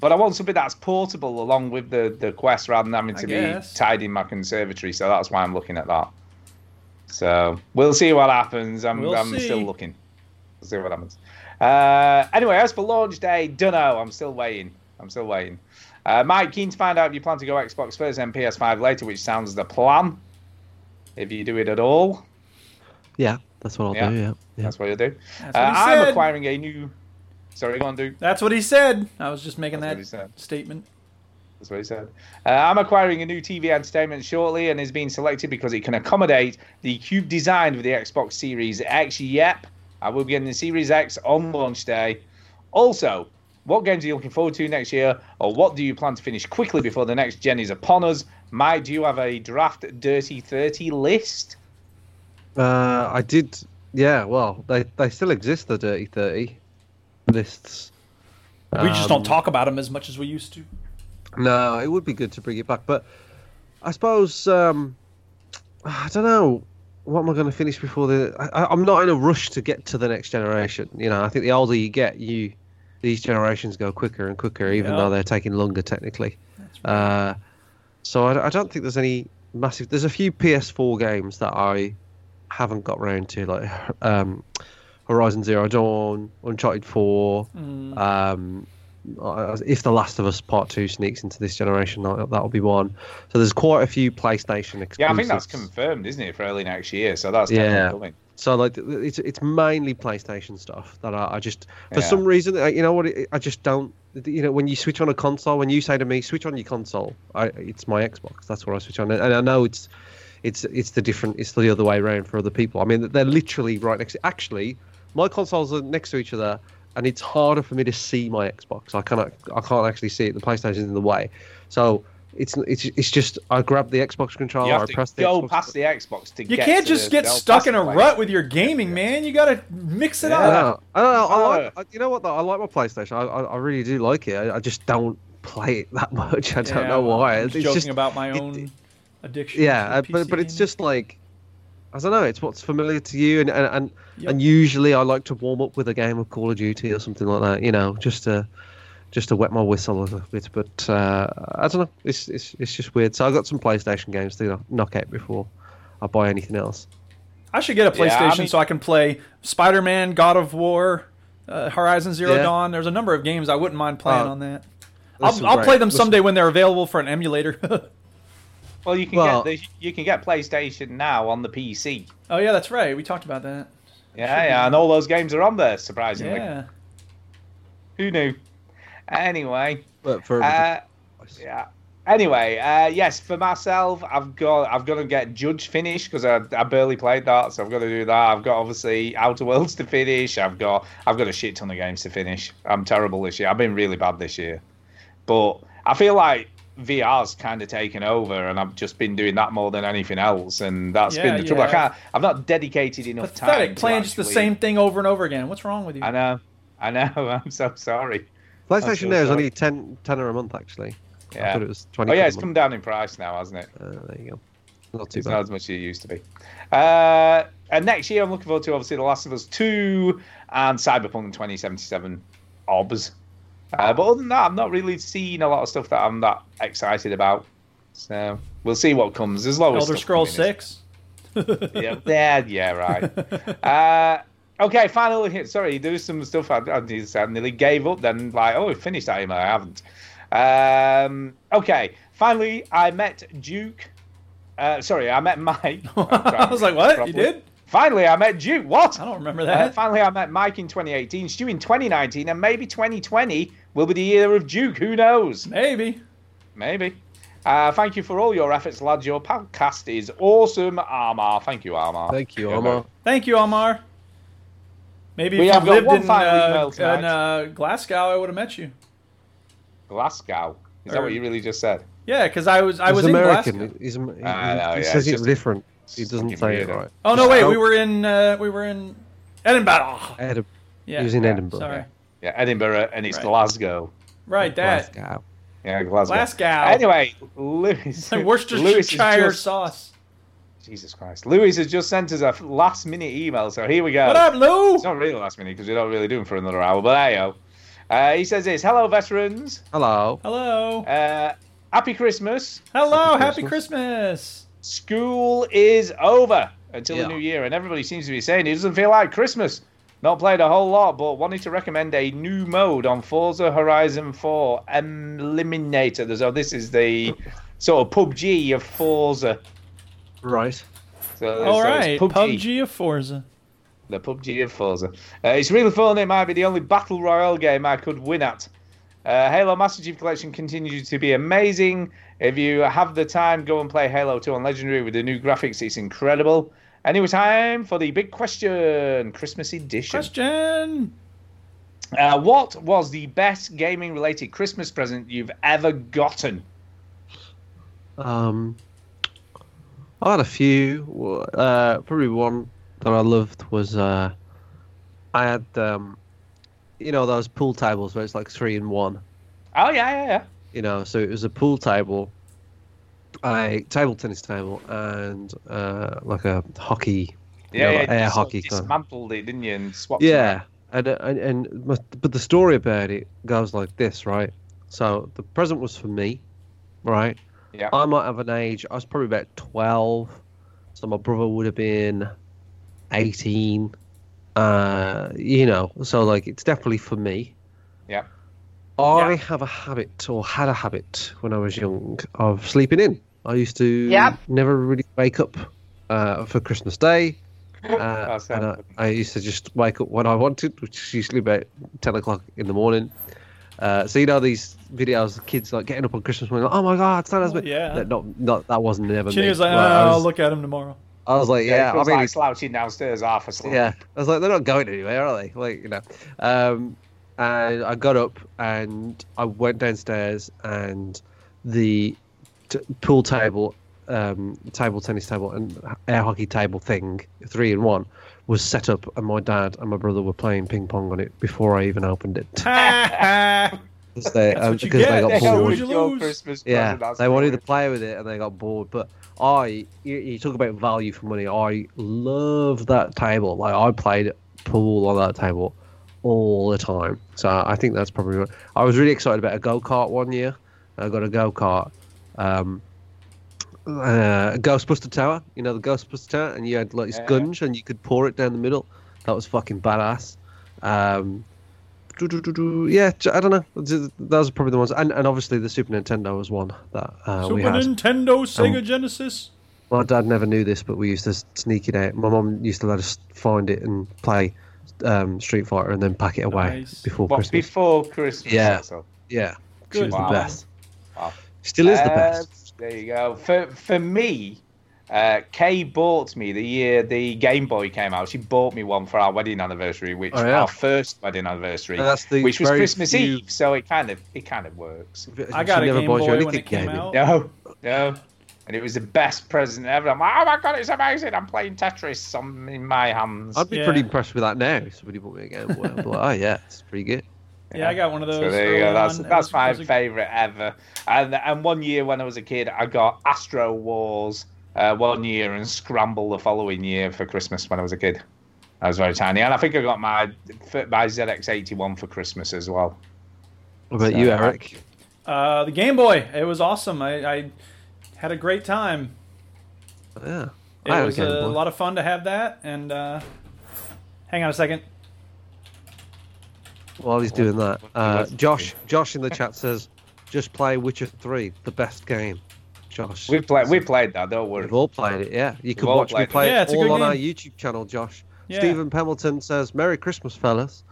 [SPEAKER 4] But I want something that's portable along with the, the quest rather than having
[SPEAKER 2] I
[SPEAKER 4] to
[SPEAKER 2] guess.
[SPEAKER 4] be tied in my conservatory. So that's why I'm looking at that. So we'll see what happens. I'm,
[SPEAKER 2] We'll
[SPEAKER 4] I'm still
[SPEAKER 2] see.
[SPEAKER 4] looking. We'll see what happens. Uh, anyway, as for launch day, dunno. I'm still waiting. I'm still waiting. Uh, Mike, keen to find out if you plan to go Xbox first and PS5 later, which sounds the plan. If you do it at all,
[SPEAKER 3] Yeah, that's what I'll do. Yeah, yeah.
[SPEAKER 4] that's what you'll do.
[SPEAKER 2] That's
[SPEAKER 4] Uh,
[SPEAKER 2] what he
[SPEAKER 4] I'm
[SPEAKER 2] said.
[SPEAKER 4] acquiring a new. Sorry, go on, Duke.
[SPEAKER 2] That's what he said. I was just making
[SPEAKER 4] That's what he
[SPEAKER 2] that
[SPEAKER 4] said.
[SPEAKER 2] statement.
[SPEAKER 4] That's what he said. Uh, I'm acquiring a new TV entertainment shortly and is being selected because it can accommodate the cube designed with the Xbox Series X. Yep, I will be getting the Series X on launch day. Also, what games are you looking forward to next year, or what do you plan to finish quickly before the next gen is upon us? Mike, do you have a draft Dirty 30 list?
[SPEAKER 3] Uh, I did. Yeah, well, they they still exist. The Dirty Thirty lists.
[SPEAKER 2] We just
[SPEAKER 3] Um,
[SPEAKER 2] don't talk about them as much as we used to.
[SPEAKER 3] No, it would be good to bring it back, but I suppose um, I don't know what am I going to finish before the. I, I- I'm not in a rush to get to the next generation. You know, I think the older you get, you these generations go quicker and quicker, even
[SPEAKER 2] Yeah.
[SPEAKER 3] though they're taking longer technically. Uh, so I, I don't think there's any massive. There's a few PS4 games that I haven't got round to, like um, Horizon Zero Dawn, Uncharted Four. Um, uh, if The Last of Us Part Two sneaks into this generation, that- that'll be one. So there's quite a few PlayStation exclusives.
[SPEAKER 4] Yeah, I think that's confirmed, isn't it, for early next year? So that's
[SPEAKER 3] yeah.
[SPEAKER 4] definitely coming.
[SPEAKER 3] So like th- th- it's it's mainly PlayStation stuff that I, I just for
[SPEAKER 4] Yeah.
[SPEAKER 3] some reason I, you know what it- I just don't you know when you switch on a console when you say to me switch on your console I, it's my Xbox that's what I switch on and I know it's it's it's the different it's the other way around for other people I mean they're literally right next to actually my consoles are next to each other and it's harder for me to see my Xbox I cannot I can't actually see it the PlayStation's in the way so it's it's it's just I grab the Xbox controller
[SPEAKER 4] You have
[SPEAKER 3] Oh, I press
[SPEAKER 4] to
[SPEAKER 3] the
[SPEAKER 4] go
[SPEAKER 3] Xbox
[SPEAKER 4] past the Xbox to
[SPEAKER 2] You
[SPEAKER 4] get
[SPEAKER 2] can't
[SPEAKER 4] to
[SPEAKER 2] just
[SPEAKER 4] the-
[SPEAKER 2] get
[SPEAKER 4] go
[SPEAKER 2] stuck
[SPEAKER 4] past
[SPEAKER 2] in a
[SPEAKER 4] the place.
[SPEAKER 2] rut with your gaming, man. You gotta mix it
[SPEAKER 3] Yeah.
[SPEAKER 2] up.
[SPEAKER 3] I don't know. I like, I- you know what? Though? I like my PlayStation. I, I, I really do like it. I, I just don't play it that much. I don't
[SPEAKER 2] Yeah,
[SPEAKER 3] know why.
[SPEAKER 2] I'm
[SPEAKER 3] It's
[SPEAKER 2] joking
[SPEAKER 3] just
[SPEAKER 2] about my
[SPEAKER 3] it-
[SPEAKER 2] own addiction.
[SPEAKER 3] yeah,
[SPEAKER 2] to
[SPEAKER 3] uh, but
[SPEAKER 2] PC
[SPEAKER 3] but it's
[SPEAKER 2] gaming.
[SPEAKER 3] just like I don't know. It's what's familiar to you, and and and, and usually I like to warm up with a game of Call of Duty or something like that. You know, just to just to wet my whistle a little bit. But uh, I don't know. It's it's it's just weird. So I got some PlayStation games to kno- knock out before I buy anything else.
[SPEAKER 2] I should get a PlayStation
[SPEAKER 3] Yeah, I mean-
[SPEAKER 2] so I can play Spider Man, God of War, uh, Horizon Zero
[SPEAKER 3] Yeah.
[SPEAKER 2] Dawn. There's a number of games I wouldn't mind playing
[SPEAKER 3] Oh,
[SPEAKER 2] on that.
[SPEAKER 3] there's some
[SPEAKER 2] I'll, I'll
[SPEAKER 3] great-
[SPEAKER 2] play them
[SPEAKER 3] there's
[SPEAKER 2] someday when they're available for an emulator.
[SPEAKER 4] Well, you can
[SPEAKER 2] Well-
[SPEAKER 4] get the, you can get PlayStation now on the PC.
[SPEAKER 2] oh yeah, that's right. We talked about that.
[SPEAKER 4] Yeah,
[SPEAKER 2] Should
[SPEAKER 4] yeah,
[SPEAKER 2] be.
[SPEAKER 4] and all those games are on there. Surprisingly,
[SPEAKER 2] Yeah.
[SPEAKER 4] who knew? Anyway,
[SPEAKER 3] But for
[SPEAKER 4] uh, yeah. Anyway, uh, yes, for myself, I've got I've got to get Judge finish because I, I barely played that, so I've got to do that. I've got obviously Outer Worlds to finish. I've got I've got a shit ton of games to finish. I'm terrible this year. I've been really bad this year, but I feel like VR's kind of taken over, and I've just been doing that more than anything else, and that's
[SPEAKER 2] Yeah,
[SPEAKER 4] been the trouble. I
[SPEAKER 2] yeah.
[SPEAKER 4] can't, I've not dedicated enough time.
[SPEAKER 2] Pathetic.
[SPEAKER 4] to
[SPEAKER 2] Playing just the
[SPEAKER 4] actually-
[SPEAKER 2] same thing over and over again. What's wrong with you?
[SPEAKER 4] I know, I know. I'm so sorry. I'm so
[SPEAKER 3] PlayStation now is
[SPEAKER 4] sorry.
[SPEAKER 3] only 10 tenner a month actually. I
[SPEAKER 4] Yeah.
[SPEAKER 3] thought it was twenty.
[SPEAKER 4] Oh yeah,
[SPEAKER 3] quid a
[SPEAKER 4] it's
[SPEAKER 3] month.
[SPEAKER 4] come down in price now, hasn't it?
[SPEAKER 3] Uh, there you go. Not too
[SPEAKER 4] It's
[SPEAKER 3] bad.
[SPEAKER 4] not as much as it used to be. Uh, and next year, I'm looking forward to obviously The Last of Us 2 and Cyberpunk 2077 OBS. Uh, but other than that, I've not really seen a lot of stuff that I'm that excited about. So we'll see what comes. There's always
[SPEAKER 2] Elder
[SPEAKER 4] stuff
[SPEAKER 2] Scrolls
[SPEAKER 4] coming,
[SPEAKER 2] Six.
[SPEAKER 4] yeah, yeah, yeah, right. Uh, okay, final hit. Sorry, there's some stuff I, I, need to say. I nearly gave up. Then like, oh, we finished that email. I haven't. Um, okay, finally, I met Duke. Uh, sorry, I met Mike. I
[SPEAKER 2] was like, what? You did?
[SPEAKER 4] Finally, I met Duke. What? I
[SPEAKER 2] don't remember
[SPEAKER 4] Uh,
[SPEAKER 2] that.
[SPEAKER 4] finally, I met Mike in 2018, Stu in 2019, and maybe 2020 will be the year of Duke. Who knows?
[SPEAKER 2] Maybe.
[SPEAKER 4] Maybe. Uh, thank you for all your efforts, lads. Your podcast is awesome, Armar. Thank you, Armar.
[SPEAKER 3] Thank you,
[SPEAKER 4] Yeah,
[SPEAKER 3] Armar.
[SPEAKER 2] Thank you, Almar. Maybe
[SPEAKER 4] We
[SPEAKER 2] if
[SPEAKER 4] have
[SPEAKER 2] you
[SPEAKER 4] got
[SPEAKER 2] lived
[SPEAKER 4] one
[SPEAKER 2] in,
[SPEAKER 4] final
[SPEAKER 2] uh,
[SPEAKER 4] email tonight.
[SPEAKER 2] in uh, Glasgow, I would have met you.
[SPEAKER 4] Glasgow. Is
[SPEAKER 2] Or-
[SPEAKER 4] that what you really just said?
[SPEAKER 2] Yeah, because I was I
[SPEAKER 3] He's
[SPEAKER 2] was in
[SPEAKER 3] American.
[SPEAKER 2] Glasgow.
[SPEAKER 3] He's, he, he-
[SPEAKER 4] I know,
[SPEAKER 3] he
[SPEAKER 4] Ah, yeah, it's
[SPEAKER 3] says it's
[SPEAKER 4] just-
[SPEAKER 3] different. He doesn't
[SPEAKER 4] fucking
[SPEAKER 3] say it
[SPEAKER 4] weird.
[SPEAKER 3] right.
[SPEAKER 2] Oh no,
[SPEAKER 3] Just
[SPEAKER 2] wait,
[SPEAKER 3] go
[SPEAKER 2] we were in uh, we were in Edinburgh.
[SPEAKER 3] Edin-
[SPEAKER 2] Yeah,
[SPEAKER 3] he was in
[SPEAKER 2] yeah,
[SPEAKER 3] Edinburgh.
[SPEAKER 2] sorry.
[SPEAKER 4] Yeah, Edinburgh, and it's
[SPEAKER 2] Right.
[SPEAKER 4] Glasgow.
[SPEAKER 2] Right, that
[SPEAKER 3] Glasgow.
[SPEAKER 4] Yeah, Glasgow.
[SPEAKER 2] Glasgow.
[SPEAKER 4] Anyway, Lewis. Lewis has
[SPEAKER 2] Worcestershire
[SPEAKER 4] just-
[SPEAKER 2] sauce.
[SPEAKER 4] Jesus Christ. Lewis has just sent us a last minute email, so here we go.
[SPEAKER 2] What up, Lou?
[SPEAKER 4] It's not really last minute because we don't really do them for another hour, but hey, yo. Uh, he says this Hello, veterans.
[SPEAKER 3] Hello.
[SPEAKER 2] Hello.
[SPEAKER 4] Uh, happy Christmas.
[SPEAKER 2] Hello, happy Christmas.
[SPEAKER 4] School is over until
[SPEAKER 2] Yeah.
[SPEAKER 4] the new year, and everybody seems to be saying it doesn't feel like Christmas. Not played a whole lot, but wanted to recommend a new mode on Forza Horizon 4 Eliminator. So this is the sort of PUBG of Forza.
[SPEAKER 3] Right.
[SPEAKER 4] So,
[SPEAKER 2] All
[SPEAKER 4] so it's
[SPEAKER 2] right, PUBG of Forza.
[SPEAKER 4] The PUBG of Forza. Uh, it's really fun. It might be the only battle royale game I could win at. Uh, Halo Master Chief Collection continues to be amazing. If you have the time, go and play Halo 2 on Legendary with the new graphics. It's incredible. Anyway, time for the big question Christmas edition.
[SPEAKER 2] Question.
[SPEAKER 4] Uh, what was the best gaming related Christmas present you've ever gotten?
[SPEAKER 3] Um, I had a few. Uh, probably one that I loved was uh, I had um, you know those pool tables where it's like three in one.
[SPEAKER 4] Oh, yeah, yeah, yeah.
[SPEAKER 3] you know so it was a pool table a table tennis table and uh, like a hockey you
[SPEAKER 4] Yeah,
[SPEAKER 3] know,
[SPEAKER 4] yeah,
[SPEAKER 3] like
[SPEAKER 4] you
[SPEAKER 3] air
[SPEAKER 4] sort of
[SPEAKER 3] hockey kind of-
[SPEAKER 4] dismantled it, didn't you? And swapped it
[SPEAKER 3] yeah and, uh, and and but but the story about it goes like this right so the present was for me right
[SPEAKER 4] Yeah.
[SPEAKER 3] i might have an age i was probably about 12 so my brother would have been 18 uh you know so like it's definitely for me
[SPEAKER 4] Yeah.
[SPEAKER 3] I have a habit, or had a habit when I was young, of sleeping in. I used to
[SPEAKER 21] Yep.
[SPEAKER 3] never really wake up uh, for Christmas Day. Uh,
[SPEAKER 4] sounds
[SPEAKER 3] and I, I used to just wake up when I wanted, which is usually about 10 o'clock in the morning. Uh, so you know these videos of kids like getting up on Christmas morning, like, oh my god, Santa's
[SPEAKER 2] Oh,
[SPEAKER 3] been
[SPEAKER 2] yeah.
[SPEAKER 3] That- not, not that wasn't never.
[SPEAKER 2] She
[SPEAKER 3] me.
[SPEAKER 2] was like,
[SPEAKER 3] Like, I
[SPEAKER 2] "Oh, I'll
[SPEAKER 3] was-
[SPEAKER 2] look at him tomorrow.
[SPEAKER 3] I was like, yeah,
[SPEAKER 4] it feels
[SPEAKER 3] I mean,
[SPEAKER 4] like slouching downstairs half asleep.
[SPEAKER 3] yeah, I was like, they're not going anywhere, are they? Like, you know. Um, and I got up and I went downstairs, and the t- pool table, um, table tennis table, and air hockey table thing, three in one, was set up, and my dad and my brother were playing ping pong on it before I even opened it. Because they, um,
[SPEAKER 2] what you
[SPEAKER 3] because
[SPEAKER 2] get.
[SPEAKER 3] they got
[SPEAKER 2] That's
[SPEAKER 3] bored.
[SPEAKER 2] what you Your lose. Christmas
[SPEAKER 3] yeah,
[SPEAKER 2] present, that's
[SPEAKER 3] they wanted to play with it and they got bored. But I, you, you talk about value for money. I love that table. Like I played pool on that table all the time. So I think that's probably. What, I was really excited about a go kart one year. I got a go kart. Um, uh, Ghostbuster Tower, you know the Ghostbuster Tower, and you had like
[SPEAKER 4] Yeah.
[SPEAKER 3] sponge and you could pour it down the middle. That was fucking badass. Um, doo-doo-doo-doo. yeah, j- I don't know. Th- Those are probably the ones, and, and obviously the Super Nintendo was one that uh, we
[SPEAKER 2] Super
[SPEAKER 3] had.
[SPEAKER 2] Nintendo, Sega
[SPEAKER 3] Um,
[SPEAKER 2] Genesis.
[SPEAKER 3] My dad never knew this, but we used to s- sneak it out. My mum used to let us find it and play um, Street Fighter and then pack it away before
[SPEAKER 4] But
[SPEAKER 3] Christmas.
[SPEAKER 4] before Christmas.
[SPEAKER 3] Yeah,
[SPEAKER 4] So.
[SPEAKER 3] yeah, she
[SPEAKER 4] Good
[SPEAKER 3] was
[SPEAKER 4] man.
[SPEAKER 3] the best.
[SPEAKER 4] Wow.
[SPEAKER 3] Still is the
[SPEAKER 4] Uh,
[SPEAKER 3] best.
[SPEAKER 4] There you go. For for me, uh, Kay bought me the year the Game Boy came out. She bought me one for our wedding anniversary, which
[SPEAKER 3] Oh, yeah.
[SPEAKER 4] our first wedding anniversary,
[SPEAKER 3] And that's the
[SPEAKER 4] which was
[SPEAKER 3] very
[SPEAKER 4] Christmas
[SPEAKER 3] few-
[SPEAKER 4] Eve. So it kind of it kind of works.
[SPEAKER 2] I got a Game Boy when it came out.
[SPEAKER 4] No, no. And it was the best present ever. I'm like, oh my god, it's amazing! I'm playing Tetris on, in my hands.
[SPEAKER 3] I'd be pretty impressed with that now. if Somebody bought me a Game Boy. I'd be like, oh yeah, it's pretty good.
[SPEAKER 2] Yeah, I got one of those.
[SPEAKER 4] So there you go.
[SPEAKER 2] early
[SPEAKER 4] That's
[SPEAKER 2] on. It
[SPEAKER 4] that's
[SPEAKER 2] was-
[SPEAKER 4] my
[SPEAKER 2] it was a-
[SPEAKER 4] favorite ever. And and one year when I was a kid, I got Astro Wars uh, one year and Scramble the following year for Christmas when I was a kid. I was very tiny, and I think I got my my ZX81 for Christmas as well.
[SPEAKER 3] What about you, Eric?
[SPEAKER 2] Uh, the Game Boy. It was awesome. I, I had a great time.
[SPEAKER 3] Yeah,
[SPEAKER 2] It
[SPEAKER 3] I had a
[SPEAKER 2] was a,
[SPEAKER 3] Game Boy.
[SPEAKER 2] lot of fun to have that. And uh, hang on a second.
[SPEAKER 3] While he's doing that, uh, Josh, Josh in the chat says, "Just play Witcher Three, the best game." Josh,
[SPEAKER 4] We played we played that. Don't worry.
[SPEAKER 3] We've all played it. Yeah, you
[SPEAKER 4] We've
[SPEAKER 3] can
[SPEAKER 4] all
[SPEAKER 3] watch me
[SPEAKER 4] played it.
[SPEAKER 3] play
[SPEAKER 4] Yeah,
[SPEAKER 3] it
[SPEAKER 4] it's a
[SPEAKER 3] all
[SPEAKER 4] good
[SPEAKER 3] on our
[SPEAKER 4] game.
[SPEAKER 3] YouTube channel. Josh,
[SPEAKER 2] Yeah.
[SPEAKER 3] Stephen Pemberton says, "Merry Christmas, fellas."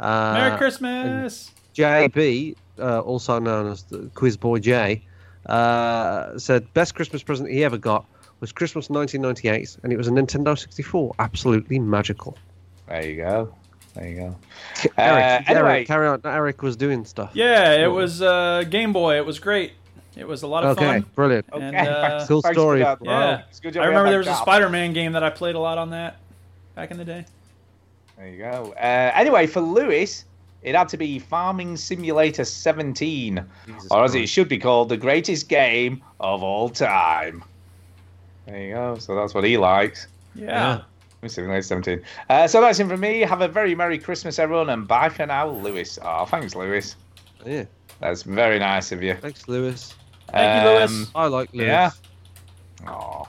[SPEAKER 3] Uh,
[SPEAKER 2] Merry
[SPEAKER 3] and
[SPEAKER 2] Christmas.
[SPEAKER 3] JB, uh, also known as the Quiz Boy J, uh, said best Christmas present he ever got was Christmas 1998, and it was a Nintendo 64. Absolutely magical.
[SPEAKER 4] There you go. There you go.
[SPEAKER 3] Eric,
[SPEAKER 4] Uh, anyway.
[SPEAKER 3] Eric, carry on. Eric was doing stuff.
[SPEAKER 2] Yeah, it
[SPEAKER 3] Cool.
[SPEAKER 2] was uh, Game Boy. It was great. It was a lot of
[SPEAKER 3] okay,
[SPEAKER 2] fun.
[SPEAKER 3] brilliant.
[SPEAKER 4] Oh,
[SPEAKER 2] And, uh,
[SPEAKER 3] cool story.
[SPEAKER 2] Yeah.
[SPEAKER 4] It's a good job
[SPEAKER 2] I
[SPEAKER 4] we
[SPEAKER 2] remember there
[SPEAKER 4] had that
[SPEAKER 2] was a
[SPEAKER 4] job.
[SPEAKER 2] Spider-Man game that I played a lot on that back in the day.
[SPEAKER 4] There you go. Uh, anyway, for Lewis, it had to be Farming Simulator 17, or as it should be called, the greatest game of all time. There you go. So that's what he likes.
[SPEAKER 2] Yeah.
[SPEAKER 4] Farming Simulator 17. Uh, so that's it from me. Have a very Merry Christmas, everyone, and bye for now, Lewis. Oh, thanks, Lewis.
[SPEAKER 3] Yeah.
[SPEAKER 4] That's very nice of you. Um,
[SPEAKER 3] Thanks, Lewis.
[SPEAKER 2] Thank you, Lewis.
[SPEAKER 3] I like Lewis.
[SPEAKER 4] Yeah. Oh.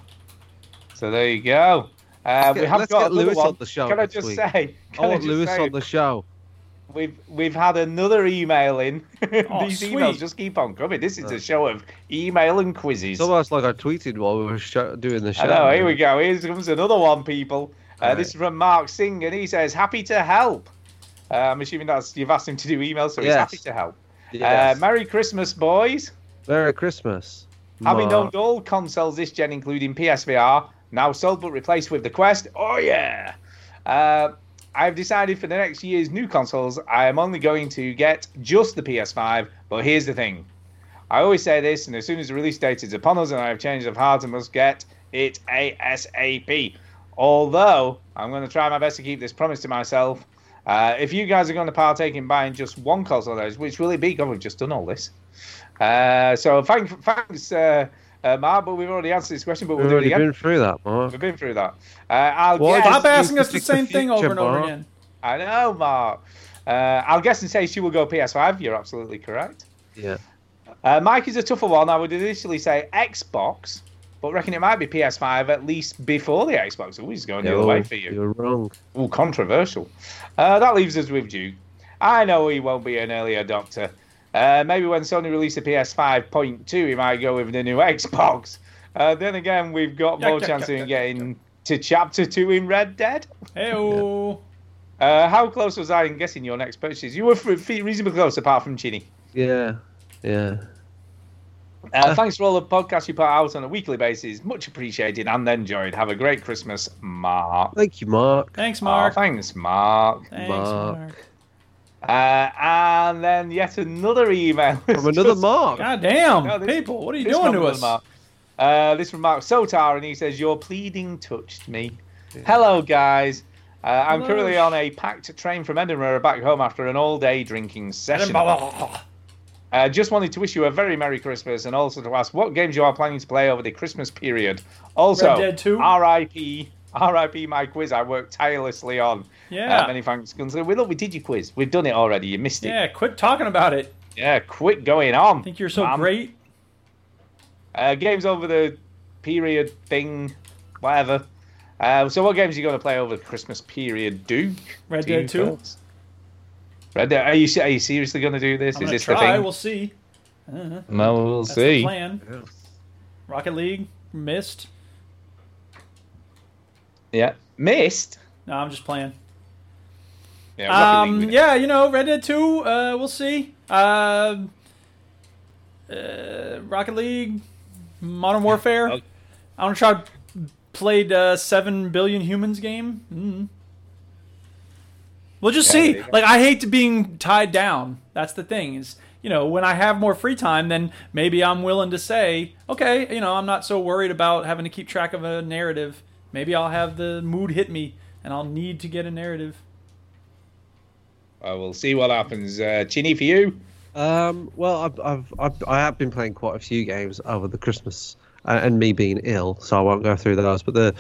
[SPEAKER 4] So there you go. Uh, we
[SPEAKER 3] Let's get-
[SPEAKER 4] have
[SPEAKER 3] let's
[SPEAKER 4] got
[SPEAKER 3] get
[SPEAKER 4] another
[SPEAKER 3] Lewis
[SPEAKER 4] one.
[SPEAKER 3] on the show
[SPEAKER 4] Can I
[SPEAKER 3] next
[SPEAKER 4] just
[SPEAKER 3] week.
[SPEAKER 4] say? Can
[SPEAKER 3] I want
[SPEAKER 4] just
[SPEAKER 3] Lewis
[SPEAKER 4] say-
[SPEAKER 3] on the show.
[SPEAKER 4] We've we've had another email in. These
[SPEAKER 3] sweet.
[SPEAKER 4] emails just keep on coming. This is a show of email and quizzes.
[SPEAKER 3] It's almost like I tweeted while we were sho doing the show.
[SPEAKER 4] I know. Here we go. Here comes another one, people. Uh, this is from Mark Singh, and he says, "Happy to help." Uh, I'm assuming that's you've asked him to do emails, so he's
[SPEAKER 3] Yes.
[SPEAKER 4] happy to help.
[SPEAKER 3] Yes.
[SPEAKER 4] Uh, Merry Christmas, boys.
[SPEAKER 3] Merry Christmas.
[SPEAKER 4] Having
[SPEAKER 3] Mark.
[SPEAKER 4] owned all consoles this gen, including PSVR, now sold but replaced with the Quest. Oh yeah! Uh, I've decided for the next year's new consoles, I am only going to get just the PS5. But here's the thing: I always say this, and as soon as the release date is upon us, and I have changed of heart and must get it ASAP. Although I'm going to try my best to keep this promise to myself. Uh, if you guys are going to partake in buying just one console of those, which will it be? God, we've just done all this. Uh, so thank, thanks, uh, uh, Mark, but we've already answered this question, but
[SPEAKER 3] We've
[SPEAKER 4] we'll do
[SPEAKER 3] already
[SPEAKER 4] it again.
[SPEAKER 3] been through that, Mark.
[SPEAKER 4] We've been through that. Uh, I'll
[SPEAKER 3] Why
[SPEAKER 4] guess-
[SPEAKER 3] Stop did you asking us the predict the same thing future, over and over Mark? again.
[SPEAKER 4] I know, Mark. Uh, I'll guess and say she will go PS5. You're absolutely correct.
[SPEAKER 3] Yeah.
[SPEAKER 4] Uh, Mike is a tougher one. I would initially say Xbox, but reckon it might be PS5 at least before the Xbox. Ooh, he's going the
[SPEAKER 3] You're-
[SPEAKER 4] other way for you.
[SPEAKER 3] You're wrong.
[SPEAKER 4] Ooh, controversial. Uh, that leaves us with Duke. I know he won't be an early adopter, uh, Uh, maybe when Sony release the PS5.2, we might go with the new Xbox. Uh, then again, we've got more
[SPEAKER 2] Yuck, yuck,
[SPEAKER 4] chance
[SPEAKER 2] yuck,
[SPEAKER 4] of
[SPEAKER 2] yuck,
[SPEAKER 4] getting to Chapter 2 in Red Dead.
[SPEAKER 2] Hey,
[SPEAKER 4] Uh, how close was I in guessing your next purchase? You were f- f- reasonably close, apart from Chini.
[SPEAKER 3] Yeah, yeah.
[SPEAKER 4] Uh, thanks for all the podcasts you put out on a weekly basis. Much appreciated and enjoyed. Have a great Christmas, Mark.
[SPEAKER 3] Thank you, Mark.
[SPEAKER 2] Thanks,
[SPEAKER 4] Mark. thanks, Mark.
[SPEAKER 3] Thanks, Mark.
[SPEAKER 4] Uh, and then yet another email from
[SPEAKER 3] another Mark.
[SPEAKER 2] God damn, people, what are you doing to us?
[SPEAKER 4] Uh, this from Mark Sotar, and he says, "Your pleading touched me." Hello, guys. Uh, I'm
[SPEAKER 2] Hello.
[SPEAKER 4] currently on a packed train from Edinburgh back home after an all-day drinking session. Uh, just wanted to wish you a very Merry Christmas and also to ask what games you are planning to play over the Christmas period. Also,
[SPEAKER 2] Red Dead 2?
[SPEAKER 4] RIP, RIP, my quiz I worked tirelessly on.
[SPEAKER 2] Yeah.
[SPEAKER 4] Uh, many thanks. Gunslinger. We, look, we did your quiz. We've done it already. You missed it.
[SPEAKER 2] Yeah, quit talking about it.
[SPEAKER 4] Yeah, quit going on.
[SPEAKER 2] Think you're so
[SPEAKER 4] Mom.
[SPEAKER 2] great?
[SPEAKER 4] Uh, games over the period thing, whatever. Uh, so, what games are you going to play over the Christmas period, Duke?
[SPEAKER 2] Red
[SPEAKER 4] Do you
[SPEAKER 2] Dead 2?
[SPEAKER 4] first? Red Dead. Are you se- are you seriously going to do this?
[SPEAKER 2] I'm
[SPEAKER 4] Is
[SPEAKER 2] gonna
[SPEAKER 4] this
[SPEAKER 2] try.
[SPEAKER 4] the thing?
[SPEAKER 2] We'll see. Uh,
[SPEAKER 4] No, we'll
[SPEAKER 2] that's
[SPEAKER 4] see.
[SPEAKER 2] The plan. Rocket League missed.
[SPEAKER 4] Yeah, missed.
[SPEAKER 2] No, I'm just playing.
[SPEAKER 4] Yeah, Rocket League
[SPEAKER 2] Um, yeah, you know, Red Dead Two. Uh, we'll see. Um, uh, Rocket League, Modern Warfare. I want to try played uh, seven billion humans game. Mm. We'll just
[SPEAKER 4] Yeah,
[SPEAKER 2] see.
[SPEAKER 4] there you go.
[SPEAKER 2] Like I hate to being tied down. That's the thing is, you know, when I have more free time, then maybe I'm willing to say, okay, you know, I'm not so worried about having to keep track of a narrative. Maybe I'll have the mood hit me, and I'll need to get a narrative.
[SPEAKER 4] Well, we'll see what happens. Uh, Chini, for you?
[SPEAKER 3] Um, well, I've, I've, I've, I have been playing quite a few games over the Christmas uh, and me being ill, so I won't go through those. But the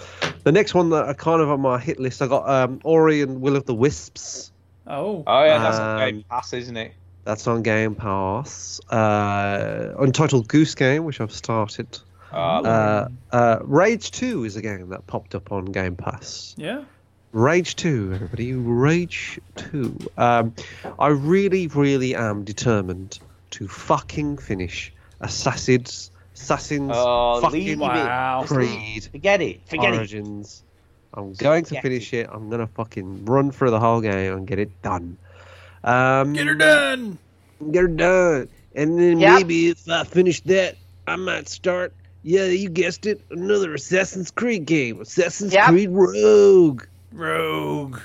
[SPEAKER 3] the next one that I kind of on my hit list, I got um, Ori and Will of the Wisps.
[SPEAKER 2] Oh.
[SPEAKER 4] Oh, yeah, that's a
[SPEAKER 3] Um,
[SPEAKER 4] great pass, isn't it?
[SPEAKER 3] That's on Game Pass. Uh, Untitled Goose Game, which I've started.
[SPEAKER 4] Ah,
[SPEAKER 3] Uh, uh, Rage 2 is a game that popped up on Game Pass.
[SPEAKER 2] Yeah.
[SPEAKER 3] Rage 2, everybody. Rage 2. Um, I really, really am determined to fucking finish Assassin's, Assassin's
[SPEAKER 4] Oh,
[SPEAKER 3] fucking
[SPEAKER 4] leave it.
[SPEAKER 3] Creed
[SPEAKER 4] Forget it. Forget it.
[SPEAKER 3] Origins. I'm going to finish it. I'm going to fucking run through the whole game and get it done. Um,
[SPEAKER 2] get her done!
[SPEAKER 3] Get her done. And then
[SPEAKER 21] Yep.
[SPEAKER 3] maybe if I finish that, I might start, yeah, you guessed it, another Assassin's Creed game. Assassin's
[SPEAKER 4] Yep.
[SPEAKER 3] Creed Rogue.
[SPEAKER 2] Rogue.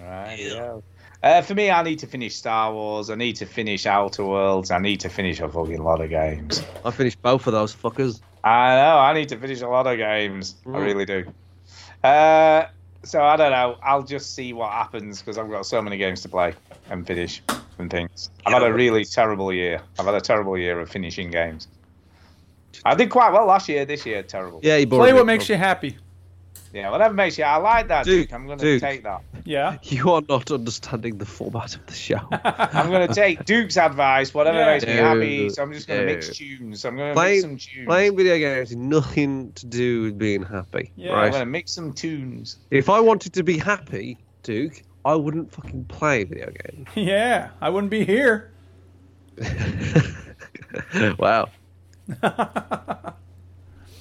[SPEAKER 4] Right. yeah. Uh, for me, I need to finish Star Wars. I need to finish Outer Worlds. I need to finish a fucking lot of games.
[SPEAKER 3] I finished both of those fuckers.
[SPEAKER 4] I know. I need to finish a lot of games. I really do. Uh, so I don't know. I'll just see what happens because I've got so many games to play and finish and things. I've had a really terrible year. I've had a terrible year of finishing games. I did quite well last year. This year, terrible.
[SPEAKER 3] Yeah, you
[SPEAKER 2] Play what makes you happy.
[SPEAKER 4] Yeah, whatever makes you. I like that, Duke.
[SPEAKER 3] Duke,
[SPEAKER 4] I'm going to
[SPEAKER 3] Duke.
[SPEAKER 4] take that.
[SPEAKER 2] Yeah.
[SPEAKER 3] You are not understanding the format of the show.
[SPEAKER 4] I'm going to take Duke's advice. Whatever
[SPEAKER 3] Yeah.
[SPEAKER 4] makes me happy. So I'm just going to
[SPEAKER 3] No.
[SPEAKER 4] mix tunes. I'm going to mix some
[SPEAKER 3] playing,
[SPEAKER 4] tunes.
[SPEAKER 3] playing video games is nothing to do with being happy.
[SPEAKER 4] Yeah, I'm
[SPEAKER 3] right?
[SPEAKER 4] going to mix some tunes.
[SPEAKER 3] If I wanted to be happy, Duke, I wouldn't fucking play video games.
[SPEAKER 2] Yeah, I wouldn't be here.
[SPEAKER 3] wow. All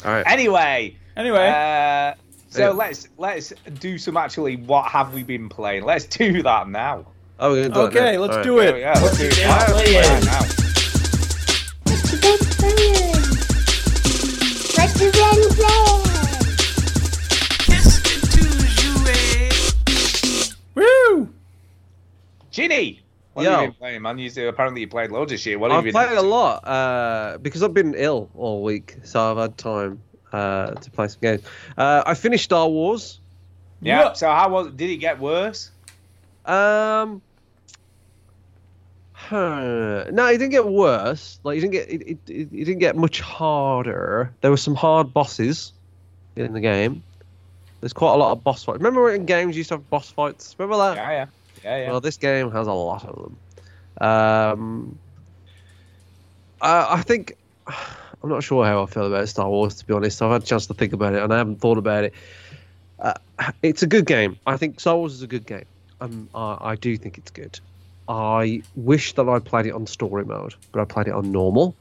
[SPEAKER 3] right.
[SPEAKER 4] Anyway.
[SPEAKER 2] Anyway.
[SPEAKER 4] Uh, so
[SPEAKER 3] Eh? Yeah.
[SPEAKER 4] let's let's do some actually. What have we been playing? Let's do that now.
[SPEAKER 3] Oh, we're gonna do it now. All right.
[SPEAKER 4] There we go. Let's do it. now. Right now.
[SPEAKER 6] What you been playing?
[SPEAKER 2] Woo!
[SPEAKER 4] Ginny, what
[SPEAKER 3] Yo.
[SPEAKER 4] have you been playing, man? You said- apparently you played loads of shit. What have
[SPEAKER 3] I've
[SPEAKER 4] you been?
[SPEAKER 3] played a lot uh, because I've been ill all week, so I've had time uh, to play some games. Uh, I finished Star Wars.
[SPEAKER 4] Yeah. So how was? Did it get worse?
[SPEAKER 3] Um. huh. No, it didn't get worse. Like it didn't get it, it, it, it didn't get much harder. There were some hard bosses in the game. There's quite a lot of boss fights. Remember when in games you used to have boss fights? Remember that?
[SPEAKER 4] Yeah, yeah, yeah, yeah.
[SPEAKER 3] Well, this game has a lot of them. Um, I, I think I'm not sure how I feel about Star Wars to be honest. I've had a chance to think about it, and I haven't thought about it. Uh, it's a good game. I think Star Wars is a good game. Um, I, I do think it's good. I wish that I played it on story mode, but I played it on normal.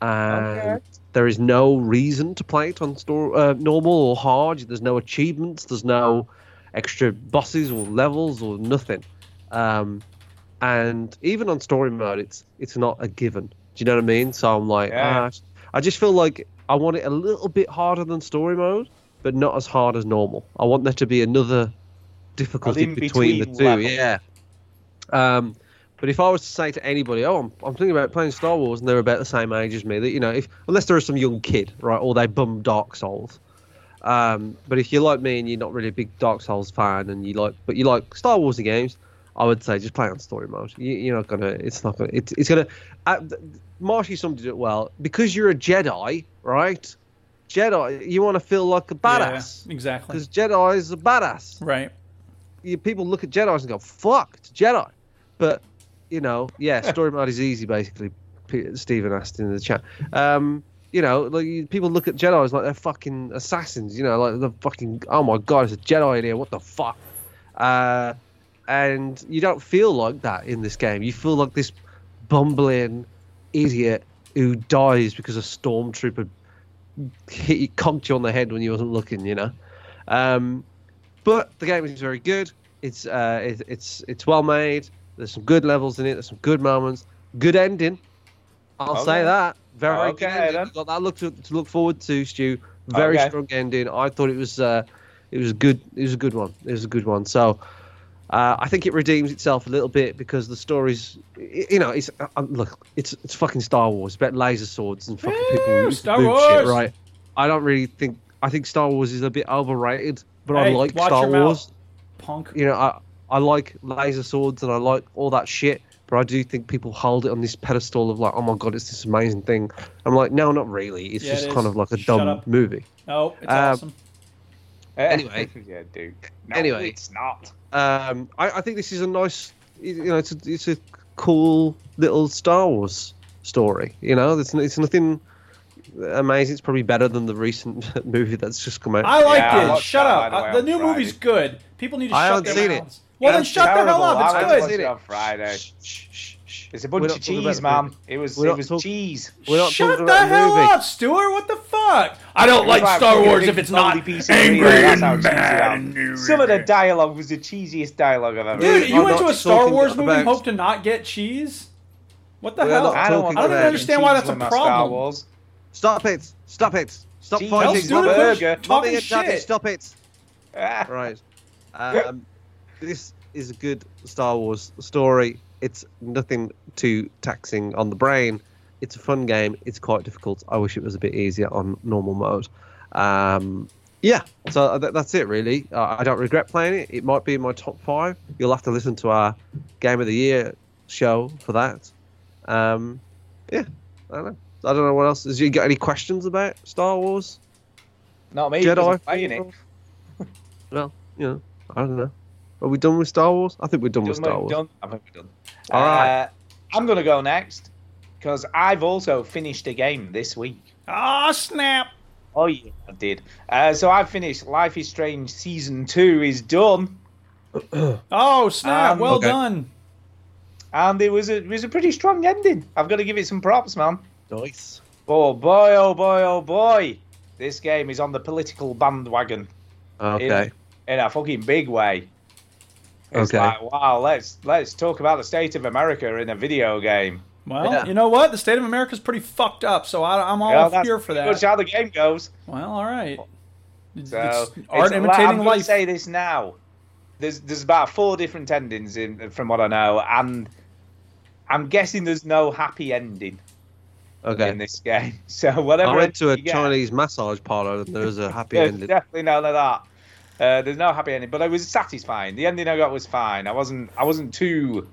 [SPEAKER 3] And there is no reason to play it on store, uh, normal or hard. There's no achievements. There's no extra bosses or levels or nothing. Um, and even on story mode, it's it's not a given. Do you know what I mean? So I'm like,
[SPEAKER 4] Yeah.
[SPEAKER 3] ah, I just feel like I want it a little bit harder than story mode, but not as hard as normal. I want there to be another difficulty
[SPEAKER 4] An
[SPEAKER 3] between,
[SPEAKER 4] in-between
[SPEAKER 3] the two.
[SPEAKER 4] level.
[SPEAKER 3] Yeah. Um, but if I was to say to anybody, oh, I'm, I'm thinking about playing Star Wars, and they're about the same age as me, that you know, if unless they're some young kid, right, or they bum Dark Souls. Um, but if you're like me and you're not really a big Dark Souls fan, and you like, but you like Star Warsy games, I would say just play on story mode. You, you're not gonna. It's not gonna. It's, it's gonna. Uh, th- Marshy summed it up well because you're a Jedi, right? Jedi, you want to feel like a badass
[SPEAKER 2] exactly.
[SPEAKER 3] because Jedi is a badass.
[SPEAKER 2] Right.
[SPEAKER 3] You, people look at Jedi's and go, "Fuck, it's a Jedi," but you know, yeah, story mode is easy. Basically, P- Stephen asked in the chat. Um, you know, like you, people look at Jedi's like they're fucking assassins. You know, like the fucking oh my god, it's a Jedi in here. What the fuck? Uh, and you don't feel like that in this game. You feel like this bumbling idiot who dies because a stormtrooper hit you, conked you on the head when you wasn't looking. You know. Um, but the game is very good. It's uh, it, it's it's well made. There's some good levels in it. There's some good moments. Good ending. I'll
[SPEAKER 4] Okay.
[SPEAKER 3] say that. Very
[SPEAKER 4] Okay,
[SPEAKER 3] good ending.
[SPEAKER 4] then.
[SPEAKER 3] You've Got that look to, to look forward to, Stu. Very
[SPEAKER 4] Okay.
[SPEAKER 3] strong ending. I thought it was uh, it was good. It was a good one. It was a good one. So. Uh, I think it redeems itself a little bit because the story's, y- you know, it's uh, uh, look, it's it's fucking Star Wars, about laser swords and fucking people who
[SPEAKER 2] Star
[SPEAKER 3] do
[SPEAKER 2] Wars!
[SPEAKER 3] shit, right? I don't really think I think Star Wars is a bit overrated, but I
[SPEAKER 2] Hey,
[SPEAKER 3] like
[SPEAKER 2] watch
[SPEAKER 3] Star
[SPEAKER 2] your mouth,
[SPEAKER 3] Wars.
[SPEAKER 2] punk.
[SPEAKER 3] You know, I I like laser swords and I like all that shit, but I do think people hold it on this pedestal of like, oh my god, it's this amazing thing. I'm like, no, not really. It's
[SPEAKER 2] Yeah, it
[SPEAKER 3] just
[SPEAKER 2] is.
[SPEAKER 3] kind of like a
[SPEAKER 2] Shut
[SPEAKER 3] dumb
[SPEAKER 2] up.
[SPEAKER 3] movie.
[SPEAKER 2] Oh, it's
[SPEAKER 4] Uh,
[SPEAKER 3] Um,
[SPEAKER 2] awesome.
[SPEAKER 3] Anyway.
[SPEAKER 4] yeah, dude.
[SPEAKER 3] anyway,
[SPEAKER 4] it's not.
[SPEAKER 3] um, I, I think this is a nice, you know, it's a, it's a cool little Star Wars story. You know, it's, it's nothing amazing. It's probably better than the recent movie that's just come out.
[SPEAKER 2] I liked
[SPEAKER 4] Yeah, I
[SPEAKER 2] it.
[SPEAKER 4] watched
[SPEAKER 2] shut up.
[SPEAKER 4] that, by
[SPEAKER 2] Uh,
[SPEAKER 4] the way,
[SPEAKER 2] the
[SPEAKER 4] on
[SPEAKER 2] new
[SPEAKER 4] Friday.
[SPEAKER 2] movie's good. People need to
[SPEAKER 3] I
[SPEAKER 2] shut
[SPEAKER 3] haven't
[SPEAKER 2] their
[SPEAKER 3] seen it.
[SPEAKER 2] mouths. Well, then shut the hell up.
[SPEAKER 4] I
[SPEAKER 2] It's
[SPEAKER 4] watched
[SPEAKER 2] good.
[SPEAKER 4] it on Friday. It's a
[SPEAKER 3] We're
[SPEAKER 4] bunch
[SPEAKER 3] not
[SPEAKER 4] of
[SPEAKER 3] talking
[SPEAKER 4] cheese,
[SPEAKER 3] about
[SPEAKER 4] man. It was
[SPEAKER 3] We're
[SPEAKER 4] it
[SPEAKER 3] not
[SPEAKER 4] was
[SPEAKER 3] talk-
[SPEAKER 4] cheese.
[SPEAKER 3] We're not
[SPEAKER 2] Shut
[SPEAKER 3] talking
[SPEAKER 2] the
[SPEAKER 3] about
[SPEAKER 2] hell
[SPEAKER 3] the movie.
[SPEAKER 2] up, Stuart. What the fuck? I don't
[SPEAKER 4] You're
[SPEAKER 2] like
[SPEAKER 4] right,
[SPEAKER 2] Star
[SPEAKER 4] fucking
[SPEAKER 2] Wars
[SPEAKER 4] big
[SPEAKER 2] if it's not
[SPEAKER 4] lonely piece of
[SPEAKER 2] angry
[SPEAKER 4] meat. That's
[SPEAKER 2] and
[SPEAKER 4] how cheesy
[SPEAKER 2] mad.
[SPEAKER 4] I am. Some of the dialogue was the cheesiest dialogue I've ever.
[SPEAKER 2] Dude,
[SPEAKER 4] heard.
[SPEAKER 2] you went
[SPEAKER 3] not
[SPEAKER 2] to a Star
[SPEAKER 3] talking
[SPEAKER 2] Wars movie and
[SPEAKER 3] about-
[SPEAKER 2] hope to not get cheese? What the
[SPEAKER 3] We're
[SPEAKER 2] hell?
[SPEAKER 3] not
[SPEAKER 4] I
[SPEAKER 3] talking
[SPEAKER 4] don't want
[SPEAKER 2] I don't even
[SPEAKER 3] about-
[SPEAKER 2] understand why that's a
[SPEAKER 4] cheese with my Star
[SPEAKER 2] problem.
[SPEAKER 4] Wars.
[SPEAKER 3] Stop it! Stop it! Stop
[SPEAKER 4] Jeez,
[SPEAKER 3] pointing!
[SPEAKER 4] I'll
[SPEAKER 2] do
[SPEAKER 3] Stop
[SPEAKER 2] it.
[SPEAKER 3] it!
[SPEAKER 4] Burger.
[SPEAKER 2] Talking
[SPEAKER 3] Mummy and Daddy,
[SPEAKER 2] shit.
[SPEAKER 3] Stop it!
[SPEAKER 4] Ah,
[SPEAKER 3] Right. Um, this is a good Star Wars story. It's nothing too taxing on the brain. It's a fun game. It's quite difficult. I wish it was a bit easier on normal mode. Um, yeah, so th- that's it really. Uh, I don't regret playing it. It might be in my top five. You'll have to listen to our Game of the Year show for that. Um, yeah, I don't know. I don't know what else. Has you got any questions about Star Wars?
[SPEAKER 4] Not me.
[SPEAKER 3] Jedi.
[SPEAKER 4] because I'm playing it.
[SPEAKER 3] Well, you know, I don't know. Are we done with Star Wars? I think we're done with
[SPEAKER 4] Done,
[SPEAKER 3] Star Wars.
[SPEAKER 4] done. I think we're done.
[SPEAKER 3] All right.
[SPEAKER 4] Uh, I'm gonna go next because I've also finished a game this week.
[SPEAKER 2] Ah, snap.
[SPEAKER 4] Oh yeah, I did. Uh, so I finished Life is Strange season two is done.
[SPEAKER 2] Oh, snap.
[SPEAKER 4] Um,
[SPEAKER 2] well
[SPEAKER 3] okay.
[SPEAKER 2] done.
[SPEAKER 4] and it was a, it was a pretty strong ending. I've got to give it some props, man.
[SPEAKER 3] Nice.
[SPEAKER 4] Oh boy, oh boy, oh boy! This game is on the political bandwagon
[SPEAKER 3] Ah, Okay.
[SPEAKER 4] in, in a fucking big way. It's
[SPEAKER 3] Okay.
[SPEAKER 4] like, wow, let's let's talk about the state of America in a video game.
[SPEAKER 2] Well,
[SPEAKER 3] Yeah.
[SPEAKER 2] you know what? The state of America's pretty fucked up, so I, I'm all
[SPEAKER 4] Yeah,
[SPEAKER 2] here for
[SPEAKER 4] pretty
[SPEAKER 2] that.
[SPEAKER 4] Much how the game goes.
[SPEAKER 2] Well, all right. It's,
[SPEAKER 4] So
[SPEAKER 2] it's
[SPEAKER 4] it's
[SPEAKER 2] art
[SPEAKER 4] a lot- I'm
[SPEAKER 2] imitating
[SPEAKER 4] gonna
[SPEAKER 2] life.
[SPEAKER 4] say this now. There's there's about four different endings in, from what I know, and I'm guessing there's no happy ending
[SPEAKER 3] Okay.
[SPEAKER 4] in this game. So whatever.
[SPEAKER 3] I went to a
[SPEAKER 4] ending you get-
[SPEAKER 3] Chinese massage parlor and there was a happy
[SPEAKER 4] There's
[SPEAKER 3] ending.
[SPEAKER 4] definitely none of that. Uh, there's no happy ending, but it was satisfying. The ending I got was fine. I wasn't I wasn't too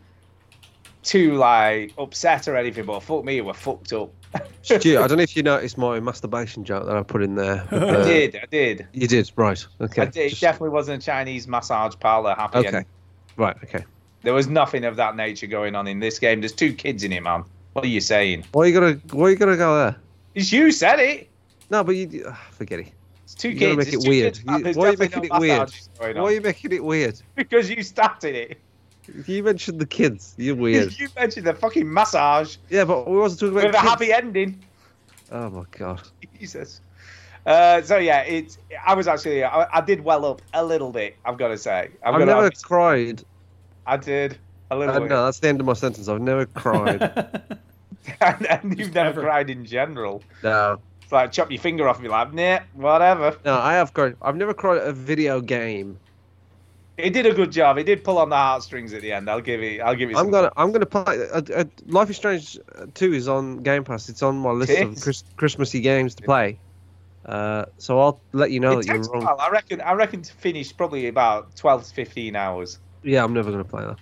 [SPEAKER 4] too like upset or anything. But fuck me, we're fucked up.
[SPEAKER 3] Stu, I don't know if you noticed my masturbation joke that I put in there. but,
[SPEAKER 4] I
[SPEAKER 3] uh,
[SPEAKER 4] did, I did.
[SPEAKER 3] You did, right. Okay.
[SPEAKER 4] I did. It
[SPEAKER 3] Just-
[SPEAKER 4] definitely wasn't a Chinese massage parlor happy
[SPEAKER 3] okay.
[SPEAKER 4] ending.
[SPEAKER 3] Right, okay.
[SPEAKER 4] There was nothing of that nature going on in this game. There's two kids in it, man. What are you saying?
[SPEAKER 3] Why are you gonna why are you gonna go there?
[SPEAKER 4] It's you said it.
[SPEAKER 3] No, but you ugh, forget it.
[SPEAKER 4] It's two
[SPEAKER 3] You
[SPEAKER 4] kids.
[SPEAKER 3] gotta make
[SPEAKER 4] It's
[SPEAKER 3] it
[SPEAKER 4] two
[SPEAKER 3] weird.
[SPEAKER 4] kids,
[SPEAKER 3] You-
[SPEAKER 4] There's
[SPEAKER 3] why are you
[SPEAKER 4] definitely
[SPEAKER 3] making
[SPEAKER 4] no
[SPEAKER 3] it weird?
[SPEAKER 4] massages going
[SPEAKER 3] Why
[SPEAKER 4] on.
[SPEAKER 3] are you making it weird?
[SPEAKER 4] Because you started it.
[SPEAKER 3] You mentioned the kids. You're weird.
[SPEAKER 4] you mentioned the fucking massage
[SPEAKER 3] yeah, but we wasn't talking about
[SPEAKER 4] with a
[SPEAKER 3] kids.
[SPEAKER 4] happy ending.
[SPEAKER 3] Oh my god.
[SPEAKER 4] Jesus. Uh, so yeah, it's. I was actually. I, I did well up a little bit. I've got to say. I've,
[SPEAKER 3] I've
[SPEAKER 4] got
[SPEAKER 3] never cried.
[SPEAKER 4] I did a little
[SPEAKER 3] Uh,
[SPEAKER 4] bit.
[SPEAKER 3] no, that's the end of my sentence. I've never cried.
[SPEAKER 4] and, and you've never cried in general.
[SPEAKER 3] no.
[SPEAKER 4] It's like chop your finger off and be like, nah, whatever.
[SPEAKER 3] No, I have cried. I've never cried at a video game.
[SPEAKER 4] It did a good job. It did pull on the heartstrings at the end. I'll give it. I'll give it.
[SPEAKER 3] I'm
[SPEAKER 4] some-
[SPEAKER 3] gonna, I'm gonna play. Uh, uh, Life is Strange uh, Two is on Game Pass. It's on my list of
[SPEAKER 4] is.
[SPEAKER 3] Chris, Christmassy games to play. Uh, so I'll let you know
[SPEAKER 4] it
[SPEAKER 3] that you're
[SPEAKER 4] takes a
[SPEAKER 3] wrong.
[SPEAKER 4] while. I reckon. I reckon to finish probably about twelve to fifteen hours.
[SPEAKER 3] Yeah, I'm never gonna play that.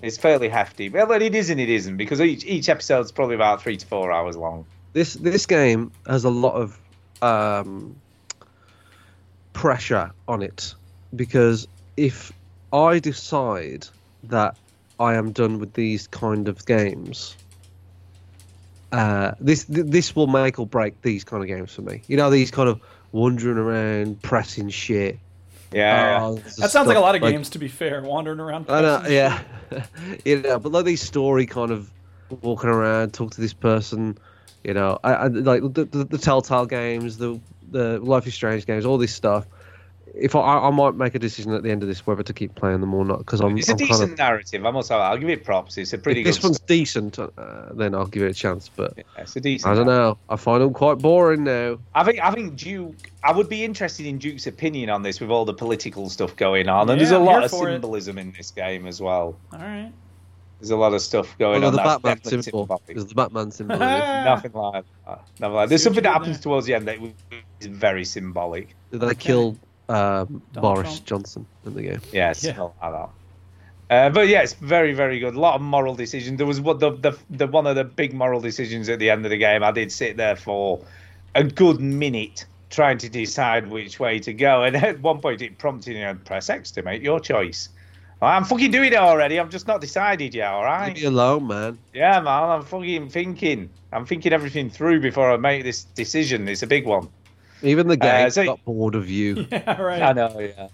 [SPEAKER 4] It's fairly hefty. Well, then it is and it isn't because each each episode's probably about three to four hours long.
[SPEAKER 3] This this game has a lot of um, pressure on it because if I decide that I am done with these kind of games, uh, this th- this will make or break these kind of games for me. You know, these kind of wandering around, pressing shit.
[SPEAKER 4] Yeah.
[SPEAKER 3] Oh,
[SPEAKER 2] That sounds like a lot of games, to be fair. Wandering around.
[SPEAKER 3] I know,
[SPEAKER 2] places.
[SPEAKER 3] yeah, you know, but like these story kind of walking around, talk to this person, you know, I, I like the, the, the Telltale games, the the Life is Strange games, all this stuff. If I, I I might make a decision at the end of this whether to keep playing them or not because I'm,
[SPEAKER 4] It's a
[SPEAKER 3] I'm
[SPEAKER 4] decent
[SPEAKER 3] kind of
[SPEAKER 4] narrative. I must have. I'll give it props. It's a pretty
[SPEAKER 3] if
[SPEAKER 4] good.
[SPEAKER 3] this one's decent, uh, then I'll give it a chance. But
[SPEAKER 4] It's a decent.
[SPEAKER 3] I don't know, I find them quite boring now.
[SPEAKER 4] I think I think Duke. I would be interested in Duke's opinion on this with all the political stuff going on, and
[SPEAKER 2] Yeah,
[SPEAKER 4] there's a
[SPEAKER 2] I'm
[SPEAKER 4] lot
[SPEAKER 2] here
[SPEAKER 4] of
[SPEAKER 2] for it.
[SPEAKER 4] symbolism in this game as well.
[SPEAKER 2] All right.
[SPEAKER 4] There's a lot of stuff going
[SPEAKER 3] Although
[SPEAKER 4] on.
[SPEAKER 3] the
[SPEAKER 4] that's
[SPEAKER 3] Batman
[SPEAKER 4] definitely
[SPEAKER 3] symbol,
[SPEAKER 4] symbolic.
[SPEAKER 3] because the Batman symbol. in it.
[SPEAKER 4] Nothing like that. Nothing like. There's
[SPEAKER 2] See what
[SPEAKER 4] something
[SPEAKER 2] you
[SPEAKER 4] that
[SPEAKER 2] did
[SPEAKER 4] happens towards the end that is very symbolic.
[SPEAKER 3] They kill um,
[SPEAKER 2] Donald
[SPEAKER 3] Boris
[SPEAKER 2] Trump.
[SPEAKER 3] Johnson in the game.
[SPEAKER 4] Yes,
[SPEAKER 2] Yeah.
[SPEAKER 4] not like that. Uh, but yeah, it's very, very good. A lot of moral decisions. There was what the, the the one of the big moral decisions at the end of the game. I did sit there for a good minute trying to decide which way to go, and at one point it prompted you to press X to make your choice. I'm fucking doing it already. I've just not decided yet. All right.
[SPEAKER 3] Leave me alone, man.
[SPEAKER 4] Yeah, man. I'm fucking thinking. I'm thinking everything through before I make this decision. It's a big one.
[SPEAKER 3] Even the
[SPEAKER 4] Uh,
[SPEAKER 3] game
[SPEAKER 4] so-
[SPEAKER 3] got bored of you.
[SPEAKER 2] Yeah, right.
[SPEAKER 4] I know, yeah.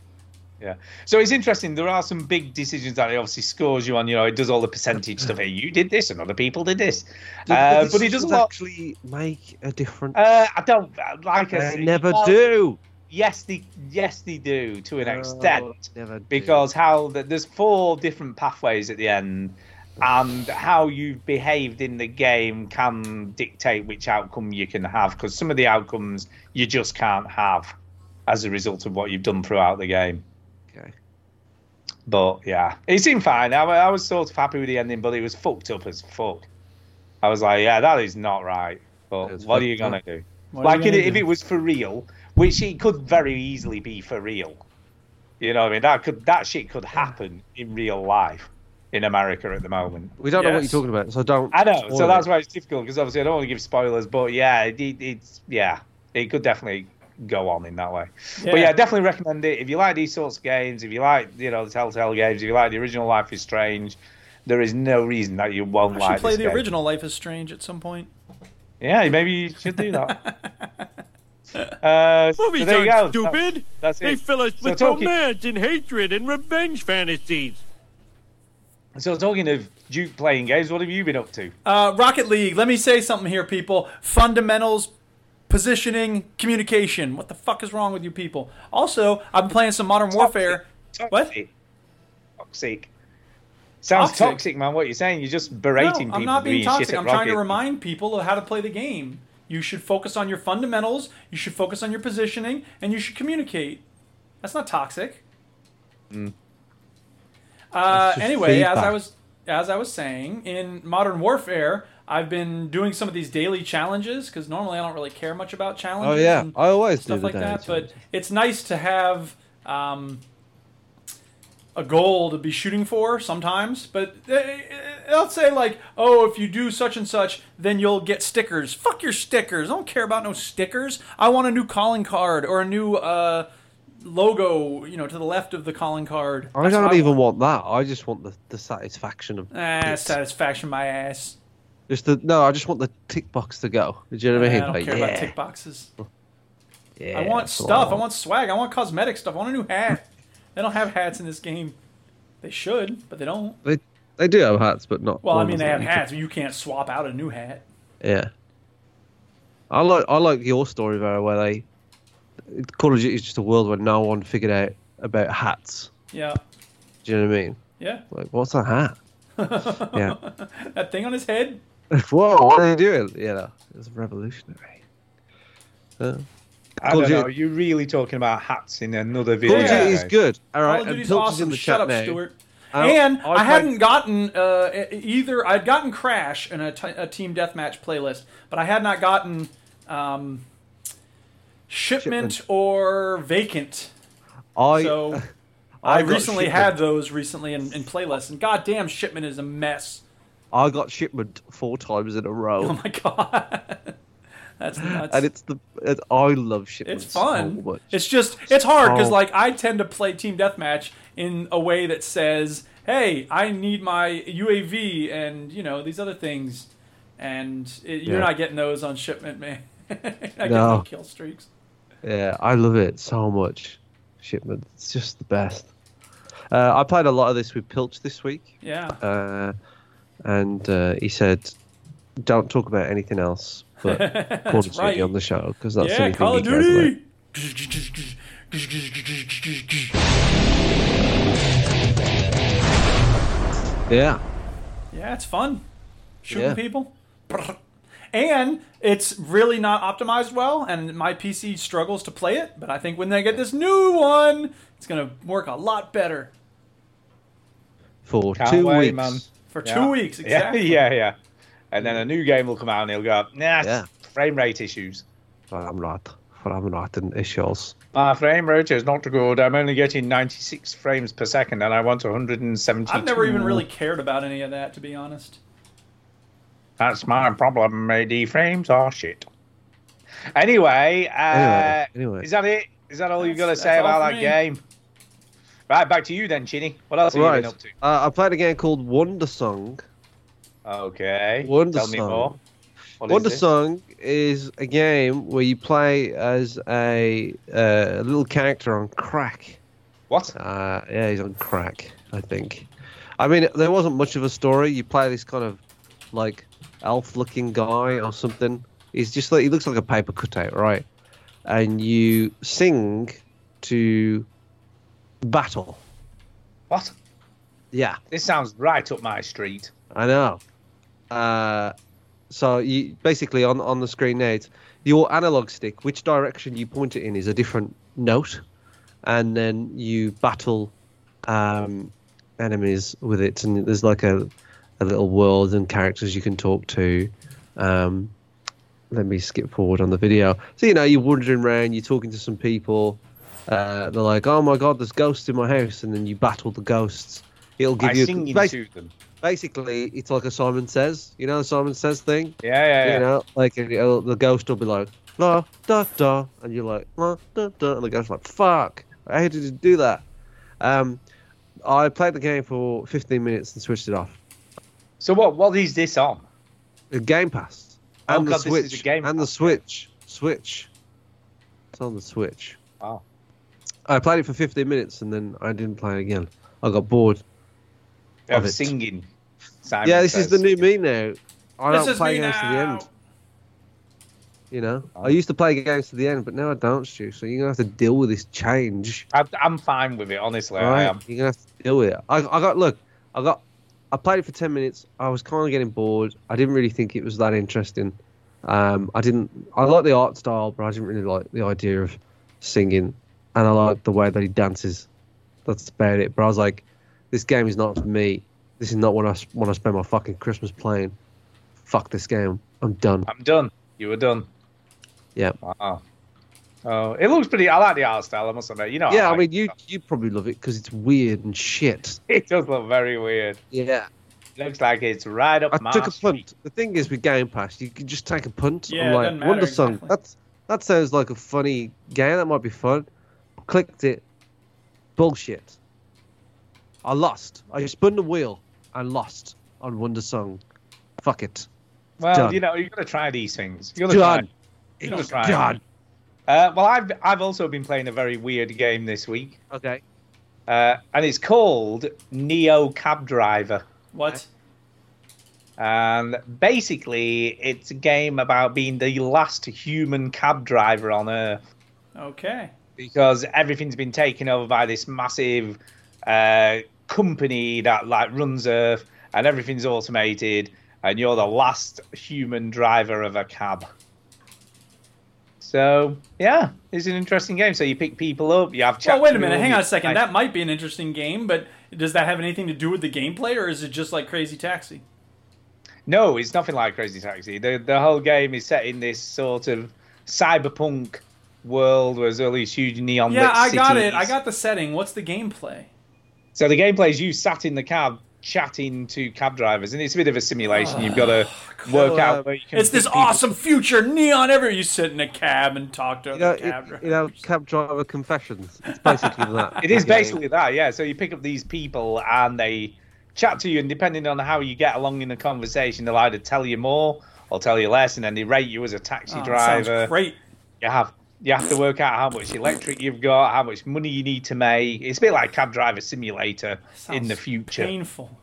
[SPEAKER 4] Yeah. So it's interesting. There are some big decisions that it obviously scores you on. You know, it does all the percentage stuff. Hey, you did this and other people did this.
[SPEAKER 3] Did
[SPEAKER 4] Uh,
[SPEAKER 3] the
[SPEAKER 4] but it does a
[SPEAKER 3] decisions
[SPEAKER 4] lot.
[SPEAKER 3] actually make a difference.
[SPEAKER 4] Uh, I don't like I
[SPEAKER 3] they
[SPEAKER 4] say-
[SPEAKER 3] never
[SPEAKER 4] well,
[SPEAKER 3] do.
[SPEAKER 4] Yes, they yes they do to an
[SPEAKER 3] No,
[SPEAKER 4] extent
[SPEAKER 3] never do.
[SPEAKER 4] because how the, there's four different pathways at the end, and how you've behaved in the game can dictate which outcome you can have. Because some of the outcomes you just can't have as a result of what you've done throughout the game.
[SPEAKER 3] Okay.
[SPEAKER 4] But yeah, it seemed fine. I, wa- I was sort of happy with the ending, but it was fucked up as fuck. I was like, yeah, that is not right. But
[SPEAKER 3] It's
[SPEAKER 4] what are you
[SPEAKER 3] fucked up.
[SPEAKER 4] gonna do?
[SPEAKER 2] What are you
[SPEAKER 4] like, it,
[SPEAKER 2] gonna
[SPEAKER 4] if
[SPEAKER 2] do?
[SPEAKER 4] it was for real, which it could very easily be for real. You know, what I mean, that could that shit could happen in real life in America at the moment.
[SPEAKER 3] we don't know what
[SPEAKER 2] Yes.
[SPEAKER 3] you're talking about, so don't.
[SPEAKER 4] I know,
[SPEAKER 3] spoil
[SPEAKER 4] so
[SPEAKER 3] it.
[SPEAKER 4] that's why it's difficult because obviously I don't want to give spoilers, but yeah, it, it- it's yeah, it could definitely go on in that way. But
[SPEAKER 2] Yeah.
[SPEAKER 4] yeah, definitely recommend it if you like these sorts of games. If you like, you know, the Telltale games, if you like the original Life is Strange, there is no reason that you won't
[SPEAKER 2] I
[SPEAKER 4] like
[SPEAKER 2] should play
[SPEAKER 4] this
[SPEAKER 2] the
[SPEAKER 4] game.
[SPEAKER 2] original Life is Strange at some point.
[SPEAKER 4] Yeah, maybe you should do that. uh, so
[SPEAKER 21] What are we
[SPEAKER 4] there you
[SPEAKER 21] doing,
[SPEAKER 4] go.
[SPEAKER 21] stupid?
[SPEAKER 4] That's
[SPEAKER 21] They
[SPEAKER 4] it.
[SPEAKER 21] fill us
[SPEAKER 4] So
[SPEAKER 21] with
[SPEAKER 4] talking-
[SPEAKER 21] romance and hatred and revenge fantasies.
[SPEAKER 4] So talking of Duke playing games, what have you been up to?
[SPEAKER 2] Uh, Rocket League. Let me say something here, people. Fundamentals, positioning, communication. What the fuck is wrong with you people? Also, I've been playing some Modern Warfare. What?
[SPEAKER 4] Toxic. Toxic. Sounds
[SPEAKER 2] Toxic?
[SPEAKER 4] toxic. man. What you're saying? You're just berating people.
[SPEAKER 2] no, I'm not
[SPEAKER 4] for
[SPEAKER 2] being
[SPEAKER 4] shit
[SPEAKER 2] toxic.
[SPEAKER 4] at
[SPEAKER 2] I'm trying to
[SPEAKER 4] Rocket.
[SPEAKER 2] remind people of how to play the game. You should focus on your fundamentals. You should focus on your positioning, and you should communicate. That's not toxic. Uh,
[SPEAKER 3] Mm. That's just
[SPEAKER 2] anyway, as I
[SPEAKER 3] feedback.
[SPEAKER 2] was as I was saying in Modern Warfare, I've been doing some of these daily challenges because normally I don't really care much about
[SPEAKER 3] Oh
[SPEAKER 2] challenges.
[SPEAKER 3] yeah,
[SPEAKER 2] and
[SPEAKER 3] I always do
[SPEAKER 2] stuff
[SPEAKER 3] the
[SPEAKER 2] like
[SPEAKER 3] daily
[SPEAKER 2] that.
[SPEAKER 3] challenge.
[SPEAKER 2] But it's nice to have um, a goal to be shooting for sometimes. But uh, they- they'll say like, "Oh, if you do such and such, then you'll get stickers." Fuck your stickers. I don't care about no stickers. I want a new calling card or a new uh, logo, you know, to the left of the calling card.
[SPEAKER 3] I
[SPEAKER 2] That's what
[SPEAKER 3] don't
[SPEAKER 2] want.
[SPEAKER 3] even want that. I just want the, the satisfaction of
[SPEAKER 2] Ah,
[SPEAKER 3] it.
[SPEAKER 2] satisfaction my ass.
[SPEAKER 3] just the no. I just want the tick box to go. Do you know
[SPEAKER 2] Uh,
[SPEAKER 3] what I
[SPEAKER 2] I
[SPEAKER 3] mean?
[SPEAKER 2] don't
[SPEAKER 3] Like,
[SPEAKER 2] care
[SPEAKER 3] yeah,
[SPEAKER 2] about tick boxes.
[SPEAKER 3] yeah,
[SPEAKER 2] I want
[SPEAKER 3] that's what
[SPEAKER 2] stuff. I want swag. I want cosmetic stuff. I want a new hat. they don't have hats in this game. They should, but they don't.
[SPEAKER 3] They they do have hats, but not.
[SPEAKER 2] Well, I
[SPEAKER 3] ones
[SPEAKER 2] mean, they
[SPEAKER 3] that
[SPEAKER 2] have
[SPEAKER 3] you
[SPEAKER 2] hats. You can't swap out a new hat.
[SPEAKER 3] can- Yeah. I like I like your story Vera, where they Call of Duty is just a world where no one figured out about hats.
[SPEAKER 2] Yeah.
[SPEAKER 3] Do you know what I mean?
[SPEAKER 2] Yeah.
[SPEAKER 3] Like, what's a hat? yeah.
[SPEAKER 2] That thing on his head.
[SPEAKER 3] Whoa, what are you doing? You know, it's revolutionary. Uh,
[SPEAKER 4] I
[SPEAKER 3] Call of
[SPEAKER 4] don't know.
[SPEAKER 3] Duty-
[SPEAKER 4] You're really talking about hats in another
[SPEAKER 3] Call
[SPEAKER 4] video.
[SPEAKER 3] of Duty is good. All right,
[SPEAKER 2] Call of
[SPEAKER 3] and
[SPEAKER 2] Duty's
[SPEAKER 3] Pilch is in
[SPEAKER 2] Oh, awesome.
[SPEAKER 3] the
[SPEAKER 2] Shut
[SPEAKER 3] chat
[SPEAKER 2] up,
[SPEAKER 3] now.
[SPEAKER 2] Stuart.
[SPEAKER 3] I-
[SPEAKER 2] and I,
[SPEAKER 3] played-
[SPEAKER 2] hadn't gotten uh, e- either. I'd gotten Crash and a, t- a team deathmatch playlist, but I had not gotten um, shipment,
[SPEAKER 3] Shipment.
[SPEAKER 2] or vacant.
[SPEAKER 3] I
[SPEAKER 2] so I,
[SPEAKER 3] I got
[SPEAKER 2] recently
[SPEAKER 3] Shipment.
[SPEAKER 2] had those recently in, in playlists, and goddamn, shipment is a mess.
[SPEAKER 3] I got shipment four times in a row.
[SPEAKER 2] Oh my god, that's nuts.
[SPEAKER 3] and it's the it, I love shipment.
[SPEAKER 2] it's
[SPEAKER 3] So
[SPEAKER 2] fun.
[SPEAKER 3] much.
[SPEAKER 2] it's just it's hard because
[SPEAKER 3] Oh.
[SPEAKER 2] like I tend to play team deathmatch in a way that says, "Hey, I need my UAV and you know these other things," and it, you're
[SPEAKER 3] Yeah.
[SPEAKER 2] not getting those on shipment, man. I get
[SPEAKER 3] No.
[SPEAKER 2] no kill streaks.
[SPEAKER 3] Yeah, I love it so much. Shipment, it's just the best. Uh, I played a lot of this with Pilch this week.
[SPEAKER 2] Yeah.
[SPEAKER 3] Uh, and uh, he said, "Don't talk about anything else but Call of
[SPEAKER 2] That's
[SPEAKER 3] Duty
[SPEAKER 2] right.
[SPEAKER 3] on the show because that's the
[SPEAKER 2] yeah,
[SPEAKER 3] only
[SPEAKER 2] Call of
[SPEAKER 3] thing he cares about."
[SPEAKER 2] Duty.
[SPEAKER 3] Yeah,
[SPEAKER 2] Yeah, it's fun shooting
[SPEAKER 3] Yeah.
[SPEAKER 2] people. Brr. And it's really not optimized well, and my PC struggles to play it. But I think when they get this new one, it's gonna work a lot better.
[SPEAKER 3] for
[SPEAKER 4] Can't
[SPEAKER 3] two
[SPEAKER 4] wait,
[SPEAKER 3] weeks.
[SPEAKER 4] man.
[SPEAKER 2] For two weeks,
[SPEAKER 4] Yeah,
[SPEAKER 2] exactly.
[SPEAKER 4] Yeah, yeah, And then a new game will come out, and he'll go, "Nah, it's frame rate issues.
[SPEAKER 3] But I'm not. But I'm not in issues.
[SPEAKER 4] My frame rate is not good. I'm only getting 96 frames per second, and I want 172."
[SPEAKER 2] I've never even really cared about any of that, to be honest.
[SPEAKER 4] That's my problem. The frames are shit. Anyway, uh,
[SPEAKER 2] Anyway, anyway.
[SPEAKER 4] is that it? Is that all you've got
[SPEAKER 2] That's-
[SPEAKER 4] to say
[SPEAKER 2] that's all
[SPEAKER 4] about
[SPEAKER 2] for
[SPEAKER 4] that
[SPEAKER 2] me.
[SPEAKER 4] game? Right, back to you then, Chinny. What else have you
[SPEAKER 3] Right.
[SPEAKER 4] been up to?
[SPEAKER 3] Uh, I played a game called Wonder Song.
[SPEAKER 4] Okay.
[SPEAKER 3] Wonder
[SPEAKER 4] Tell me
[SPEAKER 3] Song.
[SPEAKER 4] more. What is
[SPEAKER 3] Wonder
[SPEAKER 4] this?
[SPEAKER 3] Song is a game where you play as a uh, little character on crack.
[SPEAKER 4] What?
[SPEAKER 3] Uh, yeah, he's on crack, I think. I mean, there wasn't much of a story. You play this kind of like elf-looking guy or something. He's just like he looks like a paper cutout, right? And you sing to battle.
[SPEAKER 4] What?
[SPEAKER 3] Yeah.
[SPEAKER 4] This sounds right up my street.
[SPEAKER 3] I know. Uh, so you basically on on the screen now, it's your analog stick, which direction you point it in is a different note, and then you battle um, enemies with it. And there's like a a little world and characters you can talk to. Um, let me skip forward on the video. So you know you're wandering around, you're talking to some people. Uh, they're like, "Oh my god, there's ghosts in my house," and then you battle the ghosts. It'll give
[SPEAKER 4] I
[SPEAKER 3] you
[SPEAKER 4] sing
[SPEAKER 3] basi-
[SPEAKER 4] into them.
[SPEAKER 3] basically it's like a Simon Says, you know, the Simon Says thing.
[SPEAKER 4] Yeah, yeah, yeah.
[SPEAKER 3] You know, like and it'll- the ghost will be like la da da, and you're like la da da, and the ghost's like fuck, how did you do that? Um, I played the game for 15 minutes and switched it off.
[SPEAKER 4] So what? What is this on?
[SPEAKER 3] The Game Pass
[SPEAKER 4] Oh,
[SPEAKER 3] and the
[SPEAKER 4] God, this
[SPEAKER 3] Switch
[SPEAKER 4] is a Game
[SPEAKER 3] and the Switch, Switch. It's on the Switch.
[SPEAKER 4] Wow.
[SPEAKER 3] I played it for 15 minutes and then I didn't play it again. I got bored.
[SPEAKER 4] Of
[SPEAKER 3] of it.
[SPEAKER 4] singing. Simon
[SPEAKER 3] yeah, this is the
[SPEAKER 4] Says.
[SPEAKER 3] new me now. I
[SPEAKER 4] This
[SPEAKER 3] don't
[SPEAKER 4] is
[SPEAKER 3] play
[SPEAKER 4] me
[SPEAKER 3] games to the end. You know, I used to play games to the end, but now I don't, Stu. So you're gonna have to deal with this change.
[SPEAKER 4] I, I'm fine with it, honestly. I
[SPEAKER 3] right?
[SPEAKER 4] am.
[SPEAKER 3] You're gonna have to deal with it. I, I got look, I got, I played it for ten minutes. I was kind of getting bored. I didn't really think it was that interesting. Um, I didn't. I like the art style, but I didn't really like the idea of singing, and I like the way that he dances. That's about it. But I was like, this game is not for me. This is not what I s- want to spend my fucking Christmas playing. Fuck this game. I'm done.
[SPEAKER 4] I'm done. You were done.
[SPEAKER 3] Yeah.
[SPEAKER 4] Uh, Wow. Oh, it looks pretty. I like the art style. I must admit. You know.
[SPEAKER 3] yeah,
[SPEAKER 4] I
[SPEAKER 3] I
[SPEAKER 4] like-
[SPEAKER 3] mean, you you probably love it because it's weird and shit.
[SPEAKER 4] it does look very weird.
[SPEAKER 3] Yeah.
[SPEAKER 4] Looks like it's right up
[SPEAKER 3] I
[SPEAKER 4] my.
[SPEAKER 3] took a punt. The thing is, with Game Pass, you can just take a punt.
[SPEAKER 4] Yeah,
[SPEAKER 3] I'm
[SPEAKER 4] it
[SPEAKER 3] like,
[SPEAKER 4] doesn't matter
[SPEAKER 3] Wonder Song. That's that sounds like a funny game. That might be fun. Clicked it. Bullshit. I lost. I spun the wheel and lost on Wonder Song. Fuck it.
[SPEAKER 4] well,
[SPEAKER 3] done.
[SPEAKER 4] you know, you got to try these things. You got to try.
[SPEAKER 3] Done.
[SPEAKER 4] You got to
[SPEAKER 3] It's
[SPEAKER 4] try.
[SPEAKER 3] done.
[SPEAKER 4] Uh, well, I've I've also been playing a very weird game this week.
[SPEAKER 3] Okay.
[SPEAKER 4] Uh, and it's called Neo Cab Driver.
[SPEAKER 2] What?
[SPEAKER 4] And basically, it's a game about being the last human cab driver on Earth
[SPEAKER 2] Okay.
[SPEAKER 4] because everything's been taken over by this massive uh, company that like runs Earth, and everything's automated, and you're the last human driver of a cab. So yeah, it's an interesting game. So you pick people up, you have.
[SPEAKER 2] Well, wait a
[SPEAKER 4] chapter
[SPEAKER 2] minute. Hang
[SPEAKER 4] rules,
[SPEAKER 2] on a second.
[SPEAKER 4] like-
[SPEAKER 2] That might be an interesting game, but does that have anything to do with the gameplay, or is it just like Crazy Taxi?
[SPEAKER 4] No, it's nothing like Crazy Taxi. The the whole game is set in this sort of cyberpunk world where there's all these huge neon.
[SPEAKER 2] yeah,
[SPEAKER 4] lit
[SPEAKER 2] I got it.
[SPEAKER 4] cities.
[SPEAKER 2] I got the setting. What's the gameplay?
[SPEAKER 4] So the gameplay is you sat in the cab chatting to cab drivers, and it's a bit of a simulation. You've got to work out where you can.
[SPEAKER 2] It's this awesome future neon everywhere. You sit in a cab and talk to
[SPEAKER 3] You know,
[SPEAKER 2] other cab
[SPEAKER 3] it, you know, cab driver confessions. It's basically that.
[SPEAKER 4] It is
[SPEAKER 3] Yeah.
[SPEAKER 4] basically that, yeah. So you pick up these people and they chat to you, and depending on how you get along in the conversation, they'll either tell you more or tell you less, and then they rate you as a taxi
[SPEAKER 2] Oh, that sounds
[SPEAKER 4] driver.
[SPEAKER 2] great.
[SPEAKER 4] You have you have to work out how much electric you've got, how much money you need to make. It's a bit like cab driver simulator in the future.
[SPEAKER 2] Painful.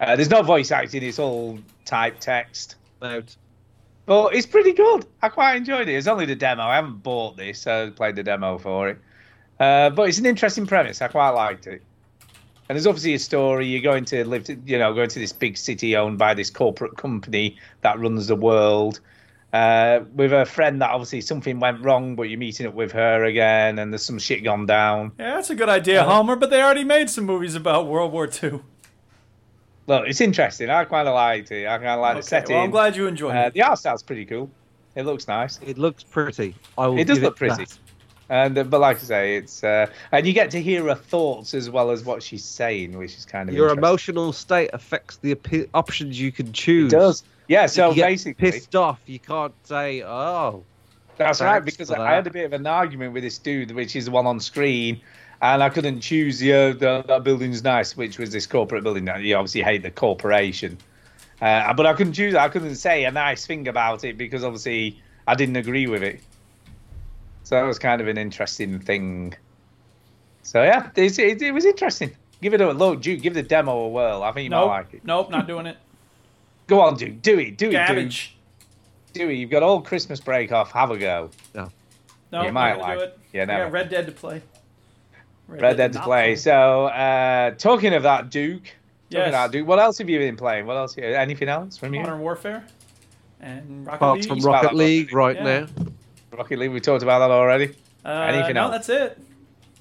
[SPEAKER 4] Uh, there's no voice acting; it's all type text. But it's pretty good. I quite enjoyed it. It's only the demo. I haven't bought this. I played the demo for it. Uh, but it's an interesting premise. I quite liked it. And there's obviously a story. You're going to live, to, you know, going to this big city owned by this corporate company that runs the world. Uh, with a friend that obviously something went wrong, but you're meeting up with her again, and there's some shit gone down.
[SPEAKER 2] Yeah, that's a good idea,
[SPEAKER 4] Uh-huh.
[SPEAKER 2] Homer. But they already made some movies about World War II.
[SPEAKER 4] Look, it's interesting. I kind of liked it. I kind of like
[SPEAKER 2] Okay,
[SPEAKER 4] the setting.
[SPEAKER 2] well, I'm glad you enjoyed
[SPEAKER 4] uh,
[SPEAKER 2] it.
[SPEAKER 4] The art style's pretty cool. It looks nice.
[SPEAKER 3] It looks pretty. I will
[SPEAKER 4] It does
[SPEAKER 3] give
[SPEAKER 4] look
[SPEAKER 3] it
[SPEAKER 4] pretty.
[SPEAKER 3] that.
[SPEAKER 4] And uh, but like I say, it's uh, and you get to hear her thoughts as well as what she's saying, which is kind of
[SPEAKER 3] Your
[SPEAKER 4] interesting.
[SPEAKER 3] emotional state affects the op- options you can choose.
[SPEAKER 4] does. Yeah,
[SPEAKER 3] If
[SPEAKER 4] so
[SPEAKER 3] you get
[SPEAKER 4] basically-
[SPEAKER 3] pissed off, you can't say, "Oh."
[SPEAKER 4] That's right,
[SPEAKER 3] thanks
[SPEAKER 4] because
[SPEAKER 3] for
[SPEAKER 4] I had
[SPEAKER 3] that.
[SPEAKER 4] a bit of an argument with this dude, which is the one on screen, and I couldn't choose the uh, the- that building's nice, which was this corporate building. Now, You obviously hate the corporation, uh, but I couldn't choose. I couldn't say a nice thing about it because obviously I didn't agree with it. So that was kind of an interesting thing. So yeah, it, it, it was interesting. Give it a look, Duke. Give the demo a whirl. I think you
[SPEAKER 2] Nope.
[SPEAKER 4] might like it.
[SPEAKER 2] Nope, not doing it.
[SPEAKER 4] Go on, Duke. Do it. Do
[SPEAKER 2] Garbage.
[SPEAKER 4] it, Duke. Do it. You've got all Christmas break off. Have a go.
[SPEAKER 3] No.
[SPEAKER 2] No,
[SPEAKER 4] you might
[SPEAKER 2] not gonna
[SPEAKER 4] like
[SPEAKER 2] do
[SPEAKER 4] it.
[SPEAKER 2] it.
[SPEAKER 4] Yeah,
[SPEAKER 2] I
[SPEAKER 4] no.
[SPEAKER 2] got Red Dead to play.
[SPEAKER 4] Red Dead to play. So, uh, talking of that, Duke. Talking
[SPEAKER 2] Yes.
[SPEAKER 4] of that, Duke. What else have you been playing? What else? uh, Anything else from you?
[SPEAKER 2] Modern Warfare and Rocket
[SPEAKER 3] Apart
[SPEAKER 2] League.
[SPEAKER 3] from Rocket League, right
[SPEAKER 2] Yeah.
[SPEAKER 3] now.
[SPEAKER 4] Rocket League. We talked about that already.
[SPEAKER 2] Uh,
[SPEAKER 4] Anything
[SPEAKER 2] no,
[SPEAKER 4] else?
[SPEAKER 2] that's
[SPEAKER 3] Uh,
[SPEAKER 2] it.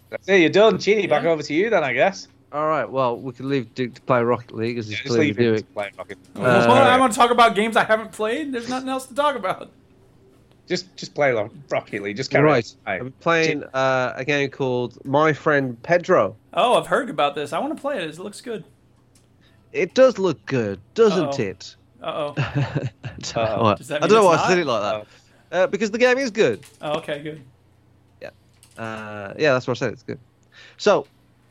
[SPEAKER 4] That's it. You're done, Chini. Back over to you then, I guess.
[SPEAKER 3] All right. Well, we can leave Duke to play Rocket League as he's
[SPEAKER 4] Just
[SPEAKER 3] clearly
[SPEAKER 4] leave him
[SPEAKER 3] doing.
[SPEAKER 4] to play Rocket. League.
[SPEAKER 3] Uh,
[SPEAKER 2] well, I want to talk about games I haven't played. There's nothing else to talk about.
[SPEAKER 4] Just, just play lo- Rocket League. Just carry
[SPEAKER 3] right.
[SPEAKER 4] on. Right.
[SPEAKER 3] I'm playing uh, a game called My Friend Pedro.
[SPEAKER 2] Oh, I've heard about this. I want to play it. It looks good.
[SPEAKER 3] It does look good, doesn't
[SPEAKER 2] Uh-oh.
[SPEAKER 3] it?
[SPEAKER 2] Uh oh.
[SPEAKER 3] All right.
[SPEAKER 2] Does that
[SPEAKER 3] I
[SPEAKER 2] mean
[SPEAKER 3] don't know why
[SPEAKER 2] it's
[SPEAKER 3] I said
[SPEAKER 2] not?
[SPEAKER 3] it like that. Uh, because the game is good.
[SPEAKER 2] Oh, okay, good.
[SPEAKER 3] Uh, yeah, that's what I said. It's good. So,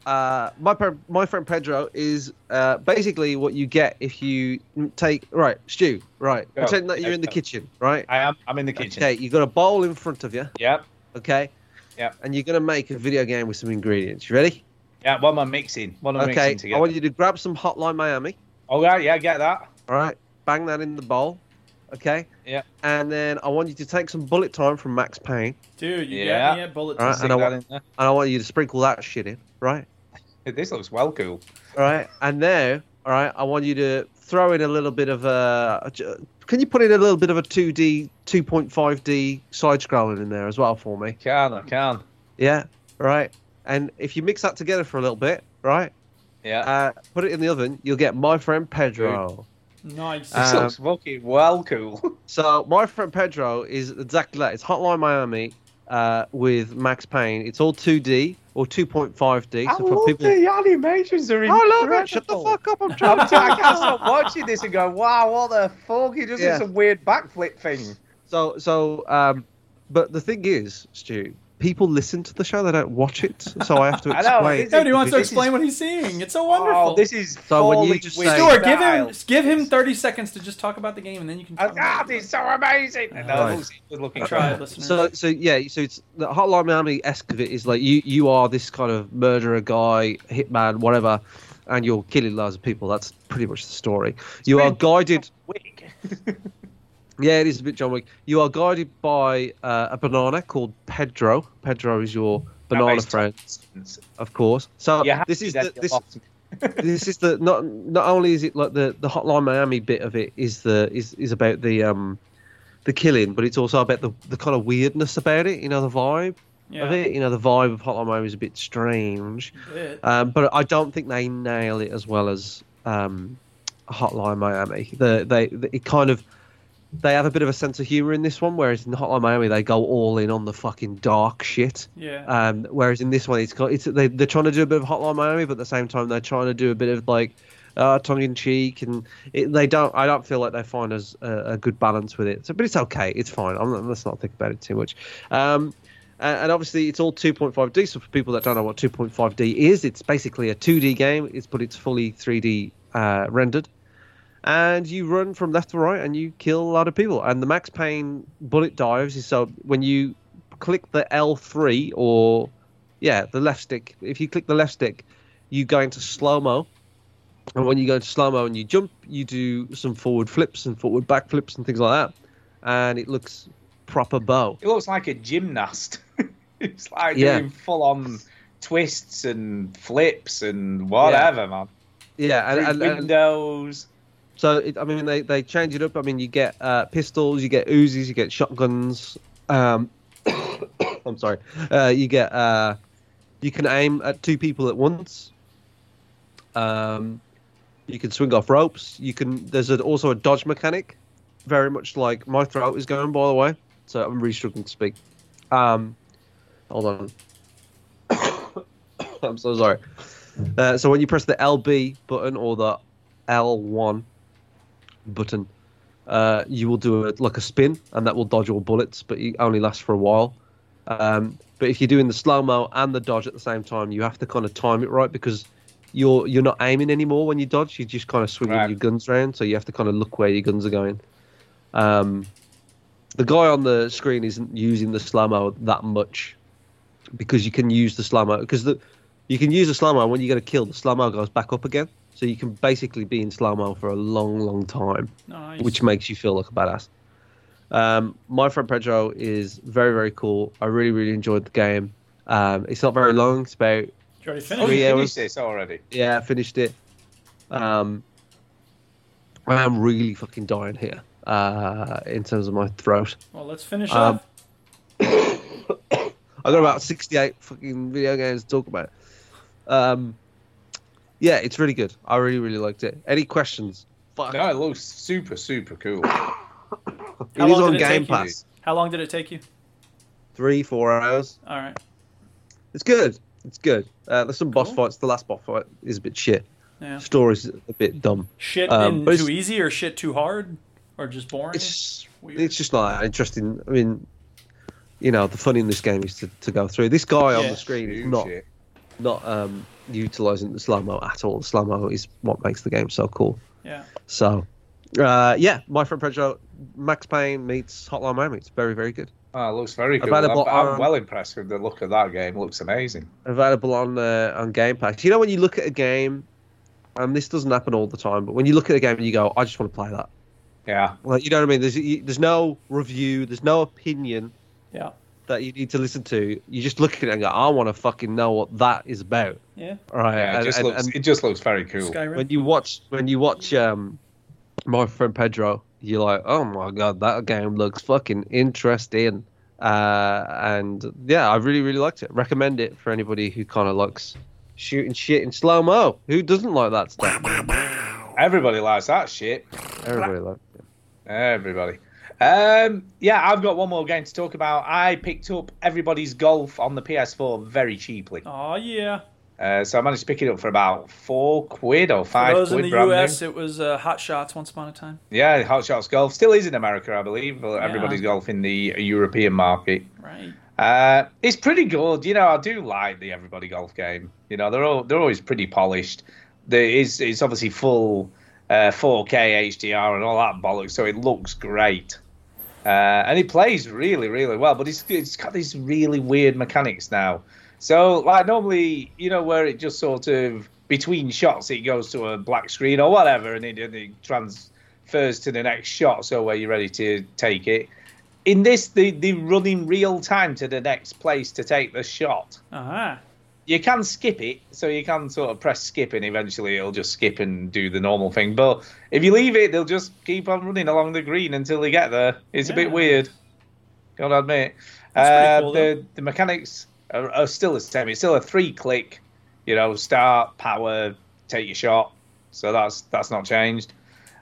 [SPEAKER 3] uh, my per- my friend Pedro is uh, basically what you get if you take right stew. Right,
[SPEAKER 4] Go.
[SPEAKER 3] pretend that you're in the
[SPEAKER 4] Okay.
[SPEAKER 3] kitchen. Right.
[SPEAKER 4] I am. I'm in the kitchen.
[SPEAKER 3] Okay, you've got a bowl in front of you.
[SPEAKER 4] Yep.
[SPEAKER 3] Okay.
[SPEAKER 4] Yep.
[SPEAKER 3] And you're gonna make a video game with some ingredients. You ready?
[SPEAKER 4] Yeah. What am I mixing? What am I
[SPEAKER 3] okay.
[SPEAKER 4] mixing
[SPEAKER 3] I
[SPEAKER 4] together?
[SPEAKER 3] want you to grab some Hotline Miami.
[SPEAKER 4] All right. Yeah. Get that.
[SPEAKER 3] All right. Bang that in the bowl. Okay.
[SPEAKER 4] Yeah.
[SPEAKER 3] And then I want you to take some bullet time from Max Payne.
[SPEAKER 2] Dude, you
[SPEAKER 4] Yeah.
[SPEAKER 2] got me at bullet
[SPEAKER 3] All right.
[SPEAKER 2] time.
[SPEAKER 3] Uh, And I, want, and I want you to sprinkle that shit in. Right.
[SPEAKER 4] This looks well cool.
[SPEAKER 3] All right, and now, all right, I want you to throw in a little bit of a. a j- Can you put in a little bit of a 2D, 2.5D side scrolling in there as well for me?
[SPEAKER 4] Can I can?
[SPEAKER 3] Yeah, all right. And if you mix that together for a little bit, right?
[SPEAKER 4] Yeah.
[SPEAKER 3] Uh, put it in the oven. You'll get my friend Pedro.
[SPEAKER 2] Nice.
[SPEAKER 4] This
[SPEAKER 3] Um,
[SPEAKER 4] looks fucking well cool.
[SPEAKER 3] So my friend Pedro is exactly that. It's Hotline Miami uh, with Max Payne. It's all 2D or 2.5D.
[SPEAKER 4] I
[SPEAKER 3] so for
[SPEAKER 4] love
[SPEAKER 3] people,
[SPEAKER 4] the animations are
[SPEAKER 3] I
[SPEAKER 4] incredible.
[SPEAKER 3] love it. Shut the fuck up. I'm
[SPEAKER 4] I'm
[SPEAKER 3] trying
[SPEAKER 4] I
[SPEAKER 3] to
[SPEAKER 4] can't stop watching this and going, wow, what the fuck? He does
[SPEAKER 3] Yeah.
[SPEAKER 4] some weird backflip thing.
[SPEAKER 3] So so um, but the thing is, Stu, people listen to the show; they don't watch it, so I have to
[SPEAKER 2] I
[SPEAKER 3] explain.
[SPEAKER 2] know, it's- No, he wants to
[SPEAKER 3] This is- Oh,
[SPEAKER 2] explain what he's seeing. It's so wonderful.
[SPEAKER 4] Oh, this is
[SPEAKER 3] So when you falling just with say-
[SPEAKER 2] Stuart, give him
[SPEAKER 3] styles.
[SPEAKER 2] give him thirty seconds to just talk about the game, and then you can. Talk about
[SPEAKER 4] it's so amazing. No,
[SPEAKER 3] Right.
[SPEAKER 4] Lucy, good looking.
[SPEAKER 2] Try it, listeners.
[SPEAKER 3] So, so yeah, so it's the Hotline Miami esque of it is like you you are this kind of murderer guy, hitman, whatever, and you're killing loads of people. That's pretty much the story. You are guided. yeah, it is a bit John Wick. You are guided by uh, a banana called Pedro. Pedro is your banana
[SPEAKER 4] makes
[SPEAKER 3] friend, of course. So this is the, this this is the not not only is it like the the Hotline Miami bit of it is the is is about the um the killing, but it's also about the the kind of weirdness about it. You know the vibe
[SPEAKER 2] Yeah.
[SPEAKER 3] of it. You know the vibe of Hotline Miami is a bit strange,
[SPEAKER 2] Bit.
[SPEAKER 3] um, but I don't think they nail it as well as um, Hotline Miami. The they the, it kind of they have a bit of a sense of humor in this one, whereas in Hotline Miami they go all in on the fucking dark shit.
[SPEAKER 2] Yeah.
[SPEAKER 3] Um, whereas in this one, it's got it's they, they're trying to do a bit of Hotline Miami, but at the same time they're trying to do a bit of like uh, tongue in cheek, and it, they don't. I don't feel like they find as a, a good balance with it. So, but it's okay, it's fine. I'm not, let's not think about it too much. Um, and and obviously, it's all 2.5D. So for people that don't know what 2.5D is, it's basically a 2D game. It's but it's fully 3D uh, rendered and you run from left to right and you kill a lot of people. And the Max Payne bullet dives is so when you click the L3 or yeah, the left stick. If you click the left stick, you go into slow mo, and when you go into slow mo and you jump, you do some forward flips and forward back flips and things like that, and it looks proper bow.
[SPEAKER 4] It looks like a gymnast. it's like
[SPEAKER 3] Yeah.
[SPEAKER 4] doing full on twists and flips and whatever, man.
[SPEAKER 3] Yeah, and,
[SPEAKER 4] Through
[SPEAKER 3] and, and-
[SPEAKER 4] windows.
[SPEAKER 3] So it, I mean, they they change it up. I mean, you get uh, pistols, you get Uzis, you get shotguns. Um, I'm sorry. Uh, you get uh, you can aim at two people at once. Um, you can swing off ropes. You can. There's a, also a dodge mechanic, very much like my throat is going. By the way, so I'm really struggling to speak. Um, hold on. I'm so sorry. Uh, so when you press the LB button or the L1 button, uh, you will do a, like a spin, and that will dodge all bullets, but it only lasts for a while. Um, but if you're doing the slow mo and the dodge at the same time, you have to kind of time it right because you're you're not aiming anymore when you dodge. You're just kind of swinging your guns around, so you have to kind of look where your guns are going. Um, the guy on the screen isn't using the slow mo that much because you can use the slammer because the you can use the slammer and when you get a kill the slammer goes back up again so you can basically be in slammer for a long long time
[SPEAKER 2] Nice.
[SPEAKER 3] which makes you feel like a badass um, my friend pedro is very very cool i really really enjoyed the game um, it's not very long it's about
[SPEAKER 2] You already
[SPEAKER 4] Oh,
[SPEAKER 2] finished.
[SPEAKER 4] you
[SPEAKER 3] Three
[SPEAKER 4] finished
[SPEAKER 3] hours.
[SPEAKER 4] this already.
[SPEAKER 3] yeah i finished it um, i am really fucking dying here uh, in terms of my throat
[SPEAKER 2] Well, let's finish
[SPEAKER 3] Um,
[SPEAKER 2] up.
[SPEAKER 3] I got about 68 fucking video games to talk about. Um, yeah, it's really good. I really, really liked it. Any questions?
[SPEAKER 4] No, it looks super, super cool.
[SPEAKER 3] It is on Game Pass.
[SPEAKER 2] How long did it take you?
[SPEAKER 3] Three, four hours.
[SPEAKER 2] All right.
[SPEAKER 3] It's good. It's good. Uh, there's some boss fights. The last boss fight is a bit shit.
[SPEAKER 2] Yeah.
[SPEAKER 3] Story's a bit dumb.
[SPEAKER 2] Shit
[SPEAKER 3] Um,
[SPEAKER 2] in
[SPEAKER 3] but it's-
[SPEAKER 2] too easy or shit too hard or just boring?
[SPEAKER 3] It's it's just not that interesting. I mean, you know, the fun in this game is to, to go through. This guy on
[SPEAKER 2] Yeah.
[SPEAKER 3] the screen is not not um, utilizing the slow mo at all. The slow mo is what makes the game so cool.
[SPEAKER 2] Yeah.
[SPEAKER 3] So, uh, yeah, my friend Pedro, Max Payne meets Hotline Miami. It's very, very good.
[SPEAKER 4] Oh, it looks very cool. I'm,
[SPEAKER 3] Available
[SPEAKER 4] I'm
[SPEAKER 3] on-
[SPEAKER 4] well impressed with the look of that game. looks amazing.
[SPEAKER 3] Available on uh, on Game Pass. You know when you look at a game, and this doesn't happen all the time, but when you look at a game and you go, I just want to play that.
[SPEAKER 4] Yeah.
[SPEAKER 3] Like you know what I mean? There's you, there's no review, there's no opinion.
[SPEAKER 2] Yeah.
[SPEAKER 3] That you need to listen to. You just look at it and go, I want to fucking know what that is about.
[SPEAKER 2] Yeah.
[SPEAKER 3] Right.
[SPEAKER 4] Yeah, it,
[SPEAKER 3] and-
[SPEAKER 4] just
[SPEAKER 3] and-
[SPEAKER 4] looks,
[SPEAKER 3] and-
[SPEAKER 4] it just looks very cool.
[SPEAKER 2] Skyrim.
[SPEAKER 3] When you watch, when you watch, um, my friend Pedro, you're like, oh my god, that game looks fucking interesting. Uh, and yeah, I really, really liked it. Recommend it for anybody who kind of likes shooting shit in slow mo. Who doesn't like that stuff?
[SPEAKER 4] Everybody likes that shit.
[SPEAKER 3] Everybody likes it.
[SPEAKER 4] Everybody. Um, yeah, I've got one more game to talk about. I picked up Everybody's Golf on the PS4 very cheaply.
[SPEAKER 2] Oh yeah.
[SPEAKER 4] Uh, so I managed to pick it up for about four quid or
[SPEAKER 2] For
[SPEAKER 4] five
[SPEAKER 2] those in
[SPEAKER 4] quid.
[SPEAKER 2] the
[SPEAKER 4] brand new.
[SPEAKER 2] US, it was uh, Hot Shots once upon a time.
[SPEAKER 4] Yeah, Hot Shots Golf still is in America, I believe, but
[SPEAKER 2] Yeah.
[SPEAKER 4] everybody's golf in the European market.
[SPEAKER 2] Right.
[SPEAKER 4] Uh, it's pretty good. You know, I do like the everybody golf game. You know, they're all, they're always pretty polished. There is it's obviously full uh, 4K HDR and all that bollocks, so it looks great. Uh, and he plays really, really well, but it's it's got these really weird mechanics now. So like normally, you know, where it just sort of between shots it goes to a black screen or whatever, and it, and it transfers to the next shot, so where you're ready to take it. In this, they they run in real time to the next place to take the shot.
[SPEAKER 2] Uh-huh.
[SPEAKER 4] You can skip it, so you can sort of press skip, and eventually it'll just skip and do the normal thing. But if you leave it, they'll just keep on running along the green until they get there. It's a bit
[SPEAKER 2] Yeah.
[SPEAKER 4] weird. Gotta admit,
[SPEAKER 2] That's
[SPEAKER 4] uh,
[SPEAKER 2] pretty cool, though.
[SPEAKER 4] the the mechanics are, are still the same. It's still a three click, you know, start, power, take your shot. So that's that's not changed.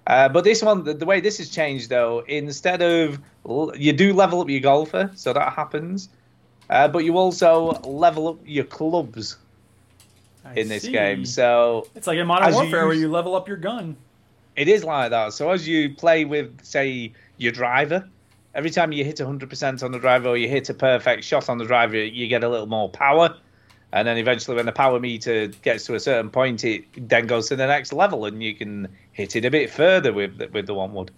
[SPEAKER 4] Uh, but this one, the, the way this has changed though, instead of l- you do level up your golfer, so that happens, uh, but you also level up your clubs in this
[SPEAKER 2] see.
[SPEAKER 4] game. So
[SPEAKER 2] It's like in Modern
[SPEAKER 4] as you
[SPEAKER 2] Warfare where
[SPEAKER 4] use-
[SPEAKER 2] you level up your gun.
[SPEAKER 4] it is like that. So as you play with, say, your driver, every time you hit 100% on the driver or you hit a perfect shot on the driver, you get a little more power. And then eventually, when the power meter gets to a certain point, it then goes to the next level, and you can hit it a bit further with the- with the one wood.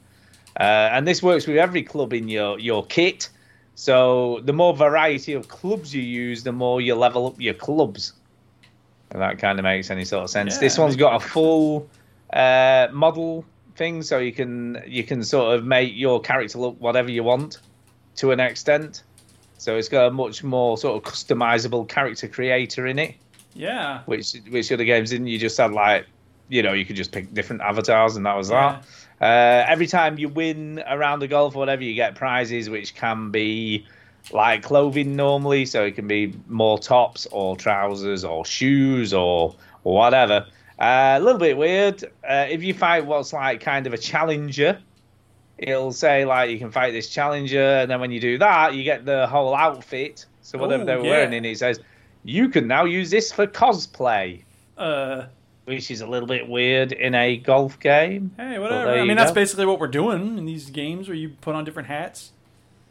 [SPEAKER 4] Uh, and this works with every club in your your kit. So the more variety of clubs you use, the more you level up your clubs. If that kind of makes any sort of sense.
[SPEAKER 2] Yeah,
[SPEAKER 4] this one's got a full uh, model thing, so you can you can sort of make your character look whatever you want to an extent. So it's got a much more sort of customizable character creator in it,
[SPEAKER 2] Yeah.
[SPEAKER 4] which which other games didn't. You just had like, you know, you could just pick different avatars, and that was
[SPEAKER 2] Yeah.
[SPEAKER 4] that. Uh, every time you win a round of golf or whatever, you get prizes, which can be like clothing normally, so it can be more tops or trousers or shoes or whatever. Uh, a little bit weird. Uh, if you fight what's like kind of a challenger, it'll say like you can fight this challenger, and then when you do that, you get the whole outfit. So whatever
[SPEAKER 2] Oh,
[SPEAKER 4] they were
[SPEAKER 2] yeah.
[SPEAKER 4] wearing in it says you can now use this for cosplay,
[SPEAKER 2] Uh,
[SPEAKER 4] which is a little bit weird in a golf game.
[SPEAKER 2] hey,
[SPEAKER 4] But
[SPEAKER 2] whatever.
[SPEAKER 4] there
[SPEAKER 2] I
[SPEAKER 4] you
[SPEAKER 2] mean, that's
[SPEAKER 4] go.
[SPEAKER 2] basically what we're doing in these games where you put on different hats.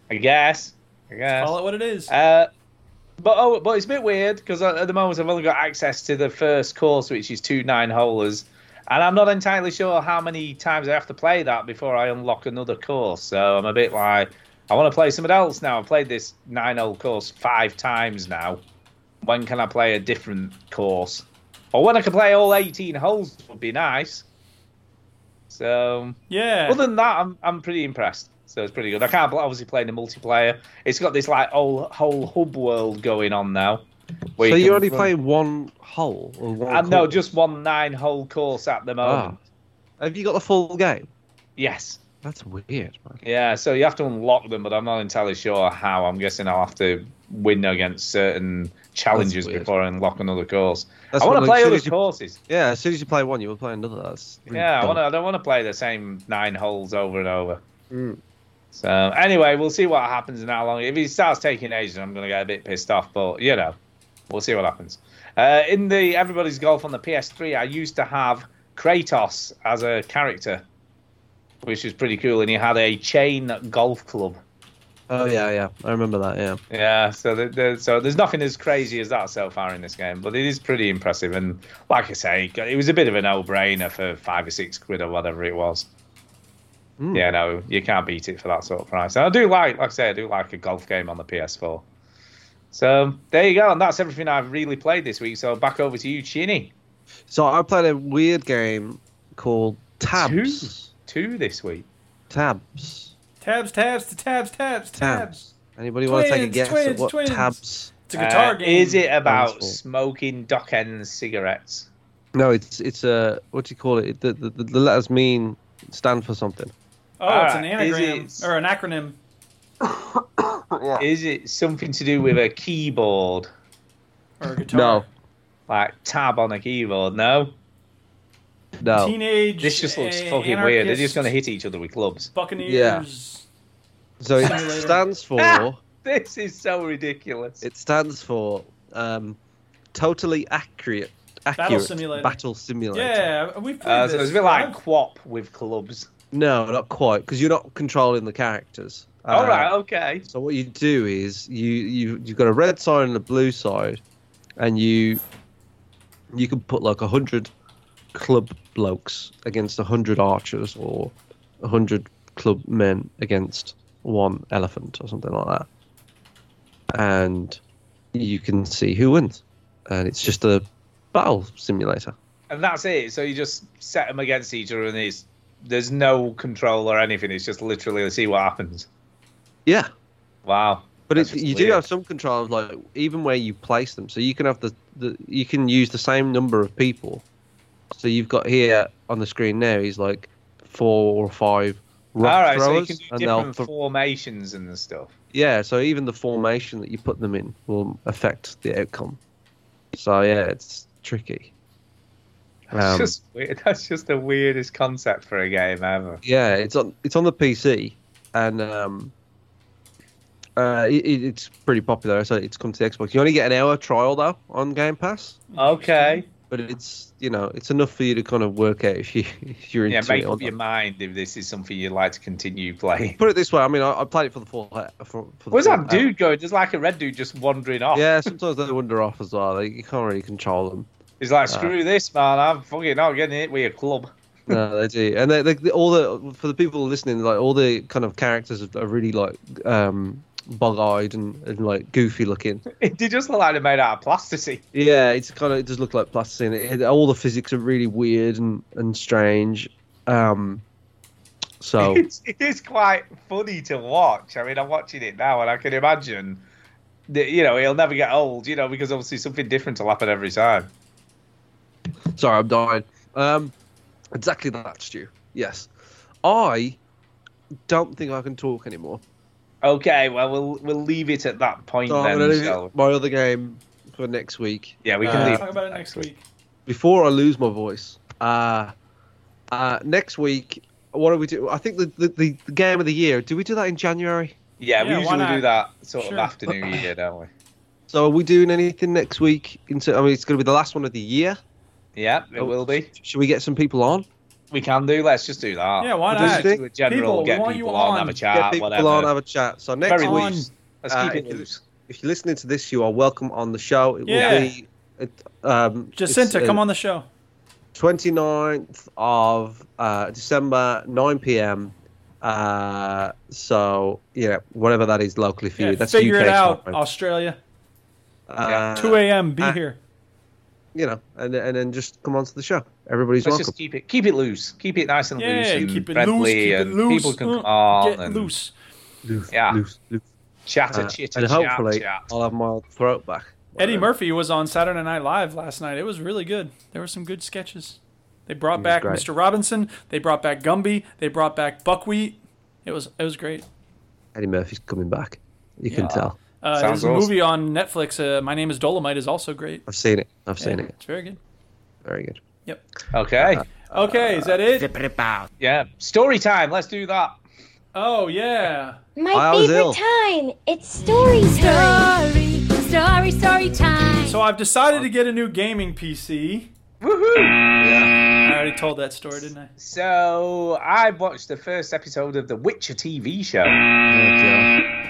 [SPEAKER 4] I guess. I guess.
[SPEAKER 2] Call it what it is.
[SPEAKER 4] Uh, but oh, but it's a bit weird because at at the moment I've only got access to the first course, which is two nine holers, and I'm not entirely sure how many times I have to play that before I unlock another course. So I'm a bit like, I want to play something else now. I've played this nine hole course five times now. When can I play a different course? Or when I can play all 18 holes would be nice. So
[SPEAKER 2] yeah.
[SPEAKER 4] other than that, I'm I'm pretty impressed. So it's pretty good. I can't obviously play in the multiplayer. It's got this like whole whole hub world going on now. where
[SPEAKER 3] so you
[SPEAKER 4] can
[SPEAKER 3] only
[SPEAKER 4] run-
[SPEAKER 3] play one hole or one?
[SPEAKER 4] Uh, no,
[SPEAKER 3] course?
[SPEAKER 4] just one nine hole course at the moment.
[SPEAKER 3] Ah. Have you got the full game?
[SPEAKER 4] Yes.
[SPEAKER 3] That's weird. Man.
[SPEAKER 4] Yeah, so you have to unlock them, but I'm not entirely sure how. I'm guessing I'll have to win against certain challenges
[SPEAKER 3] weird.
[SPEAKER 4] before I unlock another course.
[SPEAKER 3] That's
[SPEAKER 4] I want to
[SPEAKER 3] what-
[SPEAKER 4] play
[SPEAKER 3] as soon
[SPEAKER 4] other
[SPEAKER 3] as you-
[SPEAKER 4] courses.
[SPEAKER 3] Yeah, as soon as you play one, you will play another. That's really
[SPEAKER 4] Yeah, I,
[SPEAKER 3] dumb.
[SPEAKER 4] wanna, I don't want to play the same nine holes over and over.
[SPEAKER 3] Mm.
[SPEAKER 4] So anyway, we'll see what happens and how long. If he starts taking ages, I'm going to get a bit pissed off. But you know, we'll see what happens. Uh, in the Everybody's Golf on the PS3, I used to have Kratos as a character, which was pretty cool, and he had a chain golf club.
[SPEAKER 3] Oh yeah, yeah, I remember that. Yeah.
[SPEAKER 4] Yeah, so the, the, so there's nothing as crazy as that so far in this game, but it is pretty impressive. And like I say, it was a bit of a no-brainer for five or six quid or whatever it was. Yeah, no, you can't beat it for that sort of price. And I do like, like I say, I do like a golf game on the PS4. So there you go, and that's everything I've really played this week. So back over to you, Chinny.
[SPEAKER 3] So I played a weird game called Tabs.
[SPEAKER 4] Two, two this week.
[SPEAKER 3] Tabs.
[SPEAKER 2] Tabs, tabs, to tabs, tabs, tabs.
[SPEAKER 3] Anybody want to take a
[SPEAKER 2] Twins,
[SPEAKER 3] guess at
[SPEAKER 2] twins,
[SPEAKER 3] what
[SPEAKER 2] twins.
[SPEAKER 3] Tabs?
[SPEAKER 2] It's a guitar
[SPEAKER 4] Uh,
[SPEAKER 2] game.
[SPEAKER 4] Is it about
[SPEAKER 3] Thanks,
[SPEAKER 4] smoking dock end cigarettes?
[SPEAKER 3] No, it's it's a what do you call it? It- The, the, the the letters mean stand for something.
[SPEAKER 2] Oh,
[SPEAKER 4] All
[SPEAKER 2] it's an
[SPEAKER 4] right,
[SPEAKER 2] anagram
[SPEAKER 4] is
[SPEAKER 2] or an acronym.
[SPEAKER 4] Is it something to do with a keyboard?
[SPEAKER 2] Or a guitar.
[SPEAKER 3] No,
[SPEAKER 4] like tab on a keyboard. No,
[SPEAKER 3] no.
[SPEAKER 2] Teenage.
[SPEAKER 4] Oh. this just looks
[SPEAKER 2] a-
[SPEAKER 4] fucking weird. They're
[SPEAKER 2] anarchist
[SPEAKER 4] just going to hit each other with clubs.
[SPEAKER 2] Buccaneers.
[SPEAKER 3] So it
[SPEAKER 2] Simulator.
[SPEAKER 3] stands for
[SPEAKER 4] Ah! This is so ridiculous.
[SPEAKER 3] it stands for um, totally accurate accurate
[SPEAKER 2] simulator.
[SPEAKER 3] battle simulator.
[SPEAKER 2] Yeah, we've played
[SPEAKER 4] Uh,
[SPEAKER 2] this.
[SPEAKER 4] so it's a bit like Quap with clubs.
[SPEAKER 3] No, not quite because you're not controlling the characters. Uh,
[SPEAKER 4] All right, okay.
[SPEAKER 3] So what you do is you you you've got a red side and a blue side, and you you can put like a hundred club blokes against a hundred archers or a hundred club men against one elephant or something like that, and you can see who wins, and it's just a battle simulator.
[SPEAKER 4] And that's it. So you just set them against each other, and it's, there's no control or anything. It's just literally see what happens.
[SPEAKER 3] Yeah,
[SPEAKER 4] Wow.
[SPEAKER 3] But
[SPEAKER 4] That's
[SPEAKER 3] it's,
[SPEAKER 4] just
[SPEAKER 3] you do
[SPEAKER 4] weird.
[SPEAKER 3] have some control of like even where you place them, so you can have the, the you can use the same number of people. So you've got here on the screen now is like four or five rock
[SPEAKER 4] All right,
[SPEAKER 3] throwers,
[SPEAKER 4] so you can
[SPEAKER 3] and
[SPEAKER 4] do
[SPEAKER 3] they'll
[SPEAKER 4] different
[SPEAKER 3] thro-
[SPEAKER 4] formations and stuff.
[SPEAKER 3] yeah. So even the formation that you put them in will affect the outcome. So yeah, it's tricky.
[SPEAKER 4] That's
[SPEAKER 3] Um,
[SPEAKER 4] just weird. That's just the weirdest concept for a game ever.
[SPEAKER 3] Yeah, it's on it's on the PC, and um, uh, it, it- it's pretty popular. So it's come to the Xbox. You only get an hour trial though on Game Pass.
[SPEAKER 4] Okay.
[SPEAKER 3] But it's you know it's enough for you to kind of work out if you if you're into
[SPEAKER 4] Yeah, make
[SPEAKER 3] it. Or
[SPEAKER 4] up your
[SPEAKER 3] not.
[SPEAKER 4] mind if this is something you'd like to continue playing.
[SPEAKER 3] Put it this way, I mean, I, I played it for the full. For, for the
[SPEAKER 4] Where's
[SPEAKER 3] full
[SPEAKER 4] that
[SPEAKER 3] hour.
[SPEAKER 4] dude going? There's like a red dude just wandering off.
[SPEAKER 3] Yeah, sometimes they wander off as well. Like, you can't really control them.
[SPEAKER 4] He's like,
[SPEAKER 3] Uh,
[SPEAKER 4] screw this, man. I'm fucking not getting hit with a club.
[SPEAKER 3] no, they do, and they, they, they- all the for the people listening, like all the kind of characters are, are really like um, bug-eyed and, and like goofy looking.
[SPEAKER 4] They just look like they're made out of plasticine.
[SPEAKER 3] Yeah, it's kind of it does look like plasticine. It, it- all the physics are really weird and and strange. Um, so
[SPEAKER 4] It's, it is quite funny to watch. I mean, I'm watching it now, and I can imagine that you know it'll never get old. You know, because obviously something different will happen every time.
[SPEAKER 3] sorry, I'm dying. Um, exactly that, Stu. Yes, I don't think I can talk anymore.
[SPEAKER 4] Okay, well we'll we'll leave it at that point
[SPEAKER 3] So I'm
[SPEAKER 4] then.
[SPEAKER 3] gonna leave
[SPEAKER 4] shall we?
[SPEAKER 3] my other game for next week.
[SPEAKER 4] Yeah, we can
[SPEAKER 3] Uh,
[SPEAKER 4] leave.
[SPEAKER 2] Talk about it next week.
[SPEAKER 3] before I lose my voice, uh, uh, next week, what do we do? I think the, the, the, the game of the year. Do we do that in January?
[SPEAKER 4] Yeah,
[SPEAKER 2] Yeah,
[SPEAKER 4] we
[SPEAKER 2] why
[SPEAKER 4] usually
[SPEAKER 2] not?
[SPEAKER 4] do that sort
[SPEAKER 2] Sure.
[SPEAKER 4] of after New Year, don't we?
[SPEAKER 3] So are we doing anything next week? Into I mean, it's going to be the last one of the year.
[SPEAKER 4] Yeah,
[SPEAKER 3] Oh.
[SPEAKER 4] it will be.
[SPEAKER 3] Should we get some people on?
[SPEAKER 4] We can do. Let's just do that.
[SPEAKER 2] Yeah, why
[SPEAKER 4] We'll just
[SPEAKER 2] not?
[SPEAKER 4] do the general,
[SPEAKER 2] People, we
[SPEAKER 4] get
[SPEAKER 2] want
[SPEAKER 4] people
[SPEAKER 2] you
[SPEAKER 4] on,
[SPEAKER 2] on.
[SPEAKER 4] have a
[SPEAKER 3] get
[SPEAKER 4] chat,
[SPEAKER 3] people
[SPEAKER 4] Ah, whatever.
[SPEAKER 3] on, have a chat. So next
[SPEAKER 4] Very
[SPEAKER 3] week,
[SPEAKER 4] loose. Let's
[SPEAKER 3] uh,
[SPEAKER 4] keep it
[SPEAKER 3] if you-
[SPEAKER 4] loose.
[SPEAKER 3] If you're listening to this, you are welcome on the show. It
[SPEAKER 2] Yeah.
[SPEAKER 3] will be. It, um,
[SPEAKER 2] Jacinta, come on the show.
[SPEAKER 3] 29th of uh, December, 9 p.m. Uh, so, yeah, whatever that is locally for
[SPEAKER 2] Yeah,
[SPEAKER 3] you. That's
[SPEAKER 2] figure
[SPEAKER 3] UK
[SPEAKER 2] it out,
[SPEAKER 3] time.
[SPEAKER 2] Australia.
[SPEAKER 3] Uh,
[SPEAKER 2] 2 a.m. Be
[SPEAKER 3] uh,
[SPEAKER 2] here.
[SPEAKER 3] You know, and, and then just come onto the show. Everybody's
[SPEAKER 4] Let's
[SPEAKER 3] welcome.
[SPEAKER 4] just keep it keep it loose, keep it nice and
[SPEAKER 2] Yeah,
[SPEAKER 4] loose, and
[SPEAKER 2] keep it
[SPEAKER 4] friendly,
[SPEAKER 2] loose. Keep it
[SPEAKER 4] and
[SPEAKER 2] loose.
[SPEAKER 4] people can
[SPEAKER 2] uh,
[SPEAKER 4] come on
[SPEAKER 2] get
[SPEAKER 4] and
[SPEAKER 2] loose.
[SPEAKER 3] Loose,
[SPEAKER 4] yeah.
[SPEAKER 3] loose, loose.
[SPEAKER 4] chatter,
[SPEAKER 3] Uh,
[SPEAKER 4] chitter,
[SPEAKER 3] and
[SPEAKER 4] chat,
[SPEAKER 3] hopefully,
[SPEAKER 4] chat.
[SPEAKER 3] I'll have my throat back.
[SPEAKER 2] Eddie Murphy was on Saturday Night Live last night. It was really good. There were some good sketches. They brought back
[SPEAKER 3] great.
[SPEAKER 2] Mr. Robinson. They brought back Gumby. They brought back Buckwheat. It was it was great.
[SPEAKER 3] Eddie Murphy's coming back. You can
[SPEAKER 2] Yeah.
[SPEAKER 3] tell.
[SPEAKER 2] Uh,
[SPEAKER 3] Sounds
[SPEAKER 2] there's a
[SPEAKER 3] awesome.
[SPEAKER 2] movie on Netflix. Uh, My name is Dolomite is also great.
[SPEAKER 3] I've seen it. I've seen
[SPEAKER 2] Yeah,
[SPEAKER 3] it.
[SPEAKER 2] It's very good.
[SPEAKER 3] Very good.
[SPEAKER 2] Yep.
[SPEAKER 4] Okay,
[SPEAKER 3] Uh,
[SPEAKER 2] Okay, is that it?
[SPEAKER 4] yeah, story time. Let's do that.
[SPEAKER 2] Oh yeah.
[SPEAKER 20] My
[SPEAKER 2] I was
[SPEAKER 20] favorite
[SPEAKER 2] ill.
[SPEAKER 20] time. It's story time. Story, story, story time.
[SPEAKER 2] So I've decided to get a new gaming PC.
[SPEAKER 4] Woohoo!
[SPEAKER 2] I already told that story, didn't I?
[SPEAKER 4] So I watched the first episode of the Witcher TV show.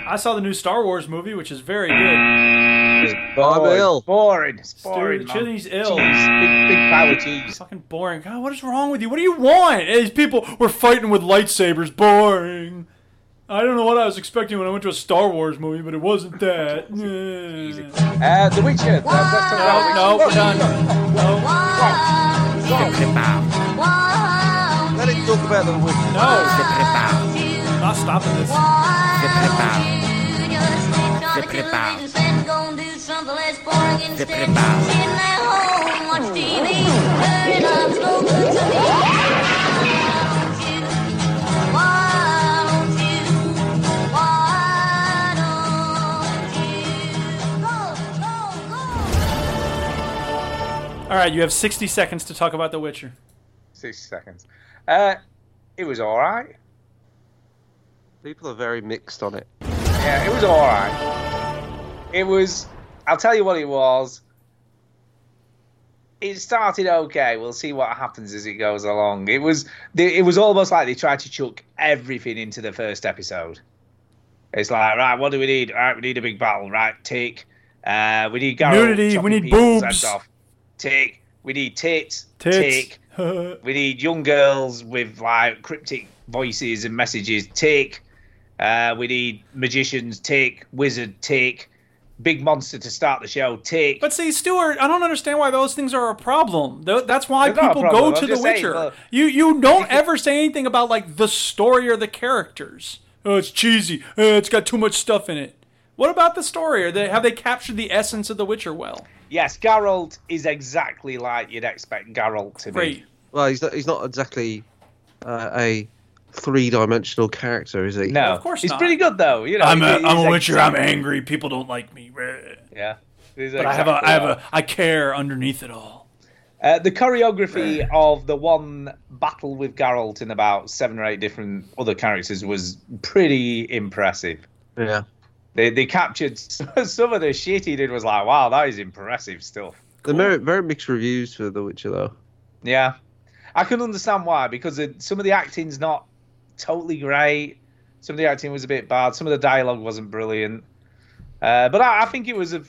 [SPEAKER 2] I saw the new Star Wars movie, which is very good.
[SPEAKER 4] Boring,
[SPEAKER 3] ill.
[SPEAKER 4] Boring. It's boring.
[SPEAKER 2] Dude,
[SPEAKER 4] man.
[SPEAKER 2] Chili's ill.
[SPEAKER 4] Jeez, big, big pile of cheese.
[SPEAKER 2] Fucking boring. God, what is wrong with you? What do you want? And These people were fighting with lightsabers. Boring. I don't know what I was expecting when I went to a Star Wars movie, but it wasn't that. no,
[SPEAKER 4] Uh, the Witcher. Uh, let's talk about
[SPEAKER 2] no, we're done.
[SPEAKER 3] Let it talk about the witch.
[SPEAKER 2] No. Not stopping this. All right, you have 60 seconds to talk about The Witcher.
[SPEAKER 4] 60 seconds. Uh, it was all right.
[SPEAKER 3] People are very mixed on it.
[SPEAKER 4] Yeah, it was all right. It was. I'll tell you what it was. It started okay. We'll see what happens as it goes along. It was. It was almost like they tried to chuck everything into the first episode. It's like, right, what do we need? All right, we need a big battle. Right, take. Uh, we need Garrel
[SPEAKER 2] Nudity, we
[SPEAKER 4] chopping
[SPEAKER 2] need
[SPEAKER 4] people's
[SPEAKER 2] boobs.
[SPEAKER 4] heads Off. Take. We need tits.
[SPEAKER 2] Tits.
[SPEAKER 4] Take. we need young girls with like cryptic voices and messages. Take. Uh, we need magicians. Take. Wizard. Take. Big monster to start the show. Take.
[SPEAKER 2] But see, Stuart, I don't understand why those things are a problem. Tho- That's why
[SPEAKER 4] They're not a
[SPEAKER 2] people go
[SPEAKER 4] problem,
[SPEAKER 2] to
[SPEAKER 4] I'm
[SPEAKER 2] The
[SPEAKER 4] just saying,
[SPEAKER 2] Witcher.
[SPEAKER 4] look.
[SPEAKER 2] you you don't ever say anything about like the story or the characters. Oh, it's cheesy. Oh, it's got too much stuff in it. What about the story? Are they, have they captured the essence of The Witcher well?
[SPEAKER 4] Yes, Geralt is exactly like you'd expect Geralt to be.
[SPEAKER 3] Well, he's not, he's not exactly uh, a three dimensional character, is he?
[SPEAKER 4] No, he's pretty good though. You know,
[SPEAKER 2] I'm a,
[SPEAKER 4] he- he's
[SPEAKER 2] I'm a
[SPEAKER 4] like-
[SPEAKER 2] Witcher. I'm angry. People don't like me.
[SPEAKER 4] Yeah, He's
[SPEAKER 2] But I have a,
[SPEAKER 4] exactly
[SPEAKER 2] I have
[SPEAKER 4] that.
[SPEAKER 2] a, I care underneath it all.
[SPEAKER 4] Uh, the choreography of the one battle with Geralt and about seven or eight different other characters was pretty impressive.
[SPEAKER 3] Yeah.
[SPEAKER 4] They they captured some of the shit he did was like, wow, that is impressive stuff.
[SPEAKER 3] They're very, very mixed reviews for The Witcher, though.
[SPEAKER 4] Yeah, I can understand why because it, some of the acting's not totally great. Some of the acting was a bit bad. Some of the dialogue wasn't brilliant. Uh, but I, I think it was a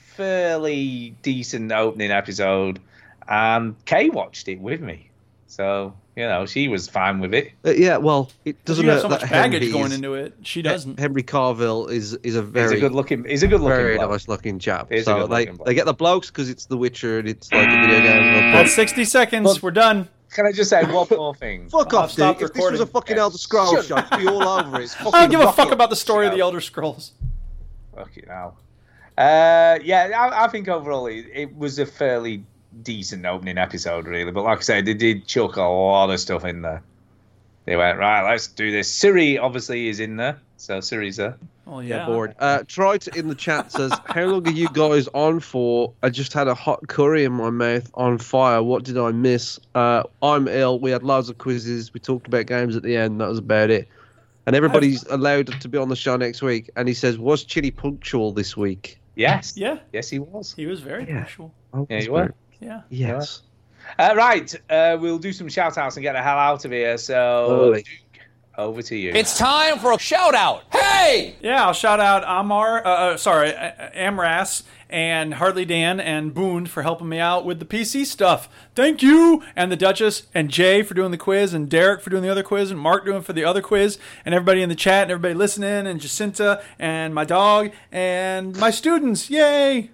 [SPEAKER 4] fairly decent opening episode, and Kay watched it with me, so you know she was fine with it.
[SPEAKER 3] Uh, yeah, well, it doesn't
[SPEAKER 4] You have
[SPEAKER 3] hurt
[SPEAKER 4] so
[SPEAKER 3] that
[SPEAKER 4] much baggage
[SPEAKER 3] Henry
[SPEAKER 4] going
[SPEAKER 3] is-
[SPEAKER 4] into it. She
[SPEAKER 3] He-
[SPEAKER 4] doesn't.
[SPEAKER 3] Henry Carville is is a very
[SPEAKER 4] good looking. He's a good looking.
[SPEAKER 3] very
[SPEAKER 4] bloke.
[SPEAKER 3] nice looking chap.
[SPEAKER 4] He's a
[SPEAKER 3] so
[SPEAKER 4] good
[SPEAKER 3] they
[SPEAKER 4] looking bloke.
[SPEAKER 3] they get the blokes because it's The Witcher and it's like a video game. and all
[SPEAKER 2] That's 60 seconds. We're done.
[SPEAKER 4] Can I just say one more thing?
[SPEAKER 3] Fuck
[SPEAKER 2] I've
[SPEAKER 3] off,
[SPEAKER 2] stopped
[SPEAKER 3] dude. If this was a
[SPEAKER 2] recording.
[SPEAKER 3] fucking Elder Scrolls show, I'd be all over it. It's
[SPEAKER 2] I don't
[SPEAKER 3] fucking
[SPEAKER 2] give a fuck
[SPEAKER 3] rocket.
[SPEAKER 2] about the story of the Elder Scrolls.
[SPEAKER 4] Fucking hell. Uh, yeah, I, I think overall it, it was a fairly decent opening episode, really. But like I said, they did chuck a lot of stuff in there. They went, right, let's do this. Siri obviously is in there. So Siri's there.
[SPEAKER 2] Oh
[SPEAKER 3] Yeah, bored. Uh, Troit in the chat says, "How long are you guys on for? I just had a hot curry in my mouth, on fire. What did I miss? Uh, I'm ill. We had loads of quizzes. We talked about games at the end. That was about it. And everybody's allowed to be on the show next week. And he says, was Chili punctual this week?
[SPEAKER 4] Yes.
[SPEAKER 2] Yeah.
[SPEAKER 4] Yes, he was.
[SPEAKER 2] He was very
[SPEAKER 3] Yeah.
[SPEAKER 2] punctual.
[SPEAKER 4] Yeah, you were.
[SPEAKER 2] Yeah.
[SPEAKER 3] Yes.
[SPEAKER 4] Uh, right, uh, we'll do some shout outs and get the hell out of here. So,
[SPEAKER 3] Lovely.
[SPEAKER 4] Duke, over to you.
[SPEAKER 2] time for a shout out. Hey! Yeah, I'll shout out Amar, uh, uh, sorry, uh, uh, Amras and Hardly Dan and Boone for helping me out with the PC stuff. Thank you! And the Duchess and Jay for doing the quiz and Derek for doing the other quiz and Mark doing for the other quiz and everybody in the chat and everybody listening and Jacinta and my dog and my students. Yay!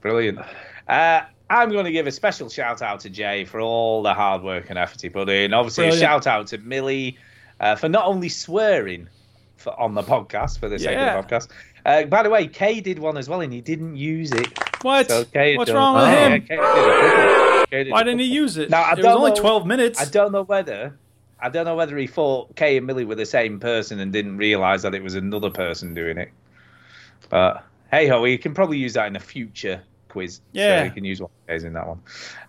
[SPEAKER 4] Brilliant. Uh, I'm going to give a special shout out to Jay for all the hard work and effort he put in. Obviously,
[SPEAKER 2] Brilliant.
[SPEAKER 4] a shout out to Millie uh, for not only swearing for, on the podcast for the sake
[SPEAKER 2] Yeah.
[SPEAKER 4] of the podcast. Uh, by the way, Kay did one as well, and he didn't use it.
[SPEAKER 2] What?
[SPEAKER 4] So Kay
[SPEAKER 2] What's
[SPEAKER 4] done-
[SPEAKER 2] wrong with him?
[SPEAKER 4] Kay did a couple. Kay did
[SPEAKER 2] Why
[SPEAKER 4] a
[SPEAKER 2] didn't he
[SPEAKER 4] couple.
[SPEAKER 2] use it?
[SPEAKER 4] Now, I
[SPEAKER 2] it was
[SPEAKER 4] don't
[SPEAKER 2] only
[SPEAKER 4] know-
[SPEAKER 2] 12 minutes.
[SPEAKER 4] I don't know whether. I don't know whether he thought Kay and Millie were the same person and didn't realise that it was another person doing it. But hey ho, we can probably use that in a future quiz.
[SPEAKER 2] Yeah.
[SPEAKER 4] So you can use one of Kay's in that one.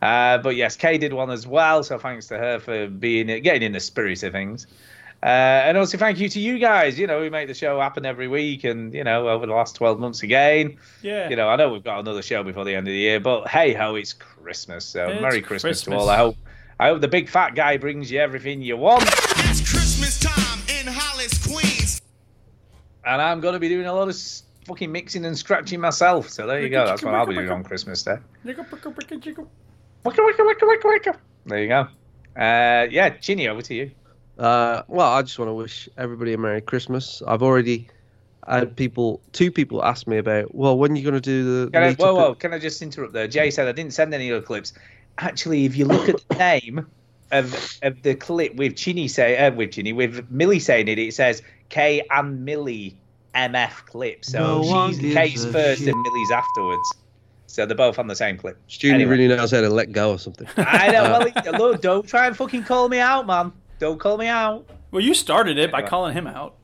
[SPEAKER 4] Uh, but yes, Kay did one as well, so thanks to her for being getting in the spirit of things. Uh, and also thank you to you guys. You know, we make the show happen every week and, you know, over the last twelve months again.
[SPEAKER 2] Yeah.
[SPEAKER 4] You know, I know we've got another show before the end of the year, but hey ho, it's Christmas. So
[SPEAKER 2] It's
[SPEAKER 4] Merry Christmas, to
[SPEAKER 2] Christmas.
[SPEAKER 4] all. I hope I hope the big fat guy brings you everything you want.
[SPEAKER 7] Christmas time in Hollis, Queens.
[SPEAKER 4] and I'm going to be doing a lot of s- fucking mixing and scratching myself. So there you go. That's what I'll be doing on Christmas Day. There you go. Uh, yeah, Ginny, over to you.
[SPEAKER 3] Uh, well, I just want to wish everybody a Merry Christmas. I've already had people, two people ask me about, well, when are you going to do the.
[SPEAKER 4] Can I,
[SPEAKER 3] meetup
[SPEAKER 4] whoa,
[SPEAKER 3] at-
[SPEAKER 4] whoa, can I just interrupt there? Jay said I didn't send any other clips. Actually, if you look at the name of of the clip with Ginny say uh, with Ginny with Millie saying it, it says K and Millie MF clip. So
[SPEAKER 3] No one
[SPEAKER 4] she's
[SPEAKER 3] gives
[SPEAKER 4] K's
[SPEAKER 3] a
[SPEAKER 4] first
[SPEAKER 3] shit.
[SPEAKER 4] and Millie's afterwards. So they're both on the same clip.
[SPEAKER 3] Judy
[SPEAKER 4] Anyway.
[SPEAKER 3] really knows how to let go or something.
[SPEAKER 4] I know. Well, it- look, don't try and fucking call me out, man. Don't call me out.
[SPEAKER 2] Well, you started it by calling him out.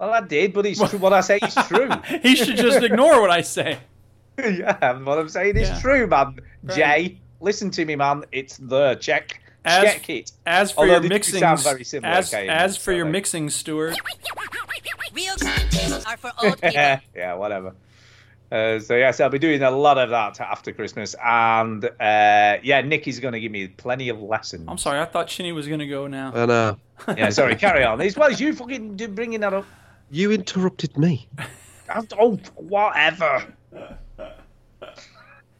[SPEAKER 4] Well, I did, but it's true. What I say is true.
[SPEAKER 2] He should just ignore what I say.
[SPEAKER 4] yeah, and what I'm saying is true, man. Jay, listen to me, man. It's the check.
[SPEAKER 2] As-
[SPEAKER 4] check it.
[SPEAKER 2] As for
[SPEAKER 4] Although
[SPEAKER 2] your
[SPEAKER 4] they do
[SPEAKER 2] mixing,
[SPEAKER 4] sound very similar.
[SPEAKER 2] as,
[SPEAKER 4] okay,
[SPEAKER 2] as for
[SPEAKER 4] so
[SPEAKER 2] your
[SPEAKER 4] they-
[SPEAKER 2] mixing, Stuart.
[SPEAKER 22] Real time tables are for old people.
[SPEAKER 4] yeah, whatever. Uh, so yes, I'll be doing a lot of that after Christmas, and uh, yeah, Nicky's going to give me plenty of lessons.
[SPEAKER 2] I'm sorry, I thought Shinny was gonna go now.
[SPEAKER 3] I know.
[SPEAKER 4] Yeah, sorry, carry on. It's well, you fucking do- bringing that up.
[SPEAKER 3] You interrupted me.
[SPEAKER 4] I don't, oh, whatever.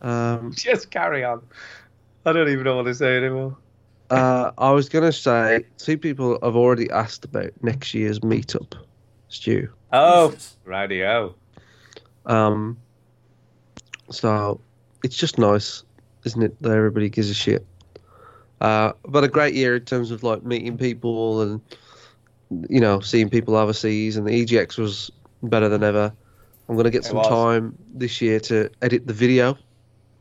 [SPEAKER 3] Um,
[SPEAKER 4] Just carry on. I don't even know what to say anymore.
[SPEAKER 3] uh, I was going to say, two people have already asked about next year's meetup, Stu.
[SPEAKER 4] Oh, radio.
[SPEAKER 3] Um, so it's just nice, isn't it? That everybody gives a shit. Uh, but a great year in terms of like meeting people and you know seeing people overseas. And the EGX was better than ever. I'm gonna get
[SPEAKER 4] It
[SPEAKER 3] some
[SPEAKER 4] was.
[SPEAKER 3] time this year to edit the video,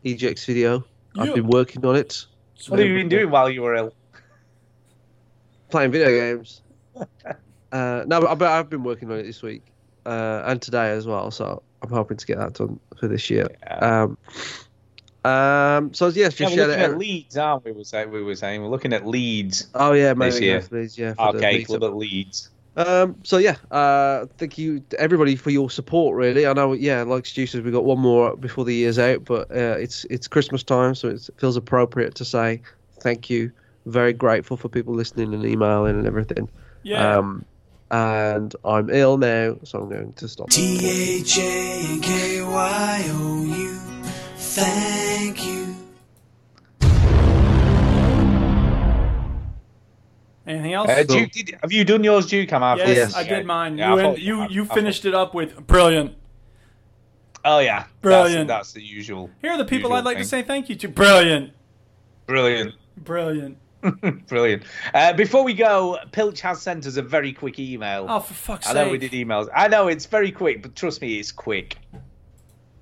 [SPEAKER 3] EGX video. I've
[SPEAKER 4] Yeah.
[SPEAKER 3] been working on it,
[SPEAKER 4] What have you been doing while you were ill?
[SPEAKER 3] playing video games. uh, no, but I- I've been working on it this week uh, and today as well. So I'm hoping to get that done for this year. Um, um, so yes,
[SPEAKER 4] Yeah,
[SPEAKER 3] just
[SPEAKER 4] we're
[SPEAKER 3] share
[SPEAKER 4] looking
[SPEAKER 3] that.
[SPEAKER 4] at Leeds, aren't we? We were saying, we were saying we're looking at Leeds.
[SPEAKER 3] Oh yeah, maybe
[SPEAKER 4] this year.
[SPEAKER 3] that's Leeds, yeah, for the
[SPEAKER 4] Arcade
[SPEAKER 3] meetup.
[SPEAKER 4] Club at Leeds.
[SPEAKER 3] Um, so yeah, uh, thank you to everybody for your support. Really, I know. Yeah, like Stu says, we got one more before the year's out, but uh, it's it's Christmas time, so it's, it feels appropriate to say thank you. Very grateful for people listening and emailing and everything.
[SPEAKER 10] Yeah.
[SPEAKER 3] Um, and I'm ill now, so I'm going to stop.
[SPEAKER 10] T H A N K Y O U. Thank you.
[SPEAKER 2] Anything else?
[SPEAKER 4] Uh, Duke, did, have you done yours, Duke? Am I?
[SPEAKER 2] yes, I did mine.
[SPEAKER 4] Yeah,
[SPEAKER 2] you
[SPEAKER 4] I
[SPEAKER 2] and,
[SPEAKER 4] thought
[SPEAKER 2] you
[SPEAKER 4] had.
[SPEAKER 2] you
[SPEAKER 4] I thought-
[SPEAKER 2] finished it up with brilliant.
[SPEAKER 4] Oh yeah,
[SPEAKER 2] Brilliant.
[SPEAKER 4] That's, that's the usual.
[SPEAKER 2] Here are the people
[SPEAKER 4] usual
[SPEAKER 2] I'd like to
[SPEAKER 4] thing.
[SPEAKER 2] say thank you to. Brilliant,
[SPEAKER 4] Brilliant.
[SPEAKER 2] brilliant.
[SPEAKER 4] Brilliant. Uh, before we go, Pilch has sent us a very quick email.
[SPEAKER 2] Oh, for fuck's
[SPEAKER 4] I know we
[SPEAKER 2] sake.
[SPEAKER 4] did emails. I know it's very quick, but trust me, it's quick.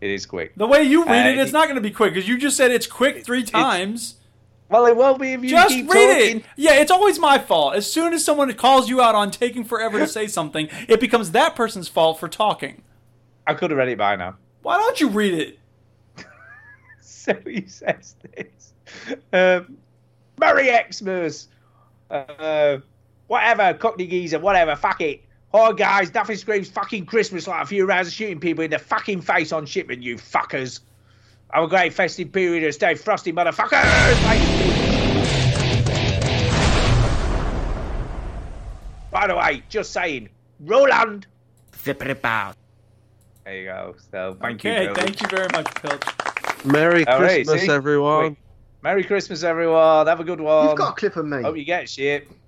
[SPEAKER 4] It is quick.
[SPEAKER 2] The way you read
[SPEAKER 4] Uh,
[SPEAKER 2] it, it's not going to be quick because you just said it's quick three times.
[SPEAKER 4] Well, it won't be if you
[SPEAKER 2] just
[SPEAKER 4] keep
[SPEAKER 2] read it.
[SPEAKER 4] talking.
[SPEAKER 2] Yeah, it's always my fault. As soon as someone calls you out on taking forever to say something, it becomes that person's fault for talking.
[SPEAKER 4] I could have read it by now.
[SPEAKER 2] Why don't you read it?
[SPEAKER 4] so he says this. Um, Merry Xmas. Uh, whatever, Cockney geezer, whatever, fuck it. Oh, guys, nothing screams fucking Christmas like a few rounds of shooting people in the fucking face on shipment, you fuckers. Have a great festive period and stay frosty, motherfuckers! By the way, just saying, Roland.
[SPEAKER 10] Flip it about.
[SPEAKER 4] There you go. So thank you.
[SPEAKER 2] Okay,
[SPEAKER 4] Roland.
[SPEAKER 2] thank you very much, Pilch.
[SPEAKER 3] Merry
[SPEAKER 4] All right,
[SPEAKER 3] Christmas,
[SPEAKER 4] see?
[SPEAKER 3] everyone.
[SPEAKER 4] Merry Christmas, everyone. Have a good one.
[SPEAKER 11] You've got a clip of me.
[SPEAKER 4] Hope you get shit.